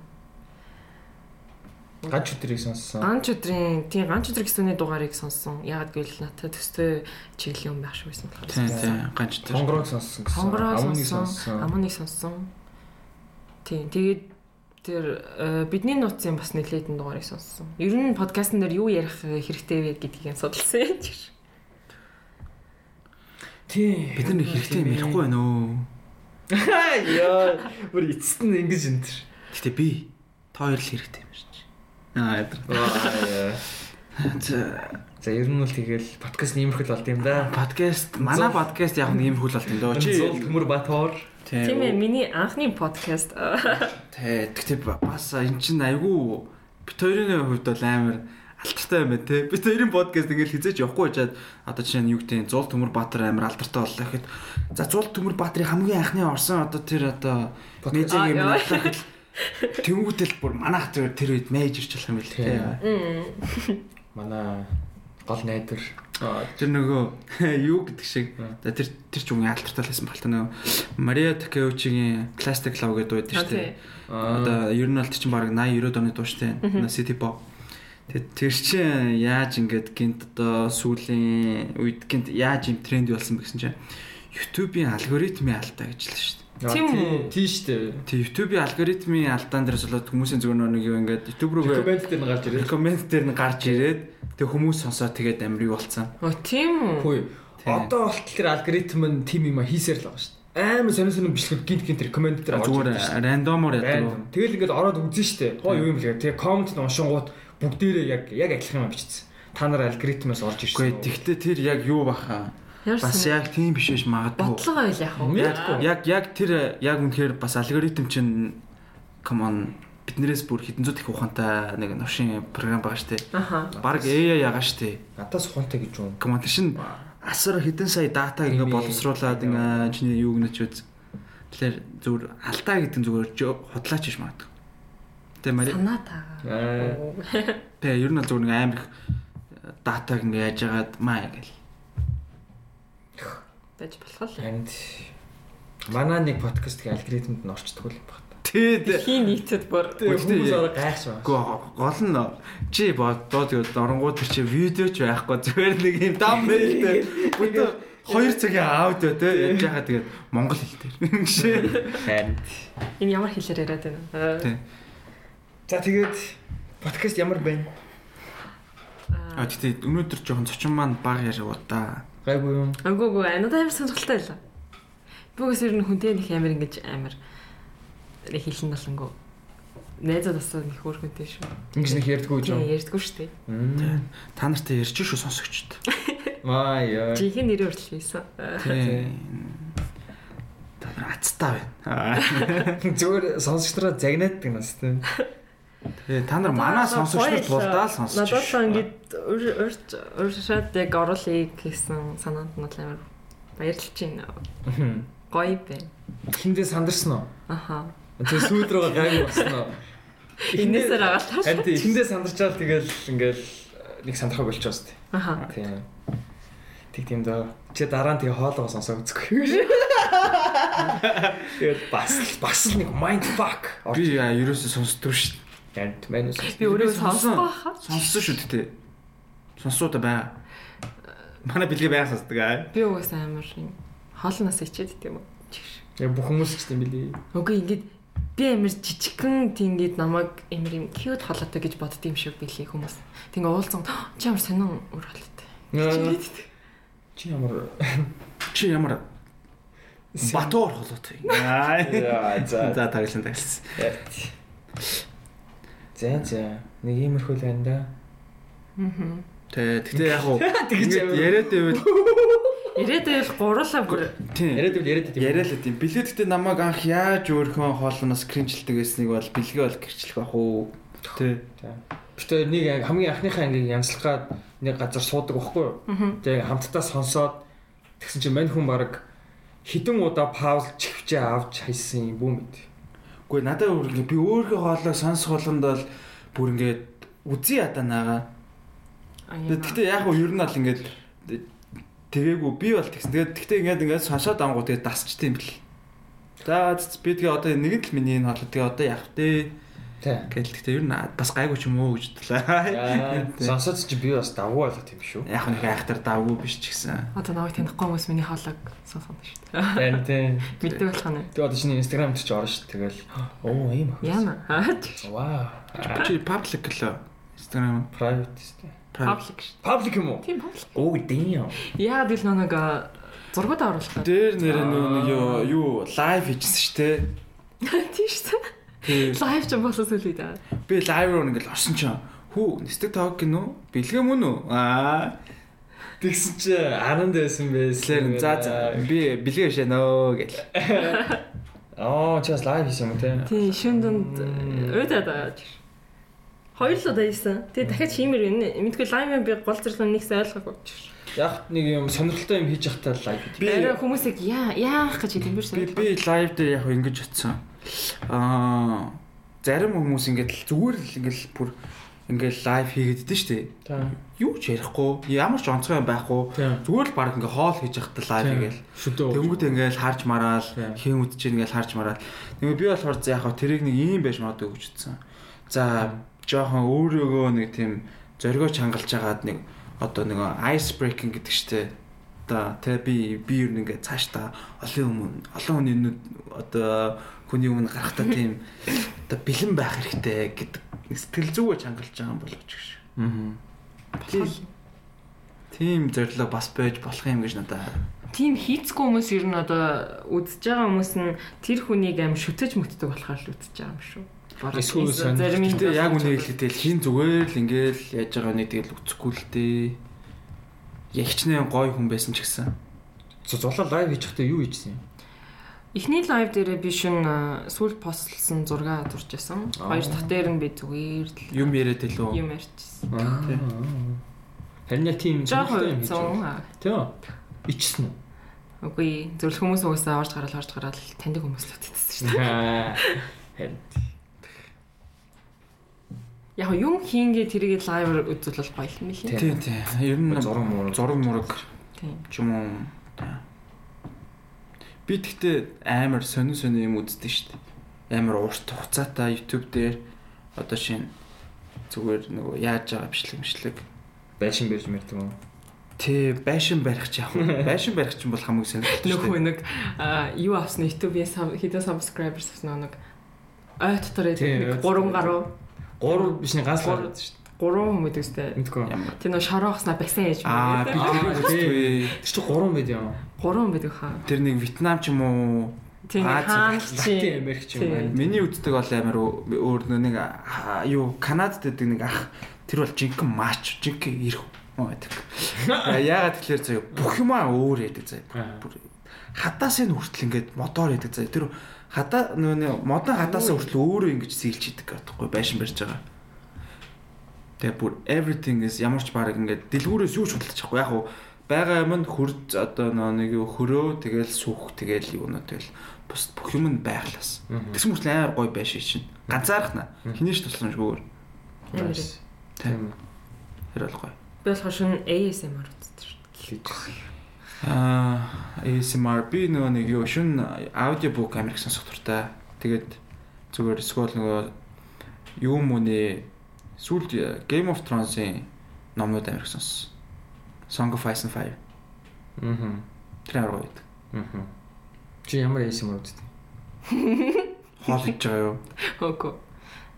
Speaker 2: Ганч өдрийг сонссон.
Speaker 4: Ганч өдрийн тий ганч өдөр гэсүний дугаарыг сонссон. Ягаад гэвэл надад төстэй чиглэлийн юм байх шиг байсан
Speaker 3: Тийм
Speaker 4: болохоор.
Speaker 3: тийм ганц тийм.
Speaker 2: Хонгорог сонссон гэсэн.
Speaker 4: Хонгороо
Speaker 2: Амуныг
Speaker 4: сонссон, амуныг сонссон. Тий тэгээд тэр э, бидний нууцын бас нэлээдэн дугаарыг сонссон. Ер нь подкастн дээр юу ярих хэрэгтэй вэ гэдгийг судалсан юм шиг.
Speaker 2: Тийм.
Speaker 3: Бид нар нэг хэрэгтэй юм ярихгүй байна өө.
Speaker 2: Яа, бүр эцэст нь ингэж энэ.
Speaker 3: Гэтэ би та хоёр л хэрэгтэй юм шиг. Аа ядар. За,
Speaker 2: За ер нь бол тэгэл подкаст нэмэрхэл болд юм да.
Speaker 3: Подкаст, манай
Speaker 2: Зул.
Speaker 3: подкаст яг нэг юм хөл болт энэ дөө. Чи
Speaker 2: Зул төмөр Батор.
Speaker 4: Тийм ээ,
Speaker 3: Тийм.
Speaker 4: миний анхны подкаст э,
Speaker 3: Тэ, Гэтэ ба- бас эн чинь айгүй бит хоёрын хувьд бол амар алдартай юм байна те. Бит хоёрын подкаст ингээл хизээч явахгүй жаад одоо жишээ нь юу гэдэг нь Зул Төмөр Баатар амар алдартай боллоо гэхэд за Зул Төмөр Баатарын хамгийн анхны орсон одоо тэр одоо
Speaker 2: Подкаст.
Speaker 3: Мэжэг юм
Speaker 4: Аа, яа.
Speaker 3: алдартай хэл тэнгуүтэл бүр манайх зүгээр тэр үед мэйжэрч болох юм бэл те.
Speaker 2: Тийм. Манай гол найдар. Аа,
Speaker 3: Тэр нөгөө юу гэдэг шиг
Speaker 2: Мм.
Speaker 3: тэр тэр ч юм алдартай л байсан балтаа нөгөө Мария Такеучигийн Plastic Love гэдэг үед
Speaker 4: а,
Speaker 3: шүү дээ.
Speaker 4: тий.
Speaker 3: Одоо ер нь бол тэр чинь баг 80 90-д оны дууштай байна. City Pop. Тэгээд тэр чинь яаж ингээд гинт одоо сүүлийн үед гинт яаж юм тренд болсон бэ гэсэн чинь YouTube-ийн алгоритмын алдаа гэж л шүү дээ.
Speaker 4: тийм үү?
Speaker 2: тийш дээ.
Speaker 3: Тэгээд YouTube-ийн алгоритмын алдаан дээрс болоод хүмүүсийн зүгээр нэг юм ингээд YouTube руугаа
Speaker 2: Коммент дээр нь гарч ирээ.
Speaker 3: коммент дээр нь гарч ирээд тэг хүмүүс сонсоод тэгээд амир юу болцсон.
Speaker 4: Оо тийм үү.
Speaker 2: Хөөе. Одоо болтол тэр алгоритм нь тим юм а хийсээр л байгаа шүү дээ. Амар сонир сонир бичлэг гинт гинт тэр коммент дээр орж ирдэг шүү дээ.
Speaker 3: Зүгээр рандомор ядаг. уу?
Speaker 2: Рандом. Тэгэл ингээд ороод үзэн штэ. Тоо юу юм блэ. Тэгээ комент нь уншингууд бүгдээрээ яг яг адилхан юм бичсэн. Та нар алгоритмээс олж ирсэн.
Speaker 3: Гэхдээ тэгтээ тэр яг юу баха?
Speaker 4: Ямар
Speaker 3: Бас
Speaker 4: сонир-
Speaker 3: яг тийм биш биш магадгүй.
Speaker 4: бодлого байл яах вэ?
Speaker 2: Яг-
Speaker 4: Аа.
Speaker 3: Яг яг тэр яг үнэхээр бас алгоритм чинь come on биднэрээс бүр хэдэн зуун их ухаантай нэг новшин програм байгаа штэ.
Speaker 4: Аха.
Speaker 3: Бараг AI ягаа штэ.
Speaker 2: Надаас ухаантай гэж юм.
Speaker 3: Come on тэр шин асар хэдэн сая дата
Speaker 2: Тийм
Speaker 3: ингээ
Speaker 2: ээ.
Speaker 3: боловсруулад ингээ чиний юу гэнэ ч үз. Тэгэхээр зүгээр алдаа гэдэг нь зүгээр жо- худлаач биш магадгүй. Тэ мари.
Speaker 4: Санаа таагаа.
Speaker 2: Аа.
Speaker 3: Э. Тэ ер нь бол зүгээр нэг амар их датаг ингээ яажгаад маа гэл.
Speaker 4: Дэж болох л.
Speaker 2: Энд манай нэг подкаст гэх алгоритмд нь орчдөг л баг.
Speaker 3: Тэ тэ.
Speaker 4: Хий нийтэд бүр.
Speaker 2: Хүмүүс ороо гайхш байна.
Speaker 3: Гэхдээ гол нь чи боддоо тэгээд оронгууд чи видео ч байхгүй зүгээр нэг юм дам мэйлтэй. Бүтэ 2 цагийн аудио те яаж яхаа тэгээд монгол хэлтэй. Жишээ.
Speaker 2: Харин.
Speaker 4: Энэ ямар хэлээр яриад байна? Аа.
Speaker 3: Тэ.
Speaker 2: За тэгээд подкаст ямар байна?
Speaker 4: Э,
Speaker 3: А тэгтээ өнөөдөр жоохон зочин маань баг яриа да.
Speaker 2: Гайгүй юм.
Speaker 4: Агүй агүй анадаа амар сонирхолтой байлаа. Бүгээс ер нь хүнтэй нэг амар ингэж амар нэг хилэн болонгүй. Найзад бас нэг хөөрхөнтэй шүү.
Speaker 2: Ингээс нэг ярьдгүй ч
Speaker 4: Тийм
Speaker 2: юм.
Speaker 4: ярьдгүй шүү дээ.
Speaker 2: Мм.
Speaker 3: Та нартай ярьж шүү сонсогчд.
Speaker 2: Аа яа.
Speaker 4: Э, Жинхэнэ нэрээр хүртэл хийсэн. Аа.
Speaker 3: Тэ. Та нар Ацтай байна.
Speaker 2: Зүгээр сонсогчдраа загнаад байгаа нас тийм.
Speaker 3: Тэгээ та нар манай сонсогчдод болдаа л сонсож.
Speaker 4: Надад л ингээд урьж урьшаад яг оруулъя гэсэн санаанд нь бол амар баярлж байна. Гоё байна.
Speaker 2: Хиндээ сандарсан уу?
Speaker 4: Аха.
Speaker 2: Тэр сүйд рүү гайг болсон уу?
Speaker 4: Инээсээр агаалтаа.
Speaker 2: Харин тийм, хиндээ сандарчаал тэгэл ингээл э, нэг сандрахаа болчихоос тийм.
Speaker 4: Аха.
Speaker 2: Тийм. Тэг тийм дөө. Чи дараа нь тэгээ хоолоо сонсоо үзэхгүй. Тэгээд бас л- бас л нэг mind fuck.
Speaker 3: Би яа, ерөөсөө сонсдгүй шүү дээ.
Speaker 2: Янт мэнэс.
Speaker 4: Би өөрөө
Speaker 3: Сонссон.
Speaker 4: сонссон баха.
Speaker 3: Сонссон шүү дээ. Сонссоо та бай. Манай бэлгээ байга сонсдог аа.
Speaker 4: Би угаасаа амар юм. Хоолноос ичээд тийм үү. Чигш.
Speaker 2: Яа бүх хүмүүс ч тийм билий.
Speaker 4: Үгүй ингээд би амар жижигхэн тийгээд намайг амар юм cute холоотой гэж бодд юм шиг билий хүмүүс. Тэгээ уулзсан чи амар сонин өр холоотой.
Speaker 2: Чи ямар
Speaker 3: Чи ямар батуу орхолоо тээ. Аа.
Speaker 2: Яа за.
Speaker 3: За таглан тагласан.
Speaker 2: За за. Нэг иймэрхүү л байна да.
Speaker 3: Тэ тэгтээ яг уу
Speaker 2: Тэгэж
Speaker 3: ингэж
Speaker 2: яваа.
Speaker 3: яриад байвал
Speaker 4: Ирээдүйд гурлаа бүр
Speaker 3: тийм
Speaker 2: Яриад үл яриад тийм.
Speaker 3: яриад л тийм бэлгээ тэгтээ намайг анх яаж өөрхөн хоолноос кринжилдэг гэснийг бол бэлгээ бол гэрчлэх бах уу тий
Speaker 2: Гэтэ нэг анги- хамгийн анхныхаа ангийг янзлахад нэг газар суудаг байхгүй юу? Тэгээ хамтдаа сонсоод тэгсэн чинь мань хүн баг хідэн удаа пауз чивчээ авч хайсан юм бүү мэд.
Speaker 3: Угүй надад бүр ингээ би өөрхөн хоолойг сонсох болгонд бол бүр ингээ үзий ядаа наага Тэгтээ яг уу ер нь бол ингээд тэгээгүй би бол тэгсэн. Тэгээд тэгтээ ингээд ингээд сонсоод ангуу тэгээд дасч тийм бэл. За цэц, би тэгээ одоо нэг л миний энэ хаалт тэгээ одоо явах дээ.
Speaker 2: Тэ.
Speaker 3: Гэтэл тэгтээ ер нь аа, бас гайгүй ч юм уу гэж бодлаа. За.
Speaker 2: Сонсоод чи би бас давгүй болоод юм шүү.
Speaker 3: Яг нэг айхтар давгүй биш ч гэсэн.
Speaker 4: одоо намайг танихгүй хүмүүс миний хоолойг сонсон шүү
Speaker 2: Тэн
Speaker 4: дээ.
Speaker 2: тэн.
Speaker 4: Мэддэг болох нь.
Speaker 2: Тэгээ одоо чиний Instagram дээр ч орно шүү. Тэгэл оо ийм охин.
Speaker 4: Яна.
Speaker 2: Вау.
Speaker 3: Чи public лөө Instagram
Speaker 2: Private шүү.
Speaker 3: private.
Speaker 4: Паблик шүү.
Speaker 2: Public юм уу?
Speaker 4: Тийм паблик.
Speaker 2: Оо damn.
Speaker 4: Яа дил нэг зургууд оруулах.
Speaker 3: Дээр нэр нэг юу юу live хийжсэн шүү дээ.
Speaker 4: Тийш үү?
Speaker 3: Тэг.
Speaker 4: Лайв ч болсон зүйл үү?
Speaker 3: Би live руу ингээл орсон чинь хүү нэстэг таг гинөө бэлгэ мөн үү? Аа
Speaker 2: Тэгсэн чи 10 дэсэн
Speaker 3: Тэслэр
Speaker 2: байсан.
Speaker 3: за за би бэлгээ шээ нөө гэл.
Speaker 2: Оо чи бас live хийсэн юм те.
Speaker 4: Тийм шүн дунд уйдаад байгаа. Хоёр л удаа ийсэн. Тэгээ дахиад хиймэр юм. Мэдгүй лайв би гол зэрлэн нэгс ойлгоогүй. ч.
Speaker 2: Яг нэг юм сонирхолтой юм хийж явахтаа live хийдэг.
Speaker 3: Би
Speaker 4: Арай хүмүүс яг яа яах гэж хэлсэн биш
Speaker 3: би би лайв дээр яг ингэж утсан. Аа зарим хүмүүс ингээд л зүгээр л ингээл бүр ингээл лайв хийгээд дээ штэ.
Speaker 2: Та.
Speaker 3: Юу ч ярихгүй, ямар ч онцгой юм байхгүй.
Speaker 2: Тийм.
Speaker 3: Зүгээр л баг ингээ хоол хийж явахдаа лайв хийгээл.
Speaker 2: Шүтөө.
Speaker 3: Тэнгүүд ингээл харж мараал,
Speaker 2: Тийм.
Speaker 3: хэн үдэж ингээл харж мараал. Тэгээ би болохоор за яг хаа тэрийг нэг ийм байж магадгүй гэж утсан. За жоохон өөрөөгөө нэг тийм зоригоо чангалж агаад нэг одоо нэг ice breaking гэдэг штэ. Одоо тэ би би юу нэг цааш та олон өмнө олон хүний нүд одоо хүний өмнө гарахтаа тийм одоо бэлэн байх хэрэгтэй гэдэг нэг сэтгэл зүгөө чангалж байгаа юм болооч гэж. Тийм. Тийм зорилго бас байж болох юм гэж надад
Speaker 4: тийм хийцгүй хүмүүс ер нь одоо үзэж байгаа хүмүүс нь тэр хүнийг аим шүтэж мөтдөг болохоор л үзэж байгаа юм шүү.
Speaker 2: Эсвэл сонирхолтой.
Speaker 4: зарим нь
Speaker 3: Гэтэ яг үнэ хэлэхдээ л хин зүгээр л ингээл яаж байгаа нэг тэгэл үцэхгүй л дээ. Яг хичнээн гой хүн байсан ч гэсэн.
Speaker 2: Зулаа live хийж явахдаа юу хийжсэн юм?
Speaker 4: Эхний лайв дээрээ би шин аа, сүүлд постлсон зураг дурж байсан. Хоёр дахь дээр нь би зүгээр л
Speaker 3: Юм яриад илүү.
Speaker 4: юм ярьчихсан.
Speaker 2: Аа. Харин яг тийм сонирхолтой
Speaker 4: Жаахан
Speaker 2: юм хийж
Speaker 4: цун.
Speaker 2: байна.
Speaker 4: аа.
Speaker 2: Тийм. Ичсэн үү?
Speaker 4: Үгүй зөвлөх хүмүүс угаасаа орж гараал орж гараал таньдаг хүмүүс л үтдсэн шүү.
Speaker 2: Харин
Speaker 4: Яг юм хийнгээ тэрийг лайвэр үзүүлэх гоё юм лээ.
Speaker 3: Тийм тийм. Ер нь
Speaker 2: Зураг мураг.
Speaker 3: зураг мураг
Speaker 4: Тийм.
Speaker 3: ч юм уу. Тийм. Би тэгтээ амар сонин сонин юм үздэг шүү дээ. Амар урт хугацаатай YouTube дээр одоо шинэ зүгээр нөгөө яаж байгаа бичлэг мишлэг
Speaker 2: байшин бийж мэрдэг юм.
Speaker 3: Тэ байшин барих ч яг хөө. байшин барих ч юм бол хамгийн сонирхолтой шүү
Speaker 4: Нөхөө
Speaker 3: дээ.
Speaker 4: нэг аа, юу авсан YouTube-ээс хэдэн subscribers авсан нэг ой дотор
Speaker 2: Тийм, ой
Speaker 4: яг
Speaker 2: дотор.
Speaker 4: 3 гаруй
Speaker 2: Гур биш нэг ганц л
Speaker 4: Гур.
Speaker 2: байдаг шүү дээ.
Speaker 4: 3 хүн байдаг үстэй.
Speaker 2: Мэдгүй.
Speaker 3: Ямар
Speaker 4: Тэр нөө шороохснаа басан ээж
Speaker 3: Аа би
Speaker 4: байдаг.
Speaker 3: тэрийг үзтгүй.
Speaker 2: Тэр чи 3 байд юм.
Speaker 4: 3 хүн байдаг хаа.
Speaker 3: Тэр нэг Вьетнам ч юм уу.
Speaker 4: Тийм
Speaker 3: Аз,
Speaker 4: хаан
Speaker 2: Латин
Speaker 4: чи.
Speaker 2: Америк ч юм байна.
Speaker 3: Миний үздэг бол амар өө- өөр нөө нэг аа, юу Канадад гэдэг нэг ах тэр бол жинхэнэ матч, жинхэнэ ирэх юм байдаг. Яагаад тэгэхээр зөө бүх юмаа өөр яадаг зөө.
Speaker 2: Аа.
Speaker 3: Бүр хадаас энэ хүртэл ингээд мотор яадаг заа. Тэр хадаа нөгөө нэг модон хадаас хүртэл өөрөө ингэж сэлж идэг гэдэггүй байшин барьж байгаа. Тэгээ бүр everything is ямар ч баг ингээд дэлгүүрээс юу ч худалдаж чадахгүй. Яг уу байгаа юм нь хөр одоо нөгөө нэг юу хөрөө тэгэл сүх тэгэл юу нэ тэгэл бус бүх юм нь байглаас. Тэгсэн мөртлөө амар гоё байшин чинь. Ганцаархна. Хинээч тусламжгүйгээр.
Speaker 4: Nice.
Speaker 3: Тийм. Тэр бол гоё.
Speaker 4: Би болохоор шин ASMR үздэг шүү дээ.
Speaker 3: Аа, ASMR би нөгөө нэг юу шин аудиобук Америк сонсох туртай. Тэгээд зүгээр эсвэл нөгөө юу мөний сүүлд Game of Thrones-ийн номнууд Америк сонс. Song of Ice and Fire.
Speaker 2: Мм.
Speaker 3: Тэр арга байдаг.
Speaker 2: Мм. Чи ямар ASMR үздэг?
Speaker 3: Хоол хийж байгаа юу?
Speaker 4: Хөөе.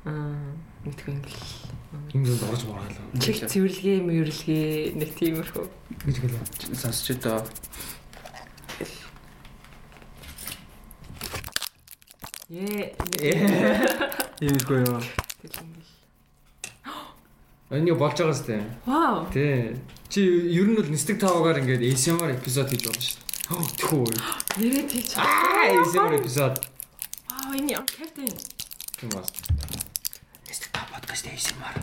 Speaker 4: Аа, мэдгүй юм гэл.
Speaker 2: Юм зөнд орж маргалаа.
Speaker 4: Чих цэвэрлэгээ, мөрлөгээ нэг тиймэрхүү.
Speaker 2: Гэж гэлээ.
Speaker 3: Сонсч өдөө.
Speaker 4: Ээ.
Speaker 3: Ийм ихгүй юу?
Speaker 4: тэгэл юм гэл.
Speaker 2: Энийг болж байгаа сте.
Speaker 4: Вау.
Speaker 2: Тий. Чи ер нь бол нэстэг таваагаар ингээд ASMR эпизод хийж болно шүү дээ. Хөө, Тэхүү.
Speaker 4: Нэрээ тийч.
Speaker 2: Аа, ASMR эпизод.
Speaker 4: Вау, энэ юм капитан.
Speaker 2: Тийм бас.
Speaker 3: Нэстэг та подкаст ASMR.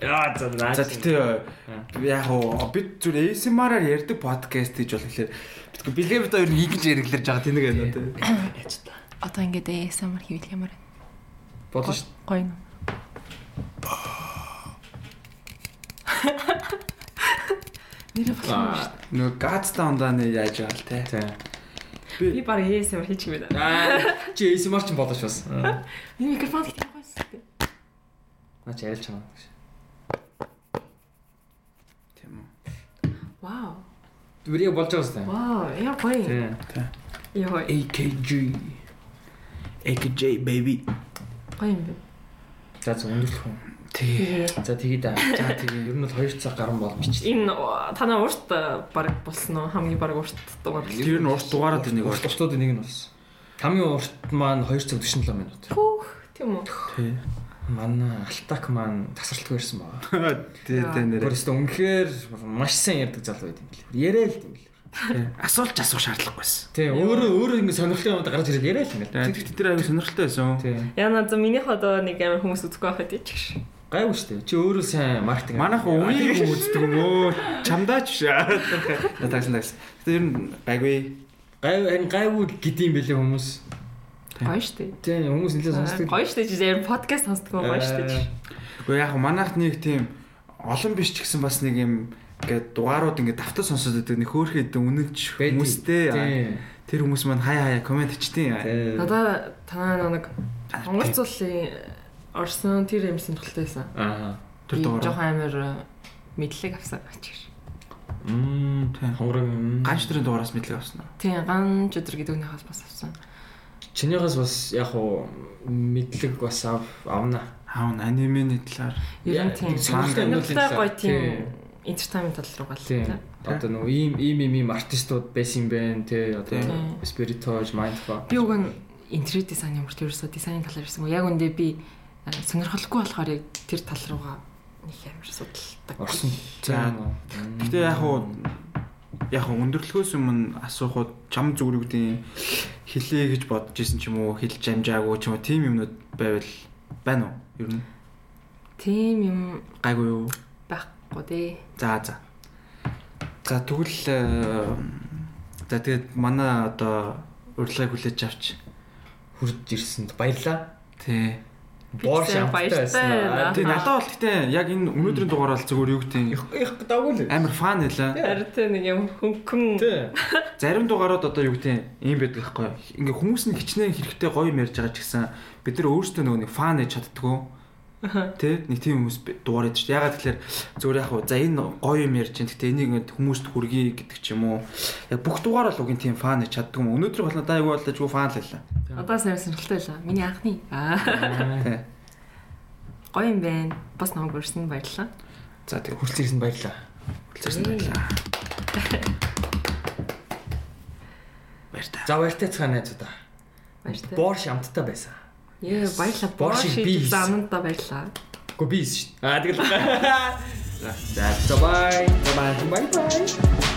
Speaker 2: Яа, за наач.
Speaker 3: За тэгтээ яг уу бид зүгээр ASMR-аар ярьдаг подкаст гэж болох хэлээр бид бэлгээр доо ер нь ингэж ярилэр жагаа тэнэг байна тий.
Speaker 5: Одоо ингээд ASMR хийвэл ямар вэ?
Speaker 2: болно шүү дээ.
Speaker 5: Гоё юм.
Speaker 4: Нэрээ болох юм шүү.
Speaker 3: Нөгөө Gads Down-дааны яаж яал тий.
Speaker 2: Тий.
Speaker 4: Би баг ASMR хийчих юм байна.
Speaker 2: Аа, чи ASMR ч болно шүү бас. Аа.
Speaker 4: Энэ микрофон хийх юм байна.
Speaker 2: Наач ярилж чамаа.
Speaker 3: Тийм үү.
Speaker 4: Вау.
Speaker 2: Дүрийг болж байгаа сте.
Speaker 4: Вау, яа гоё.
Speaker 2: Тий.
Speaker 4: Яа гоё.
Speaker 3: AKG. AKJ baby.
Speaker 4: Гоё юм байна.
Speaker 2: За зөв өндөрлөх юм.
Speaker 3: Тий.
Speaker 2: За тэгээд аа. За тэгээд ер нь бол 2 цаг гарсан бол бичлээ.
Speaker 4: Энэ о, танаа урт э, баг болсон уу? Хамгийн баг урт дугаар.
Speaker 3: Тэр нь урт дугаараа тэр нэг орж.
Speaker 2: уртууд нэг нь болсон. Хамгийн урт маань 2 цаг 47 минут.
Speaker 4: Түүх тийм үү?
Speaker 3: Тий.
Speaker 2: Манай Алтак маань тасралтгүй ирсэн байгаа.
Speaker 3: Тий тий нэрээ.
Speaker 2: Гөрөст өнгөхээр маш сайн ярддаг залуу байт юм билээ. Яриа л юм билээ.
Speaker 3: Асуулж асуух шаардлагагүйсэн.
Speaker 2: Тий, өөрөө өөрөө ингэ сонирхолтой юмд гарч ирээд яриа л юм билээ.
Speaker 3: Тэгэхдээ тэр аяг сонирхолтой байсан.
Speaker 2: Тий.
Speaker 4: Яна за минийх одоо нэг амар хүмүүс үзэхгүй байхад ичгш.
Speaker 2: Гайгүй шүү дээ. Чи өөрөө сайн маркетинг.
Speaker 3: Манайх үеийг үздэг мөө. Чамдаач шаа. Тагсан тагсан. Тэр нь гайгүй.
Speaker 2: гайгүй харин гайгүй л гэдэг юм билээ хүмүүс.
Speaker 4: Гоё штэ.
Speaker 2: Тий, хүмүүс нэлээд сонсдог. Э,
Speaker 4: Гоё штэ чи зарим подкаст сонсдгоо гоё штэ. чи.
Speaker 3: Гэхдээ яг манайх нэг тийм олон биш ч гэсэн бас нэг юм ингээд дугаарууд ингээд давтаа сонсоод байдаг нэг хөөрхөд үнэнч
Speaker 2: Байдаг.
Speaker 3: хүмүүстэй
Speaker 2: Тий.
Speaker 3: тэр хүмүүс маань хай хаяа комент ичтэн.
Speaker 2: Тий.
Speaker 4: Надаа танаа нэг Монголцуулын орсон тэр юмсын толтой байсан.
Speaker 2: Аа.
Speaker 4: Би
Speaker 3: Тэр дугаар.
Speaker 4: Жохон амар э, мэдлэг авсан ачгш.
Speaker 2: Мм,
Speaker 3: Тий.
Speaker 2: хонгорог юм.
Speaker 3: Ганч тэрийн дугаараас мэдлэг авсан уу?
Speaker 4: Тийм ганж өдр гэдэг нөхөс бас авсан.
Speaker 2: Чинийхээс бас яг уу мэдлэг бас ав авна.
Speaker 3: Аав анимений талаар.
Speaker 4: Ер нь тийм.
Speaker 2: Сонирхолтой юмнууд
Speaker 4: Сонирхолтой гоё тийм
Speaker 2: тий.
Speaker 4: entertainment тал руу гал.
Speaker 2: Тийм.
Speaker 4: тий.
Speaker 2: Одоо нөгөө ийм ийм ийм ийм артистууд байсан юм байна тий. Одоо
Speaker 4: Тийм.
Speaker 2: Spiritoj, Mindfuck.
Speaker 4: Би уг нь интерьер дизайн юм өртөө ерөөсөө дизайн талаар ирсэн. Яг үндэ би э, сонирхолгүй болохоор яг тэр тал руугаа нэг амар судалдаг.
Speaker 2: Орсон.
Speaker 3: За.
Speaker 2: Мм.
Speaker 3: Гэтэ яг уу яг уу өндөрлөхөөс өмнө асуухуд чам зүгрүүдийн хилээ гэж бодож исэн ч юм уу хилж амжаагүй ч юм уу тийм юмнууд байвал байна уу? Ер нь
Speaker 4: Тийм юм
Speaker 3: гайгүй юу?
Speaker 4: байхгүй дээ.
Speaker 3: За за. За тэгвэл э, за тэгээд манай одоо урилгыг хүлээж авч
Speaker 2: хурж ирсэнд баярлаа.
Speaker 3: тий.
Speaker 2: Боор
Speaker 4: Бидсэн
Speaker 2: шамтай
Speaker 4: баяртай.
Speaker 2: байсан.
Speaker 3: Тэг надад бол гэтээ яг энэ өнөөдрийн дугаараа л зүгээр юу гэдэг
Speaker 2: Их их давгүй л.
Speaker 3: амар фан байлаа.
Speaker 4: Харин тэ нэг юм хөнгөн
Speaker 2: Тий.
Speaker 3: Зарим дугаарууд одоо юу гэдэг юм байдаг байхгүй. Ингээ хүмүүс нь хичнээн хэрэгтэй гоё юм ярьж байгаа ч гэсэн бид нар өөрсдөө нөгөө нэг фан гэж чаддгүй. Тэ нэг тийм хүмүүс би- дугаар ядчих. Ягаад тэгэхээр зүгээр яг хуу за энэ гоё юм ярьж байна. Гэтэ энийг ингээд хүмүүст хүргэе гэдэг ч юм уу. Яг бүх дугаар бол угийн тийм фан гэж чаддгүй юм. Өнөөдөр бол надад аягүй болдож гоо фан л байлаа.
Speaker 4: одоо сайн сонирхолтой байлаа. Миний анхны Аа,
Speaker 3: Тэ.
Speaker 4: гоё юм байна. Бас намайг өрсөн баярлалаа.
Speaker 3: За тэгээ
Speaker 2: Хурж ирсэнд баярлаа.
Speaker 3: хүлцээрсэн байлаа. Баяр та.
Speaker 2: За баяртай цагаан найзуудаа.
Speaker 4: Баяртай.
Speaker 2: Боор шамттай байсан.
Speaker 4: Яа
Speaker 2: Боршиг
Speaker 4: баярлалаа.
Speaker 2: би
Speaker 4: Боршиг би
Speaker 2: хийсэн.
Speaker 4: зананда баярлалаа.
Speaker 2: Гэхдээ би ийсэн шүү дээ. Аа тэгэл. За. За. Bye bye. Bye bye. Bye bye.